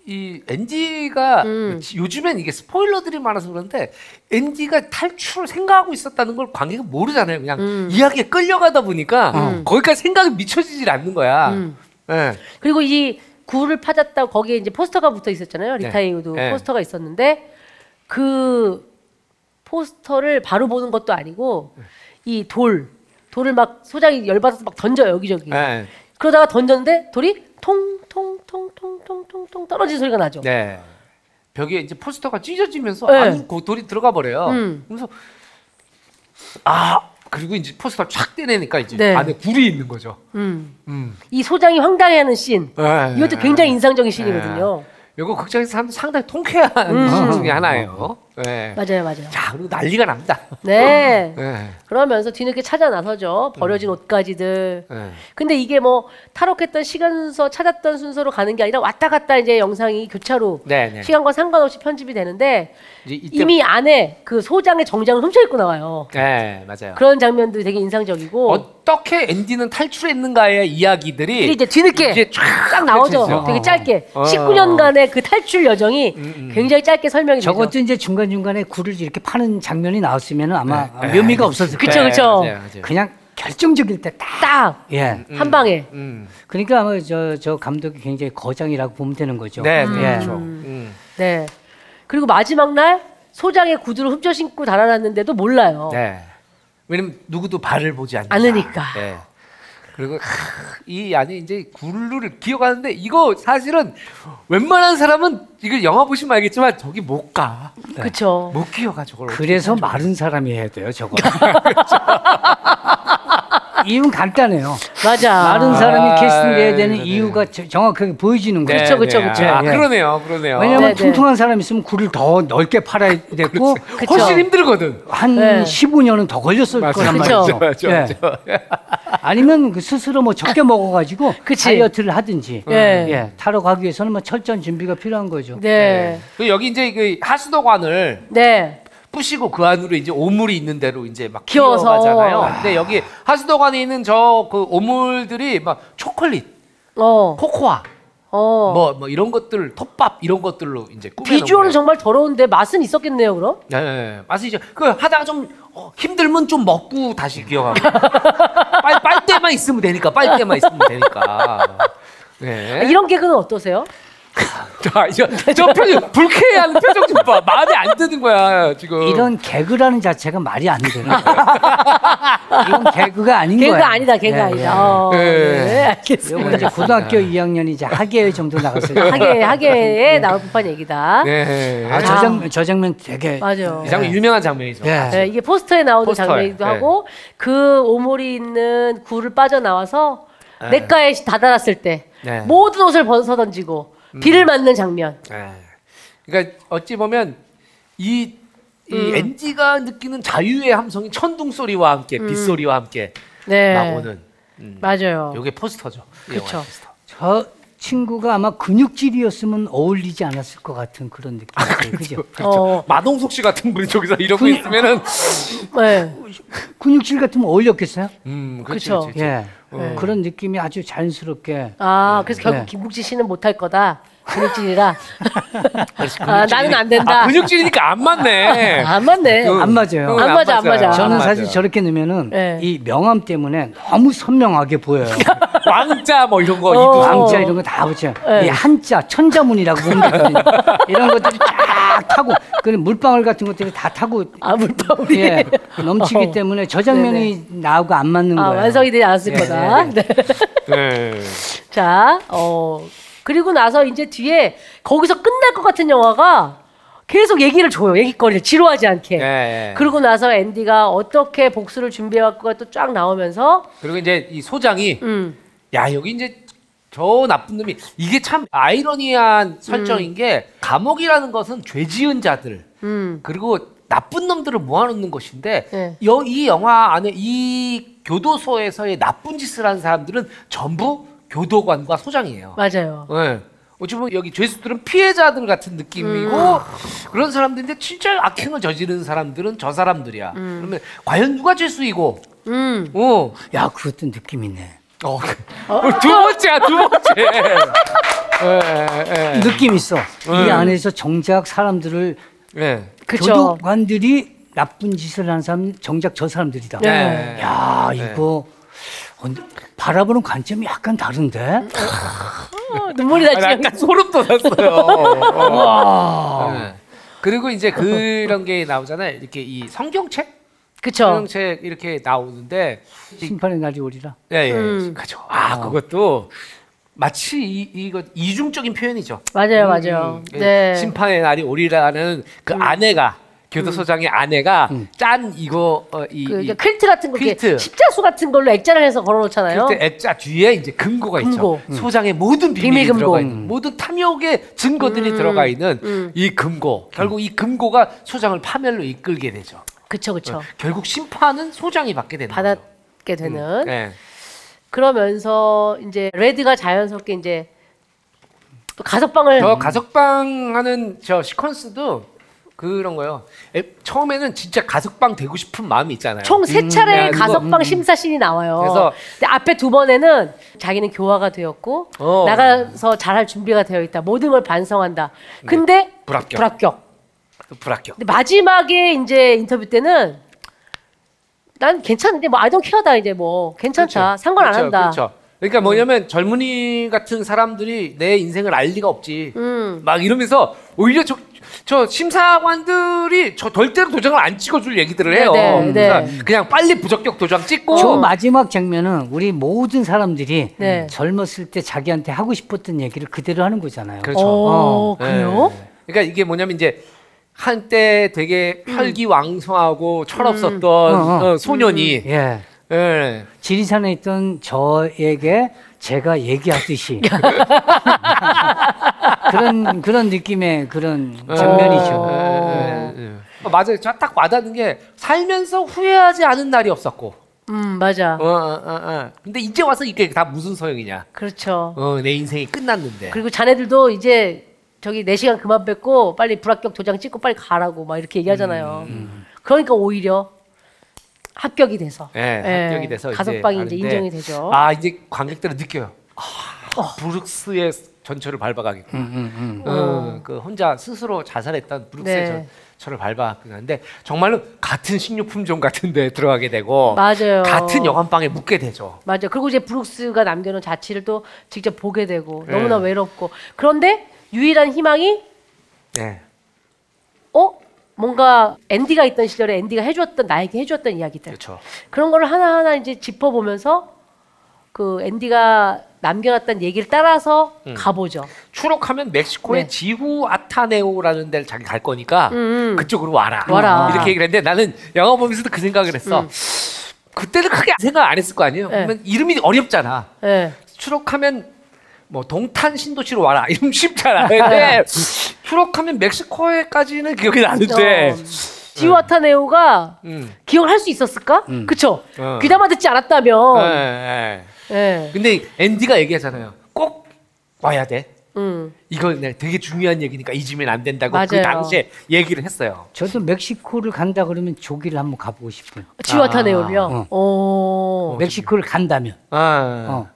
S3: 이 엔디가
S1: 음.
S3: 요즘엔 이게 스포일러들이 많아서 그런데 엔디가 탈출을 생각하고 있었다는 걸 관객이 모르잖아요. 그냥
S1: 음.
S3: 이야기에 끌려가다 보니까 거기까지 생각이 미쳐지질 않는 거야.
S1: 음.
S3: 예.
S1: 그리고 이 굴을 파졌다고 거기에 이제 포스터가 붙어 있었잖아요.
S3: 네.
S1: 리타이우도
S3: 네.
S1: 포스터가 있었는데 그 포스터를 바로 보는 것도 아니고 이 돌 돌을 막 소장이 열받아서 막 던져 요 여기저기.
S3: 예.
S1: 그러다가 던졌는데 돌이 통통통통통통통 떨어진 소리가 나죠.
S3: 네. 벽에 이제 포스터가 찢어지면서
S1: 네.
S3: 아무 그 돌이 들어가 버려요.
S1: 음.
S3: 그래서 아 그리고 이제 포스터 를촥 떼내니까 이제
S1: 네.
S3: 안에 굴이 있는 거죠.
S1: 음.
S3: 음.
S1: 이 소장이 황당해하는 씬.
S3: 예.
S1: 이것도 굉장히 인상적인 씬이거든요.
S3: 이거 극장에서 사람 상당히 통쾌한 음. 중에 하나예요. 예.
S1: 아. 맞아요, 맞아요.
S3: 자, 그리고 난리가 납니다.
S1: 네.
S3: 예.
S1: 그러면서 뒤늦게 찾아 나서죠.
S3: 음.
S1: 버려진 옷가지들.
S3: 예.
S1: 근데 이게 뭐 탈옥했던 시간 순서 찾았던 순서로 가는 게 아니라 왔다 갔다 이제 영상이 교차로
S3: 네, 네.
S1: 시간과 상관없이 편집이 되는데
S3: 이제 이때-
S2: 뭐
S1: 이미 안에 그 소장의 정장을 훔쳐 입고 나와요.
S3: 예, 맞아요.
S1: 그런 장면도 되게 인상적이고
S3: 어떻게 앤디는 탈출했는가의 이야기들이
S1: 이게 이제 뒤늦게
S3: 이제 쫙
S1: 딱 나오죠.
S3: 펼쳐지죠.
S1: 되게 짧게
S3: 어. 음,
S1: 19년간의 그 탈출 여정이 굉장히 짧게 설명이 되죠.
S2: 저것도 이제 중간중간에 굴을 이렇게 파는 장면이 나왔으면 아마 묘미가
S1: 네.
S2: 없었을
S1: 그쵸,
S2: 거예요.
S1: 그쵸.
S3: 네, 맞아요, 맞아요.
S2: 그냥 결정적일 때 딱.
S1: 딱.
S2: 예.
S1: 한 방에
S3: 음.
S2: 그러니까 아마 저, 저 감독이 굉장히 거장이라고 보면 되는 거죠.
S3: 네,
S2: 예.
S3: 네, 그렇죠. 음.
S1: 네 그리고 마지막 날 소장의 구두를 훔쳐 신고 달아났는데도 몰라요.
S3: 네. 왜냐면 누구도 발을 보지 않는다.
S1: 어. 않으니까.
S3: 네. 그리고 크, 이 안에 이제 굴루를 기어가는데 이거 사실은 웬만한 사람은 이걸 영화 보시면 알겠지만 저기 못 가.
S1: 그쵸.
S3: 못 기어가 저걸.
S2: 그래서
S3: 어떻게
S2: 마른 사람이 해야 돼요, 저거.
S3: [LAUGHS] 그렇죠.
S2: 이유는 간단해요.
S1: 맞아.
S2: 마른
S3: 아,
S2: 사람이 캐스팅돼야 되는
S3: 네, 네.
S2: 이유가 저- 정확하게 보여지는 거예요.
S1: 그쵸, 그쵸, 그쵸.
S3: 아,
S2: 그렇죠, 예, 예.
S3: 그러네요, 그러네요.
S2: 왜냐하면
S1: 네, 네.
S2: 통통한 사람 이 있으면 굴을 더 넓게
S3: [LAUGHS]
S2: 팔아야 됐고
S1: 그쵸.
S3: 훨씬 힘들거든.
S2: 한
S1: 네.
S2: 15년은 더 걸렸을 거란
S1: 그쵸.
S2: 말이죠.
S3: 맞아,
S2: 예.
S3: 맞아.
S2: 아니면 그 스스로 뭐 적게 먹어가지고
S1: 그치.
S2: 다이어트를 하든지
S1: 네.
S2: 예, 타러 가기 위해서는 뭐 철저한 준비가 필요한 거죠.
S1: 네.
S3: 그리고 여기 이제 그 하수도관을
S1: 네.
S3: 부시고 그 안으로 이제 오물이 있는 대로 이제 막
S1: 기어서.
S3: 기어가잖아요. 근데 여기 하수도관에 있는 저 그 오물들이 막 초콜릿,
S1: 어.
S3: 코코아,
S1: 어.
S3: 뭐, 뭐 이런 것들, 톱밥 이런 것들로 이제 꾸며놓은
S1: 비주얼은
S3: 거예요.
S1: 정말 더러운데 맛은 있었겠네요, 그럼?
S3: 예, 예, 예. 아시죠? 그 하다가 좀 어, 힘들면 좀 먹고
S1: [LAUGHS]
S3: 다시 기어가고 빨, 빨대만 있으면 되니까 빨대만 있으면 되니까.
S1: 아,
S3: 네.
S1: 이런 개그는 어떠세요?
S3: [LAUGHS] 자, 아, 이제 저 표정 불쾌한 표정 좀 봐. 마음에 안 드는 거야 지금.
S1: 어.
S2: 이런 개그라는 자체가 말이 안 되는
S1: [LAUGHS]
S2: 거예요. 이건 개그가 아닌 거예요.
S1: 개그 아니다, 개그
S2: 예,
S1: 아니다.
S2: 예.
S1: 어,
S3: 예.
S1: 네,
S2: 요건
S1: 알겠습니다.
S2: 이제 고등학교 2학년 이제 학예회 정도
S1: [LAUGHS]
S2: 나갔을 때.
S1: 하계 하계에 나올 법한 얘기다. 네.
S3: 네.
S2: 아, 저, 장, 저 장면 되게
S1: 맞아요.
S3: 이 장면 유명한 장면이죠.
S2: 예.
S1: 네, 이게 포스터에 나오는
S3: 포스터에,
S1: 장면이기도
S3: 네.
S1: 하고 그 오물이 있는 굴을 빠져나와서 냇가에 다다랐을 때
S3: 네.
S1: 모든 옷을 벗어 던지고 비를 맞는 장면.
S3: 예. 그러니까 어찌 보면 이, 이
S1: 음.
S3: 엔지가 느끼는 자유의 함성이 천둥 소리와 함께 빗소리와 함께
S1: 음. 네.
S3: 나오는 음.
S1: 맞아요.
S3: 요게 포스터죠. 이
S1: 그쵸.
S3: 영화의 포스터.
S2: 저 친구가 아마 근육질이었으면 어울리지 않았을 것 같은 그런 느낌이
S1: 아,
S2: 들어요. 그죠?
S1: 어,
S3: 그렇죠. 마동석 씨 같은 분이 저기서 이러고
S2: 그-
S3: 있으면은
S1: 네.
S2: 근육질 같으면 어울렸겠어요?
S3: 음,
S1: 그쵸.
S3: 그렇죠.
S2: 예.
S3: 어.
S2: 그런 느낌이 아주 자연스럽게
S1: 아, 그래서 결국
S2: 네.
S1: 김국지 씨는 못할 거다. 근육질이라.
S3: 그렇지,
S1: 아, 나는 안 된다. 아,
S3: 아, 근육질이니까
S1: [LAUGHS]
S3: 안 맞네.
S1: 안 맞네.
S3: 그-
S2: 안 맞아요.
S3: 그건
S1: 안 맞아, 안 맞아.
S2: 저는
S1: 아,
S2: 사실
S3: 맞아요.
S2: 저렇게 넣으면은
S1: 네.
S2: 이 명암 때문에 너무 선명하게
S1: [LAUGHS]
S2: 보여요.
S3: 왕자 뭐 이런 거
S1: 어.
S3: 이두
S2: 왕자 이런 거 다 붙여요.
S1: 네.
S2: 이 한자
S1: [LAUGHS]
S2: 천자문이라고 보면 되거든요. 이런 것들이 쫙 타고 그 물방울 같은 것들이 다 타고
S1: 아, 물방울이.
S2: 예, 넘치기
S1: 어.
S2: 때문에 저 장면이 나하고 안 맞는
S1: 아,
S2: 거예요.
S1: 완성이 되지 않았을 거다.
S3: 예,
S1: 네. [LAUGHS]
S3: 네.
S1: 자, 어 그리고 나서 이제 뒤에 거기서 끝날 것 같은 영화가 계속 얘기를 줘요. 얘기거리를 지루하지 않게.
S3: 네.
S1: 그러고 나서 앤디가 어떻게 복수를 준비해왔고가 또 쫙 나오면서
S3: 그리고 이제 이 소장이
S1: 음,
S3: 야 여기 이제 저 나쁜 놈이 이게 참 아이러니한 설정인 게 감옥이라는 것은 죄 지은 자들
S1: 음,
S3: 그리고 나쁜 놈들을 모아놓는 곳인데
S1: 네.
S3: 여, 이 영화 안에 이 교도소에서의 나쁜 짓을 한 사람들은 전부 교도관과 소장이에요.
S1: 맞아요.
S3: 네. 어찌 보면 여기 죄수들은 피해자들 같은 느낌이고
S1: 음.
S3: 그런 사람들인데 진짜 악행을 저지르는 사람들은 저 사람들이야. 그러면 과연 누가 죄수이고?
S1: 음,
S3: 어.
S2: 야, 그것도 느낌이네.
S3: 어, 두 번째야, 두 번째.
S1: 네.
S3: 예,
S2: 느낌 있어. 이
S3: 네.
S2: 안에서 정작 사람들을
S3: 예, 예.
S1: 그쵸.
S2: 교도관들이 나쁜 짓을 한 사람 정작 저 사람들이다.
S3: 네.
S2: 야,
S3: 네.
S2: 이거 언- 바라보는 관점이 약간 다른데.
S1: 어, 눈물이 나
S3: 아,
S1: 지금.
S3: 약간 소름 돋았어요.
S2: 와.
S3: 예. 그리고 이제 그런 게 나오잖아요. 이렇게 이 성경책?
S1: 그쵸.
S3: 성경책 이렇게 나오는데
S2: 심판의 날이 오리라.
S3: 예, 예.
S1: 음.
S3: 그죠. 아, 그것도 마치 이, 이거 이중적인 표현이죠.
S1: 맞아요, 맞아요.
S3: 예.
S1: 네. 음.
S3: 심판의 날이 오리라는 그 아내가 교도소장의 아내가 짠 이거 어, 이,
S1: 그
S3: 이
S1: 퀼트 같은 거, 이렇게
S3: 퀼트.
S1: 십자수 같은 걸로 액자를 해서 걸어놓잖아요.
S3: 그때 액자 뒤에 이제 금고가
S1: 금고.
S3: 있죠. 음. 소장의 모든 비밀이
S1: 비밀 금고. 음,
S3: 들어가 있는 모든 탐욕의 증거들이 들어가 있는 이 금고. 결국 이 금고가 소장을 파멸로 이끌게 되죠.
S1: 그쵸, 그쵸.
S3: 결국 심판은 소장이 받게 되는 거죠.
S1: 그렇죠. 받았게 되는.
S3: 네.
S1: 그러면서 이제 레드가 자연스럽게 이제 또 가석방을
S3: 저 가석방 하는 저 시퀀스도 그런 거예요. 에, 처음에는 진짜 가석방 되고 싶은 마음이 네, 음, 있잖아요.
S1: 총 세
S3: 야,
S1: 차례
S3: 이거-
S1: 가석방 심사신이 나와요.
S3: 그래서-
S1: 근데 앞에 두 번에는 자기는 교화가 되었고
S3: 어.
S1: 나가서 잘할 준비가 되어 있다. 모든 걸 반성한다. 근데
S3: 네. 불합격. 그 불합격.
S1: 근데 마지막에 이제 인터뷰 때는 난 괜찮은데 뭐 아동 케어다 이제 뭐 괜찮다.
S3: 그렇죠.
S1: 상관 안
S3: 그렇죠,
S1: 한다. 음.
S3: 그렇죠. 그러니까 뭐냐면
S1: 음.
S3: 젊은이 같은 사람들이 내 인생을 알 리가 없지. 막 이러면서 오히려 저, 저 심사관들이 저 절대로 도장을 안 찍어줄 얘기들을 해요.
S1: 네, 네, 네.
S3: 그러니까 그냥 빨리 부적격 도장 찍고
S2: 저 마지막 장면은 우리 모든 사람들이
S1: 어. 네.
S2: 젊었을 때 자기한테 하고 싶었던 얘기를 그대로 하는 거잖아요.
S3: 그렇죠.
S1: 어,
S3: 네.
S1: 그래요?
S3: 그러니까 이게 뭐냐면 이제 한때 되게 혈기왕성하고 철없었던
S2: 어, 어.
S3: 어, 소년이
S2: 예.
S3: 예.
S2: 지리산에 있던 저에게 제가
S1: [LAUGHS]
S2: 얘기하듯이 [LAUGHS] 그런 그런 느낌의 그런
S1: 어.
S2: 장면이죠.
S3: 예, 예, 예. 어, 맞아요. 저 딱 와닿는 게 살면서 후회하지 않은 날이 없었고.
S1: 음, 맞아.
S3: 어, 어, 어, 어. 근데 이제 와서 이게 다 무슨 소용이냐.
S1: 그렇죠.
S3: 어, 내 인생이 끝났는데.
S1: 그리고 자네들도 이제 저기 4시간 그만 뺏고 빨리 불합격 도장 찍고 빨리 가라고 막 이렇게 얘기하잖아요.
S3: 음.
S1: 그러니까 오히려 합격이 돼서.
S3: 예,
S1: 예,
S3: 합격이 돼서
S1: 가석방이 이제
S3: 가는데
S1: 인정이 되죠. 어.
S3: 아 이제 관객들은 느껴요. 아, 브룩스의 전철을 밟아가겠구나. 어, 그 혼자 스스로 자살했던 브룩스의
S1: 네.
S3: 전- 전철을 밟아가겠구나. 근데 정말로 같은 식료품종 같은데 들어가게 되고
S1: 맞아요.
S3: 같은 여관방에 묵게 되죠.
S1: 맞아. 그리고 이제 브룩스가 남겨놓은 자취를 또 직접 보게 되고
S3: 예.
S1: 너무나 외롭고. 그런데 유일한 희망이
S3: 예.
S1: 어? 뭔가 앤디가 있던 시절에 앤디가 해주었던 나에게 해주었던 이야기들.
S3: 그렇죠.
S1: 그런 거를 하나하나 이제 짚어보면서 그 앤디가 남겨놨던 얘기를 따라서
S3: 음.
S1: 가보죠.
S3: 추록하면 멕시코의
S1: 네. 음,
S3: 지구 아타네오라는 데를 자기 갈 거니까 그쪽으로 와라.
S1: 와라. 음.
S3: 이렇게 얘기를 했는데 나는 영화 보면서도 그 생각을 했어. 그때는 크게 생각 안 했을 거 아니에요.
S1: 네.
S3: 그러면 이름이 어렵잖아.
S1: 예.
S3: 추록하면 뭐 동탄 신도시로 와라 [LAUGHS] 이름 쉽잖아.
S1: [LAUGHS]
S3: 근데 추록하면 멕시코에까지는 기억이 나는데.
S1: 음, 그렇죠. 지와타네오가
S3: 음.
S1: 기억을 할 수 있었을까?
S2: 음.
S1: 그쵸?
S3: 어.
S1: 귀담아 듣지 않았다면.
S3: 예, 예.
S1: 예.
S3: 근데 앤디가 얘기하잖아요. 꼭 와야 돼.
S1: 음.
S3: 이건 내가 되게 중요한 얘기니까 잊으면 안 된다고 그
S1: 맞아요.
S3: 당시에 얘기를 했어요.
S2: 저도 멕시코를 간다 그러면 조기를 한번 가보고 싶어요. 아.
S1: 지와타네오요. 어.
S2: 멕시코를 간다면
S3: 아,
S2: 어.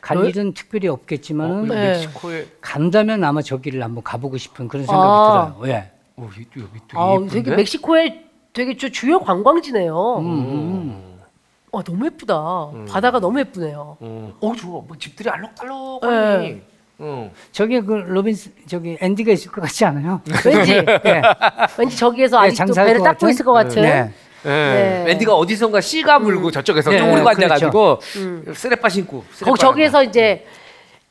S2: 갈
S1: 왜?
S2: 일은 특별히 없겠지만은
S3: 이거
S1: 어? 네.
S3: 어, 멕시코에
S2: 간다면 아마 저기를 한번 가보고 싶은 그런 생각이
S1: 아.
S2: 들어요. 예.
S3: 오, 이- 이- 여기 되게
S1: 아,
S3: 예쁜데?
S1: 되게 멕시코의 되게 저 주요 관광지네요.
S2: 음.
S1: 와, 너무 예쁘다.
S3: 음.
S1: 바다가 너무 예쁘네요.
S3: 어, 어, 좋아. 뭐 집들이 알록달록하니. 어.
S1: 네.
S3: 응.
S2: 저기 그 로빈스 저기 앤디가 있을 것
S3: [LAUGHS]
S2: 같지 않아요?
S1: 왠지
S2: 예.
S1: 왠지 저기에서 아,
S2: 네,
S1: 아직도
S2: 장사할
S1: 배를
S2: 것
S1: 닦고
S2: 같은?
S1: 있을 것 같은.
S2: 네.
S3: 네.
S1: 네. 음. 그렇죠.
S3: 앤디가 어디선가 씨가 물고 저쪽에서
S2: 네,
S3: 쪼그리고
S2: 네,
S3: 앉아가지고 쓰레빠 신고.
S1: 거기
S3: 쓰레빠를
S1: 저기에서 이제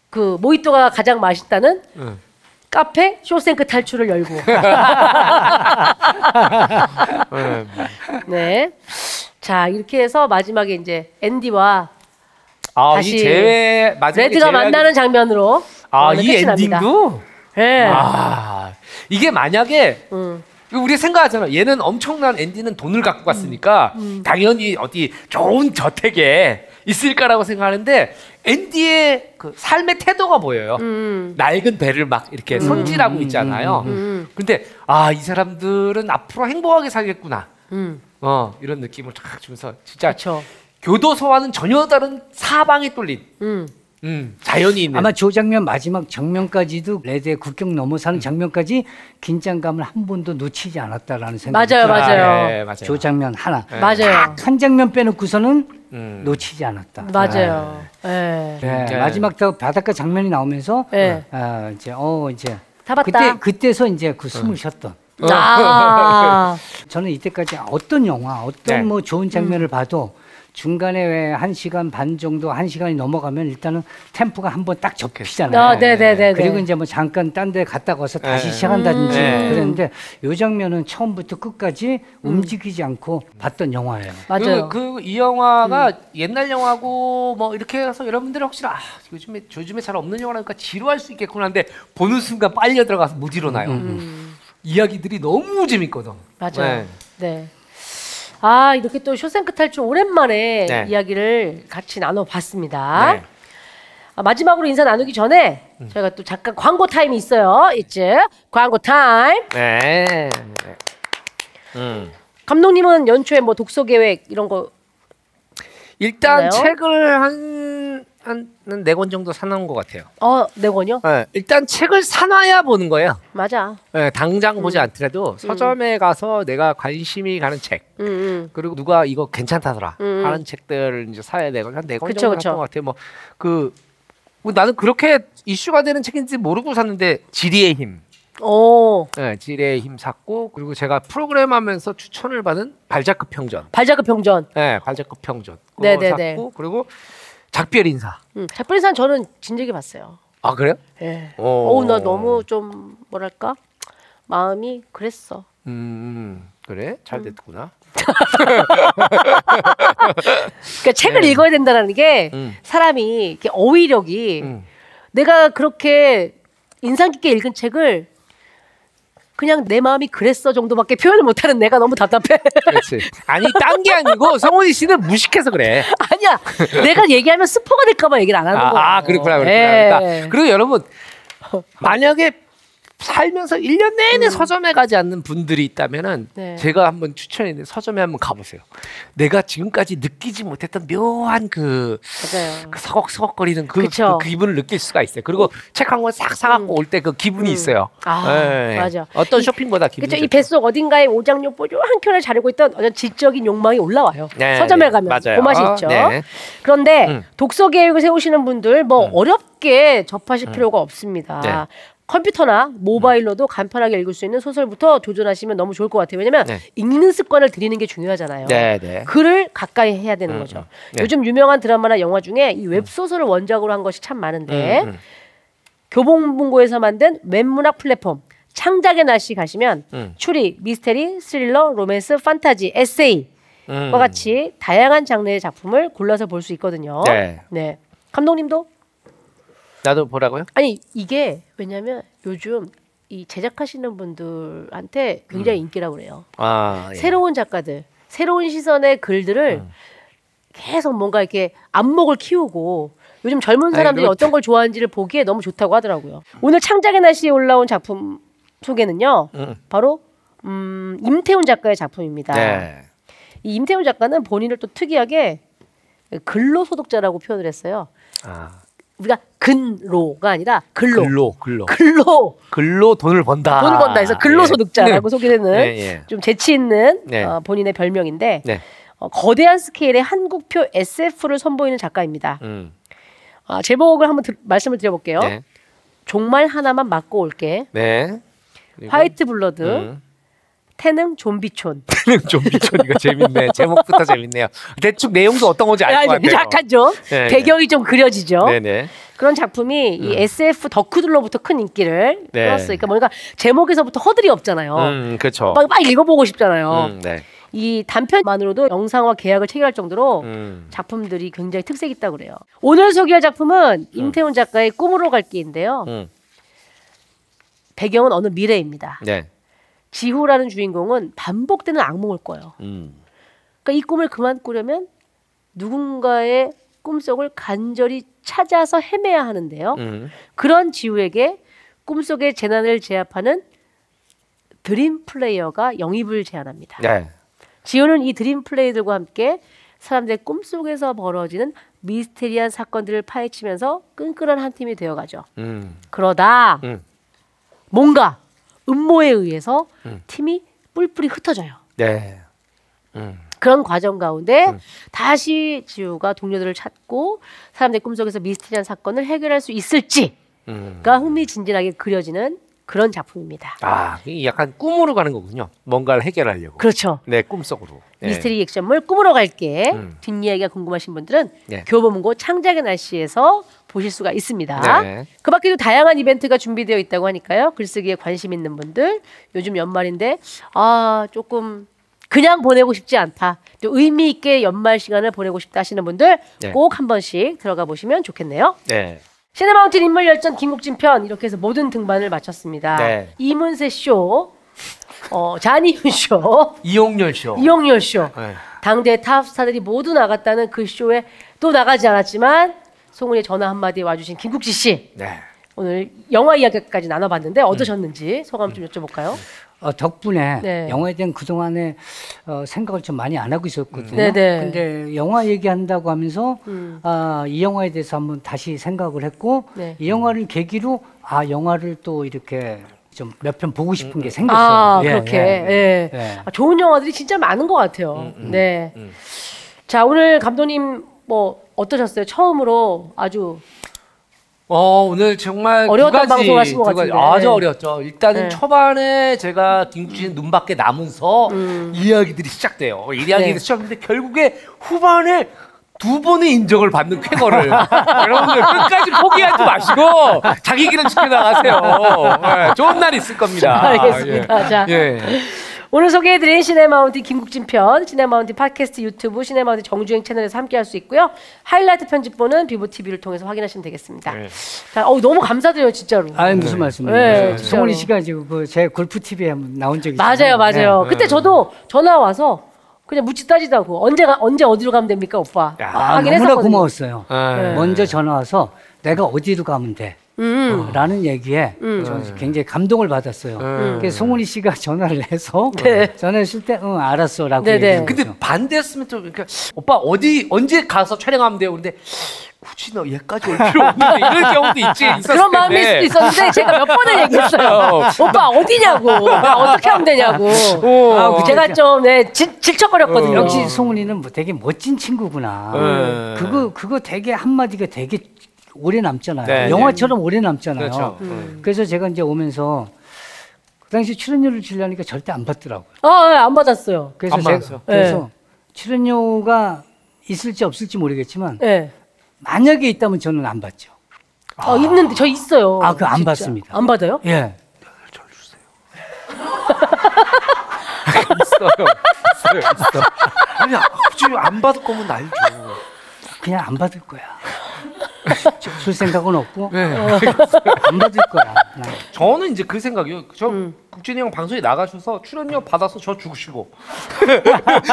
S1: 그 모히또가 가장 맛있다는
S3: 응.
S1: 카페 쇼생크 탈출을 열고.
S3: 예.
S1: 네. 자 이렇게 해서 마지막에 이제 앤디와
S3: 아,
S1: 다시
S3: 이 제외 마지막에
S1: 레드가
S3: 제외하기-
S1: 만나는 장면으로
S3: 아,
S1: 오늘
S3: 이
S1: 끝이 납니다.
S3: 엔딩도
S1: 네.
S3: 아. 이게 만약에
S1: 음.
S3: 우리 생각하잖아. 얘는 엄청난 엔디는 돈을 갖고 갔으니까
S1: 음,
S3: 당연히 어디 좋은 저택에 있을 까라고 생각하는데 엔디의 그 삶의 태도가
S1: 음,
S3: 보여요. 낡은 배를 막 이렇게 손질하고 있잖아요.
S1: 음,
S3: 근데 아, 이 사람들은 앞으로 행복하게 살겠구나.
S1: 음.
S3: 어, 이런 느낌을 쫙 주면서 진짜
S1: 그렇죠.
S3: 교도소와는 전혀 다른 사방에 뚫린
S1: 음.
S3: 음, 자연이 있는
S2: 아마 저 장면 마지막 장면까지도 레드의 국경
S3: 음.
S2: 넘어서는 장면까지 긴장감을 한 번도 놓치지 않았다라는 생각이
S1: 맞아요,
S2: 들어요.
S1: 맞아요.
S3: 아, 예, 맞아요.
S2: 저 장면 하나.
S1: 맞아요.
S2: 한 장면 빼놓고서는
S3: 음.
S2: 놓치지 않았다.
S1: 맞아요. 예.
S2: 네,
S3: 네.
S2: 마지막 더 바닷가 장면이 나오면서
S1: 네.
S2: 아, 이제 어 이제
S1: 다 봤다.
S2: 그때 그때서 이제 그
S3: 음.
S2: 숨을 쉬었던.
S1: 아.
S2: 저는 이때까지 어떤 영화, 어떤
S3: 네.
S2: 뭐 좋은 장면을 봐도 중간에 왜 한 시간 반 정도, 한 시간이 넘어가면 일단은 템포가 한 번 딱 접히잖아요.
S1: 아, 네, 네, 네.
S2: 그리고 이제 뭐 잠깐 딴 데 갔다 와서 다시
S3: 네.
S2: 시작한다든지
S3: 음.
S2: 그랬는데 이 장면은 처음부터 끝까지 움직이지 않고 봤던 영화예요.
S1: 맞아요. 음.
S3: 그 이 영화가 옛날 영화고 뭐 이렇게 해서 여러분들이 혹시나 아, 요즘에 요즘에 잘 없는 영화라니까 지루할 수 있겠구나 하는데 보는 순간 빨려 들어가서 못 일어나요.
S1: 음,
S3: 음. 이야기들이 너무 재밌거든.
S1: 맞아요. 네. 아 이렇게 또 쇼생크 탈출 오랜만에
S3: 네.
S1: 이야기를 같이 나눠봤습니다.
S3: 네. 음.
S1: 아, 마지막으로 인사 나누기 전에 저희가 또 잠깐 광고 타임이 있어요. 이제 광고 타임.
S3: 네. 네. 음.
S1: 감독님은 연초에 뭐 독서 계획 이런 거
S3: 일단
S1: 있나요?
S3: 책을 한한네 권 정도 사놓은 것 같아요.
S1: 어, 네 권요?
S3: 네, 일단 책을 사놔야 보는 거예요.
S1: 맞아.
S3: 네, 당장
S1: 음.
S3: 보지 않더라도 서점에 가서 내가 관심이 가는 책
S1: 음, 음.
S3: 그리고 누가 이거 괜찮다더라
S1: 음.
S3: 하는 책들을 이제 사야 되고 한네권
S1: 그쵸,
S3: 정도
S1: 그쵸.
S3: 샀던 것 같아요. 그, 뭐 뭐그 뭐 나는 그렇게 이슈가 되는 책인지 모르고 샀는데 지리의 힘
S1: 오.
S3: 네, 지뢰의 힘 샀고 그리고 제가 프로그램하면서 추천을 받은 발자크 평전.
S1: 발자국 평전.
S3: 네, 발자크 평전. 그거
S1: 네네네.
S3: 샀고 그리고 작별 인사.
S1: 음. 작별인사는 저는 진작에 봤어요.
S3: 아 그래요?
S1: 예.
S3: 오.
S1: 어우 나 너무 좀 뭐랄까 마음이 그랬어.
S3: 음 그래 잘 됐구나.
S1: 그러니까 책을 읽어야 된다는 게
S3: 네. 음.
S1: 사람이 이렇게 어휘력이
S3: 음.
S1: 내가 그렇게 인상 깊게 읽은 책을 그냥 내 마음이 그랬어 정도밖에 표현을 못하는 내가 너무 답답해. [LAUGHS]
S3: 그렇지. 아니 딴 게 아니고 성훈이 씨는 무식해서 그래.
S1: 아니야. 내가 얘기하면 스포가 될까봐 얘기를 안 하는 거야.
S3: 아, 아 그렇구나 그렇구나.
S1: 예.
S3: 그러니까, 그리고 여러분
S1: 어, 뭐.
S3: 만약에 살면서 1년 내내 서점에 가지 않는 분들이 있다면은
S1: 음. 네.
S3: 제가 한번 추천해드린 서점에 한번 가보세요. 내가 지금까지 느끼지 못했던 묘한 그,
S1: 맞아요.
S3: 그 서걱서걱거리는 그,
S1: 그쵸. 음.
S3: 그 기분을 느낄 수가 있어요. 그리고 책 한 권 싹 사갖고 올 때 그 기분이 있어요.
S1: 아,
S3: 예.
S1: 맞아.
S3: 어떤
S1: 이-
S3: 쇼핑보다 기분이
S1: 그렇죠. 이
S3: 좋죠.
S1: 뱃속 어딘가에 오장육부조 한켠을 자르고 있던 어떤 지적인 욕망이 올라와요.
S3: 네,
S1: 서점에
S3: 네,
S1: 가면
S3: 맞아요.
S1: 그 맛이 있죠.
S3: 네.
S1: 그런데
S3: 음.
S1: 독서 계획을 세우시는 분들 뭐 어렵게 접하실 필요가 없습니다.
S3: 음. 네. 음.
S1: 컴퓨터나 모바일로도 간편하게 읽을 수 있는 소설부터 조절하시면 너무 좋을 것 같아요. 왜냐면
S3: 네.
S1: 읽는 습관을 들이는 게 중요하잖아요.
S3: 네, 네.
S1: 글을 가까이 해야 되는 거죠.
S3: 네.
S1: 요즘 유명한 드라마나 영화 중에 이 웹소설을 원작으로 한 것이 참 많은데
S3: 음, 음.
S1: 교보문고에서 만든 웹문학 플랫폼 창작의 날씨 가시면
S3: 음.
S1: 추리, 미스테리, 스릴러, 로맨스, 판타지, 에세이와
S3: 음.
S1: 같이 다양한 장르의 작품을 골라서 볼 수 있거든요.
S3: 네.
S1: 네. 감독님도
S3: 나도 보라고요?
S1: 아니 이게 왜냐면 요즘 이 제작하시는 분들한테
S3: 음.
S1: 굉장히 인기라고 그래요.
S3: 아, 예. 음.
S1: 새로운 작가들, 새로운 시선의 글들을 계속 뭔가 이렇게 안목을 키우고 요즘 젊은 사람들이
S3: 그렇-
S1: 어떤 걸 좋아하는지를 보기에 너무 좋다고 하더라고요. 오늘 창작의 날씨에 올라온 작품 소개는요.
S3: 음.
S1: 바로 음, 임태훈 작가의 작품입니다.
S3: 네.
S1: 이 임태훈 작가는 본인을 또 특이하게 근로소득자라고 표현을 했어요.
S3: 아,
S1: 우리가 근로가 아니라 근로.
S3: 글로 글로
S1: 근로.
S3: 글로 돈을 번다.
S1: 돈 번다
S3: 아,
S1: 해서 근로소득자라고 소개되는
S3: 예, 예.
S1: 좀 재치 있는
S3: 네.
S1: 어, 본인의 별명인데
S3: 예. 네.
S1: 어, 거대한 스케일의 한국표 SF를 선보이는 작가입니다.
S3: 음.
S1: 아, 제목을 한번 드- 말씀을 드려볼게요.
S3: 네.
S1: 종말 하나만 맞고 올게.
S3: 네. 그리고-
S1: 화이트 블러드,
S3: 음.
S1: 태능 좀비촌.
S3: 좀 미쳐 이거
S1: [LAUGHS]
S3: 재밌네. 제목부터 재밌네요. 대충 내용도 어떤 건지 [LAUGHS] 알 것
S1: 아,
S3: 같아요.
S1: 약간 좀
S3: 네,
S1: 배경이 좀 그려지죠.
S3: 네네. 음.
S1: 그런 작품이 이 SF 덕후들로부터 큰 인기를
S3: 네.
S1: 끌었어요. 그러니까 뭔가 제목에서부터 허들이 없잖아요.
S3: 음, 그렇죠.
S1: 막, 막 어. 읽어보고 싶잖아요.
S3: 음, 네.
S1: 이 단편만으로도 영상과 계약을 체결할 정도로
S3: 음.
S1: 작품들이 굉장히 특색 있다고 그래요. 오늘 소개할 작품은 임태훈 작가의 꿈으로 갈 길인데요.
S3: 음.
S1: 배경은 어느 미래입니다.
S3: 네.
S1: 지후라는 주인공은 반복되는 악몽을 꿔요.
S3: 음.
S1: 그러니까 이 꿈을 그만 꾸려면 누군가의 꿈속을 간절히 찾아서 헤매야 하는데요.
S3: 음.
S1: 그런 지우에게 꿈속의 재난을 제압하는 드림 플레이어가 영입을 제안합니다.
S3: 네.
S1: 지우는 이 드림 플레이들과 함께 사람들의 꿈속에서 벌어지는 미스테리한 사건들을 파헤치면서 끈끈한 한 팀이 되어가죠.
S3: 음.
S1: 그러다
S3: 음.
S1: 뭔가 음모에 의해서 팀이 뿔뿔이 흩어져요.
S3: 네.
S1: 그런 과정 가운데 다시 지우가 동료들을 찾고 사람들의 꿈속에서 미스테리한 사건을 해결할 수 있을지가
S3: 음.
S1: 흥미진진하게 그려지는 그런 작품입니다.
S3: 아, 이 약간 꿈으로 가는 거군요. 뭔가를 해결하려고.
S1: 그렇죠.
S3: 네, 꿈속으로. 네.
S1: 미스테리 액션물 꿈으로 갈게.
S3: 음.
S1: 뒷이야기가 궁금하신 분들은
S3: 네.
S1: 교보문고 창작의 날씨에서 보실 수가 있습니다.
S3: 네.
S1: 그 밖에도 다양한 이벤트가 준비되어 있다고 하니까요. 글쓰기에 관심 있는 분들 요즘 연말인데 아 조금 그냥 보내고 싶지 않다. 또 의미 있게 연말 시간을 보내고 싶다 하시는 분들
S3: 네.
S1: 꼭 한 번씩 들어가 보시면 좋겠네요.
S3: 네.
S1: 시네마운틴 인물 열전 김국진 편 이렇게 해서 모든 등반을 마쳤습니다.
S3: 네.
S1: 이문세 쇼, 어, 잔이윤
S3: [LAUGHS]
S1: 쇼,
S3: 이용렬 쇼.
S1: 이용열 쇼.
S3: 네.
S1: 당대 탑스타들이 모두 나갔다는 그 쇼에 또 나가지 않았지만 송은이의 전화 한마디에 와주신 김국지 씨.
S3: 네.
S1: 오늘 영화 이야기까지 나눠봤는데
S2: 음.
S1: 어떠셨는지 소감 좀 여쭤볼까요?
S2: 어, 덕분에
S1: 네.
S2: 영화에 대한 그동안에 어, 생각을 좀 많이 안 하고 있었거든요.
S1: 네, 네.
S2: 근데 영화 얘기한다고 하면서 아, 이 영화에 대해서 한번 다시 생각을 했고
S1: 네.
S2: 이 영화를 계기로 아 영화를 또 이렇게 좀 몇 편 보고 싶은 게 생겼어요.
S1: 아
S2: 예,
S1: 그렇게
S2: 예.
S1: 예.
S2: 예. 음,
S1: 아, 좋은 영화들이 진짜 많은 것 같아요. 네. 자 오늘 감독님 뭐 어떠셨어요? 처음으로 아주
S3: 어, 오늘 정말
S1: 어려웠던
S3: 두 가지,
S1: 방송을 하신 것
S3: 두 가지.
S1: 같은데.
S3: 아주 어려웠죠. 일단은
S1: 네. 음.
S3: 초반에 제가 김국진 눈밖에 남으면서 이야기들이 시작돼요. 이야기들이
S1: 네.
S3: 시작되는데 결국에 후반에 두 번의 인정을 받는 쾌거를 [LAUGHS] 여러분들 끝까지 포기하지 마시고 자기 길은 지켜나가세요. 네, 좋은 날 있을 겁니다.
S1: [LAUGHS] 알겠습니다.
S3: 예.
S1: 자.
S3: 예.
S1: 오늘 소개해드린 시네마운틴 김국진 편, 시네마운틴 팟캐스트 유튜브, 시네마운틴 정주행 채널에서 함께할 수 있고요. 하이라이트 편집본은 비보 TV를 통해서 확인하시면 되겠습니다. 자, 어우, 너무 감사드려요, 진짜로.
S2: 아 무슨 말씀이에요?
S1: 네,
S2: 네,
S1: 진짜로.
S2: 송은이 씨가 지금 그제 골프 TV에 한번 나온 적이
S1: 맞아요,
S2: 있어요.
S1: 맞아요. 그때 저도 전화 와서 그냥 묻지 따지다고 언제 가- 언제 어디로 가면 됩니까, 오빠?
S3: 야,
S2: 아,
S1: 하긴
S2: 너무나
S1: 했었거든요.
S2: 고마웠어요.
S3: 네.
S2: 먼저 전화 와서 내가 어디로 가면 돼?
S1: 음.
S2: 어, 라는 얘기에 저는 굉장히 감동을 받았어요.
S3: 네.
S2: 그래서 송은이 씨가 [LAUGHS] 전화를 해서
S1: 음. [LAUGHS] 네.
S2: 전화했을 때 응, 알았어라고
S1: 네, 네.
S2: 얘기한 거죠.
S3: 근데 반대했으면 좀 그러니까 오빠 어디 언제 가서 촬영하면 돼요. 근데 굳이 너 얘까지 올 필요 없는데 이런 경우도 있지. 있었을
S1: 그런 마음일 수도
S3: 텐데.
S1: 있었는데 제가 몇 번을 얘기했어요. 오빠 어디냐고, 나 어떻게 하면 되냐고. 아, 그 제가 좀 네, 질- 질척거렸거든요.
S2: 역시 송은이는 뭐 되게 멋진 친구구나.
S3: 어. 네.
S2: 그거 그거 되게 한 마디가 되게 오래 남잖아요.
S3: 네,
S2: 영화처럼 오래 남잖아요.
S3: 그렇죠.
S2: 래서 제가 이제 오면서 그 당시 출연료를 주려니까 절대 안 받더라고요.
S1: 아, 네, 안 받았어요.
S2: 그래서
S3: 안
S2: 제가
S3: 받았어요?
S2: 그래서
S1: 네.
S2: 출연료가 있을지 없을지 모르겠지만
S1: 네.
S2: 만약에 있다면 저는 안 받죠.
S1: 아, 있는데 저 있어요.
S2: 아, 그거 안
S1: 진짜.
S2: 받습니다.
S1: 안 받아요?
S2: 예.
S3: 아니야 굳이 안 받을 거면 날 줘.
S2: 그냥 안 받을 거야. 줄 생각은 없고 안 받을 거야. 나.
S3: 저는 이제 그 생각이요. 저
S1: 음.
S3: 국진이 형 방송에 나가셔서 출연료 받아서 저 주시고 [LAUGHS]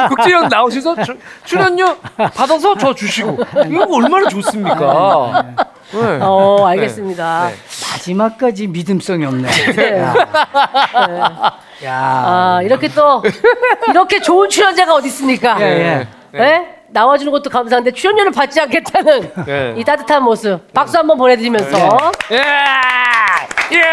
S3: 국진이 형 나오셔서 주- 출연료 받아서 저 주시고 이거 얼마나 좋습니까? 네.
S1: 어, 알겠습니다.
S3: 네.
S2: 마지막까지 믿음성이 없네. 야. 야.
S1: 아, 이렇게 또 이렇게 좋은 출연자가 어디 있습니까?
S2: 예, 예.
S1: 예? 나와주는 것도 감사한데 출연료를 받지 않겠다는
S2: 네.
S3: 예.
S1: 이 따뜻한 모습 박수 한번 보내드리면서
S3: 예! 예!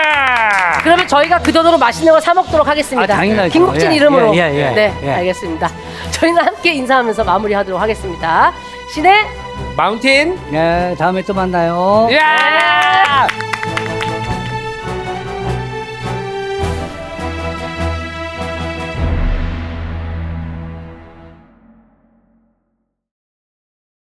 S1: 그러면 저희가 그 돈으로 맛있는 걸 사 먹도록 하겠습니다.
S2: 아, 당연하죠.
S1: 김국진
S2: 예,
S1: 이름으로.
S2: 예, 예, 예,
S1: 네,
S2: 예.
S1: 알겠습니다. 저희는 함께 인사하면서 마무리하도록 하겠습니다. 신의
S3: 마운틴
S1: 예!
S3: 예.
S2: 네, 다음에 또 만나요.
S3: 야!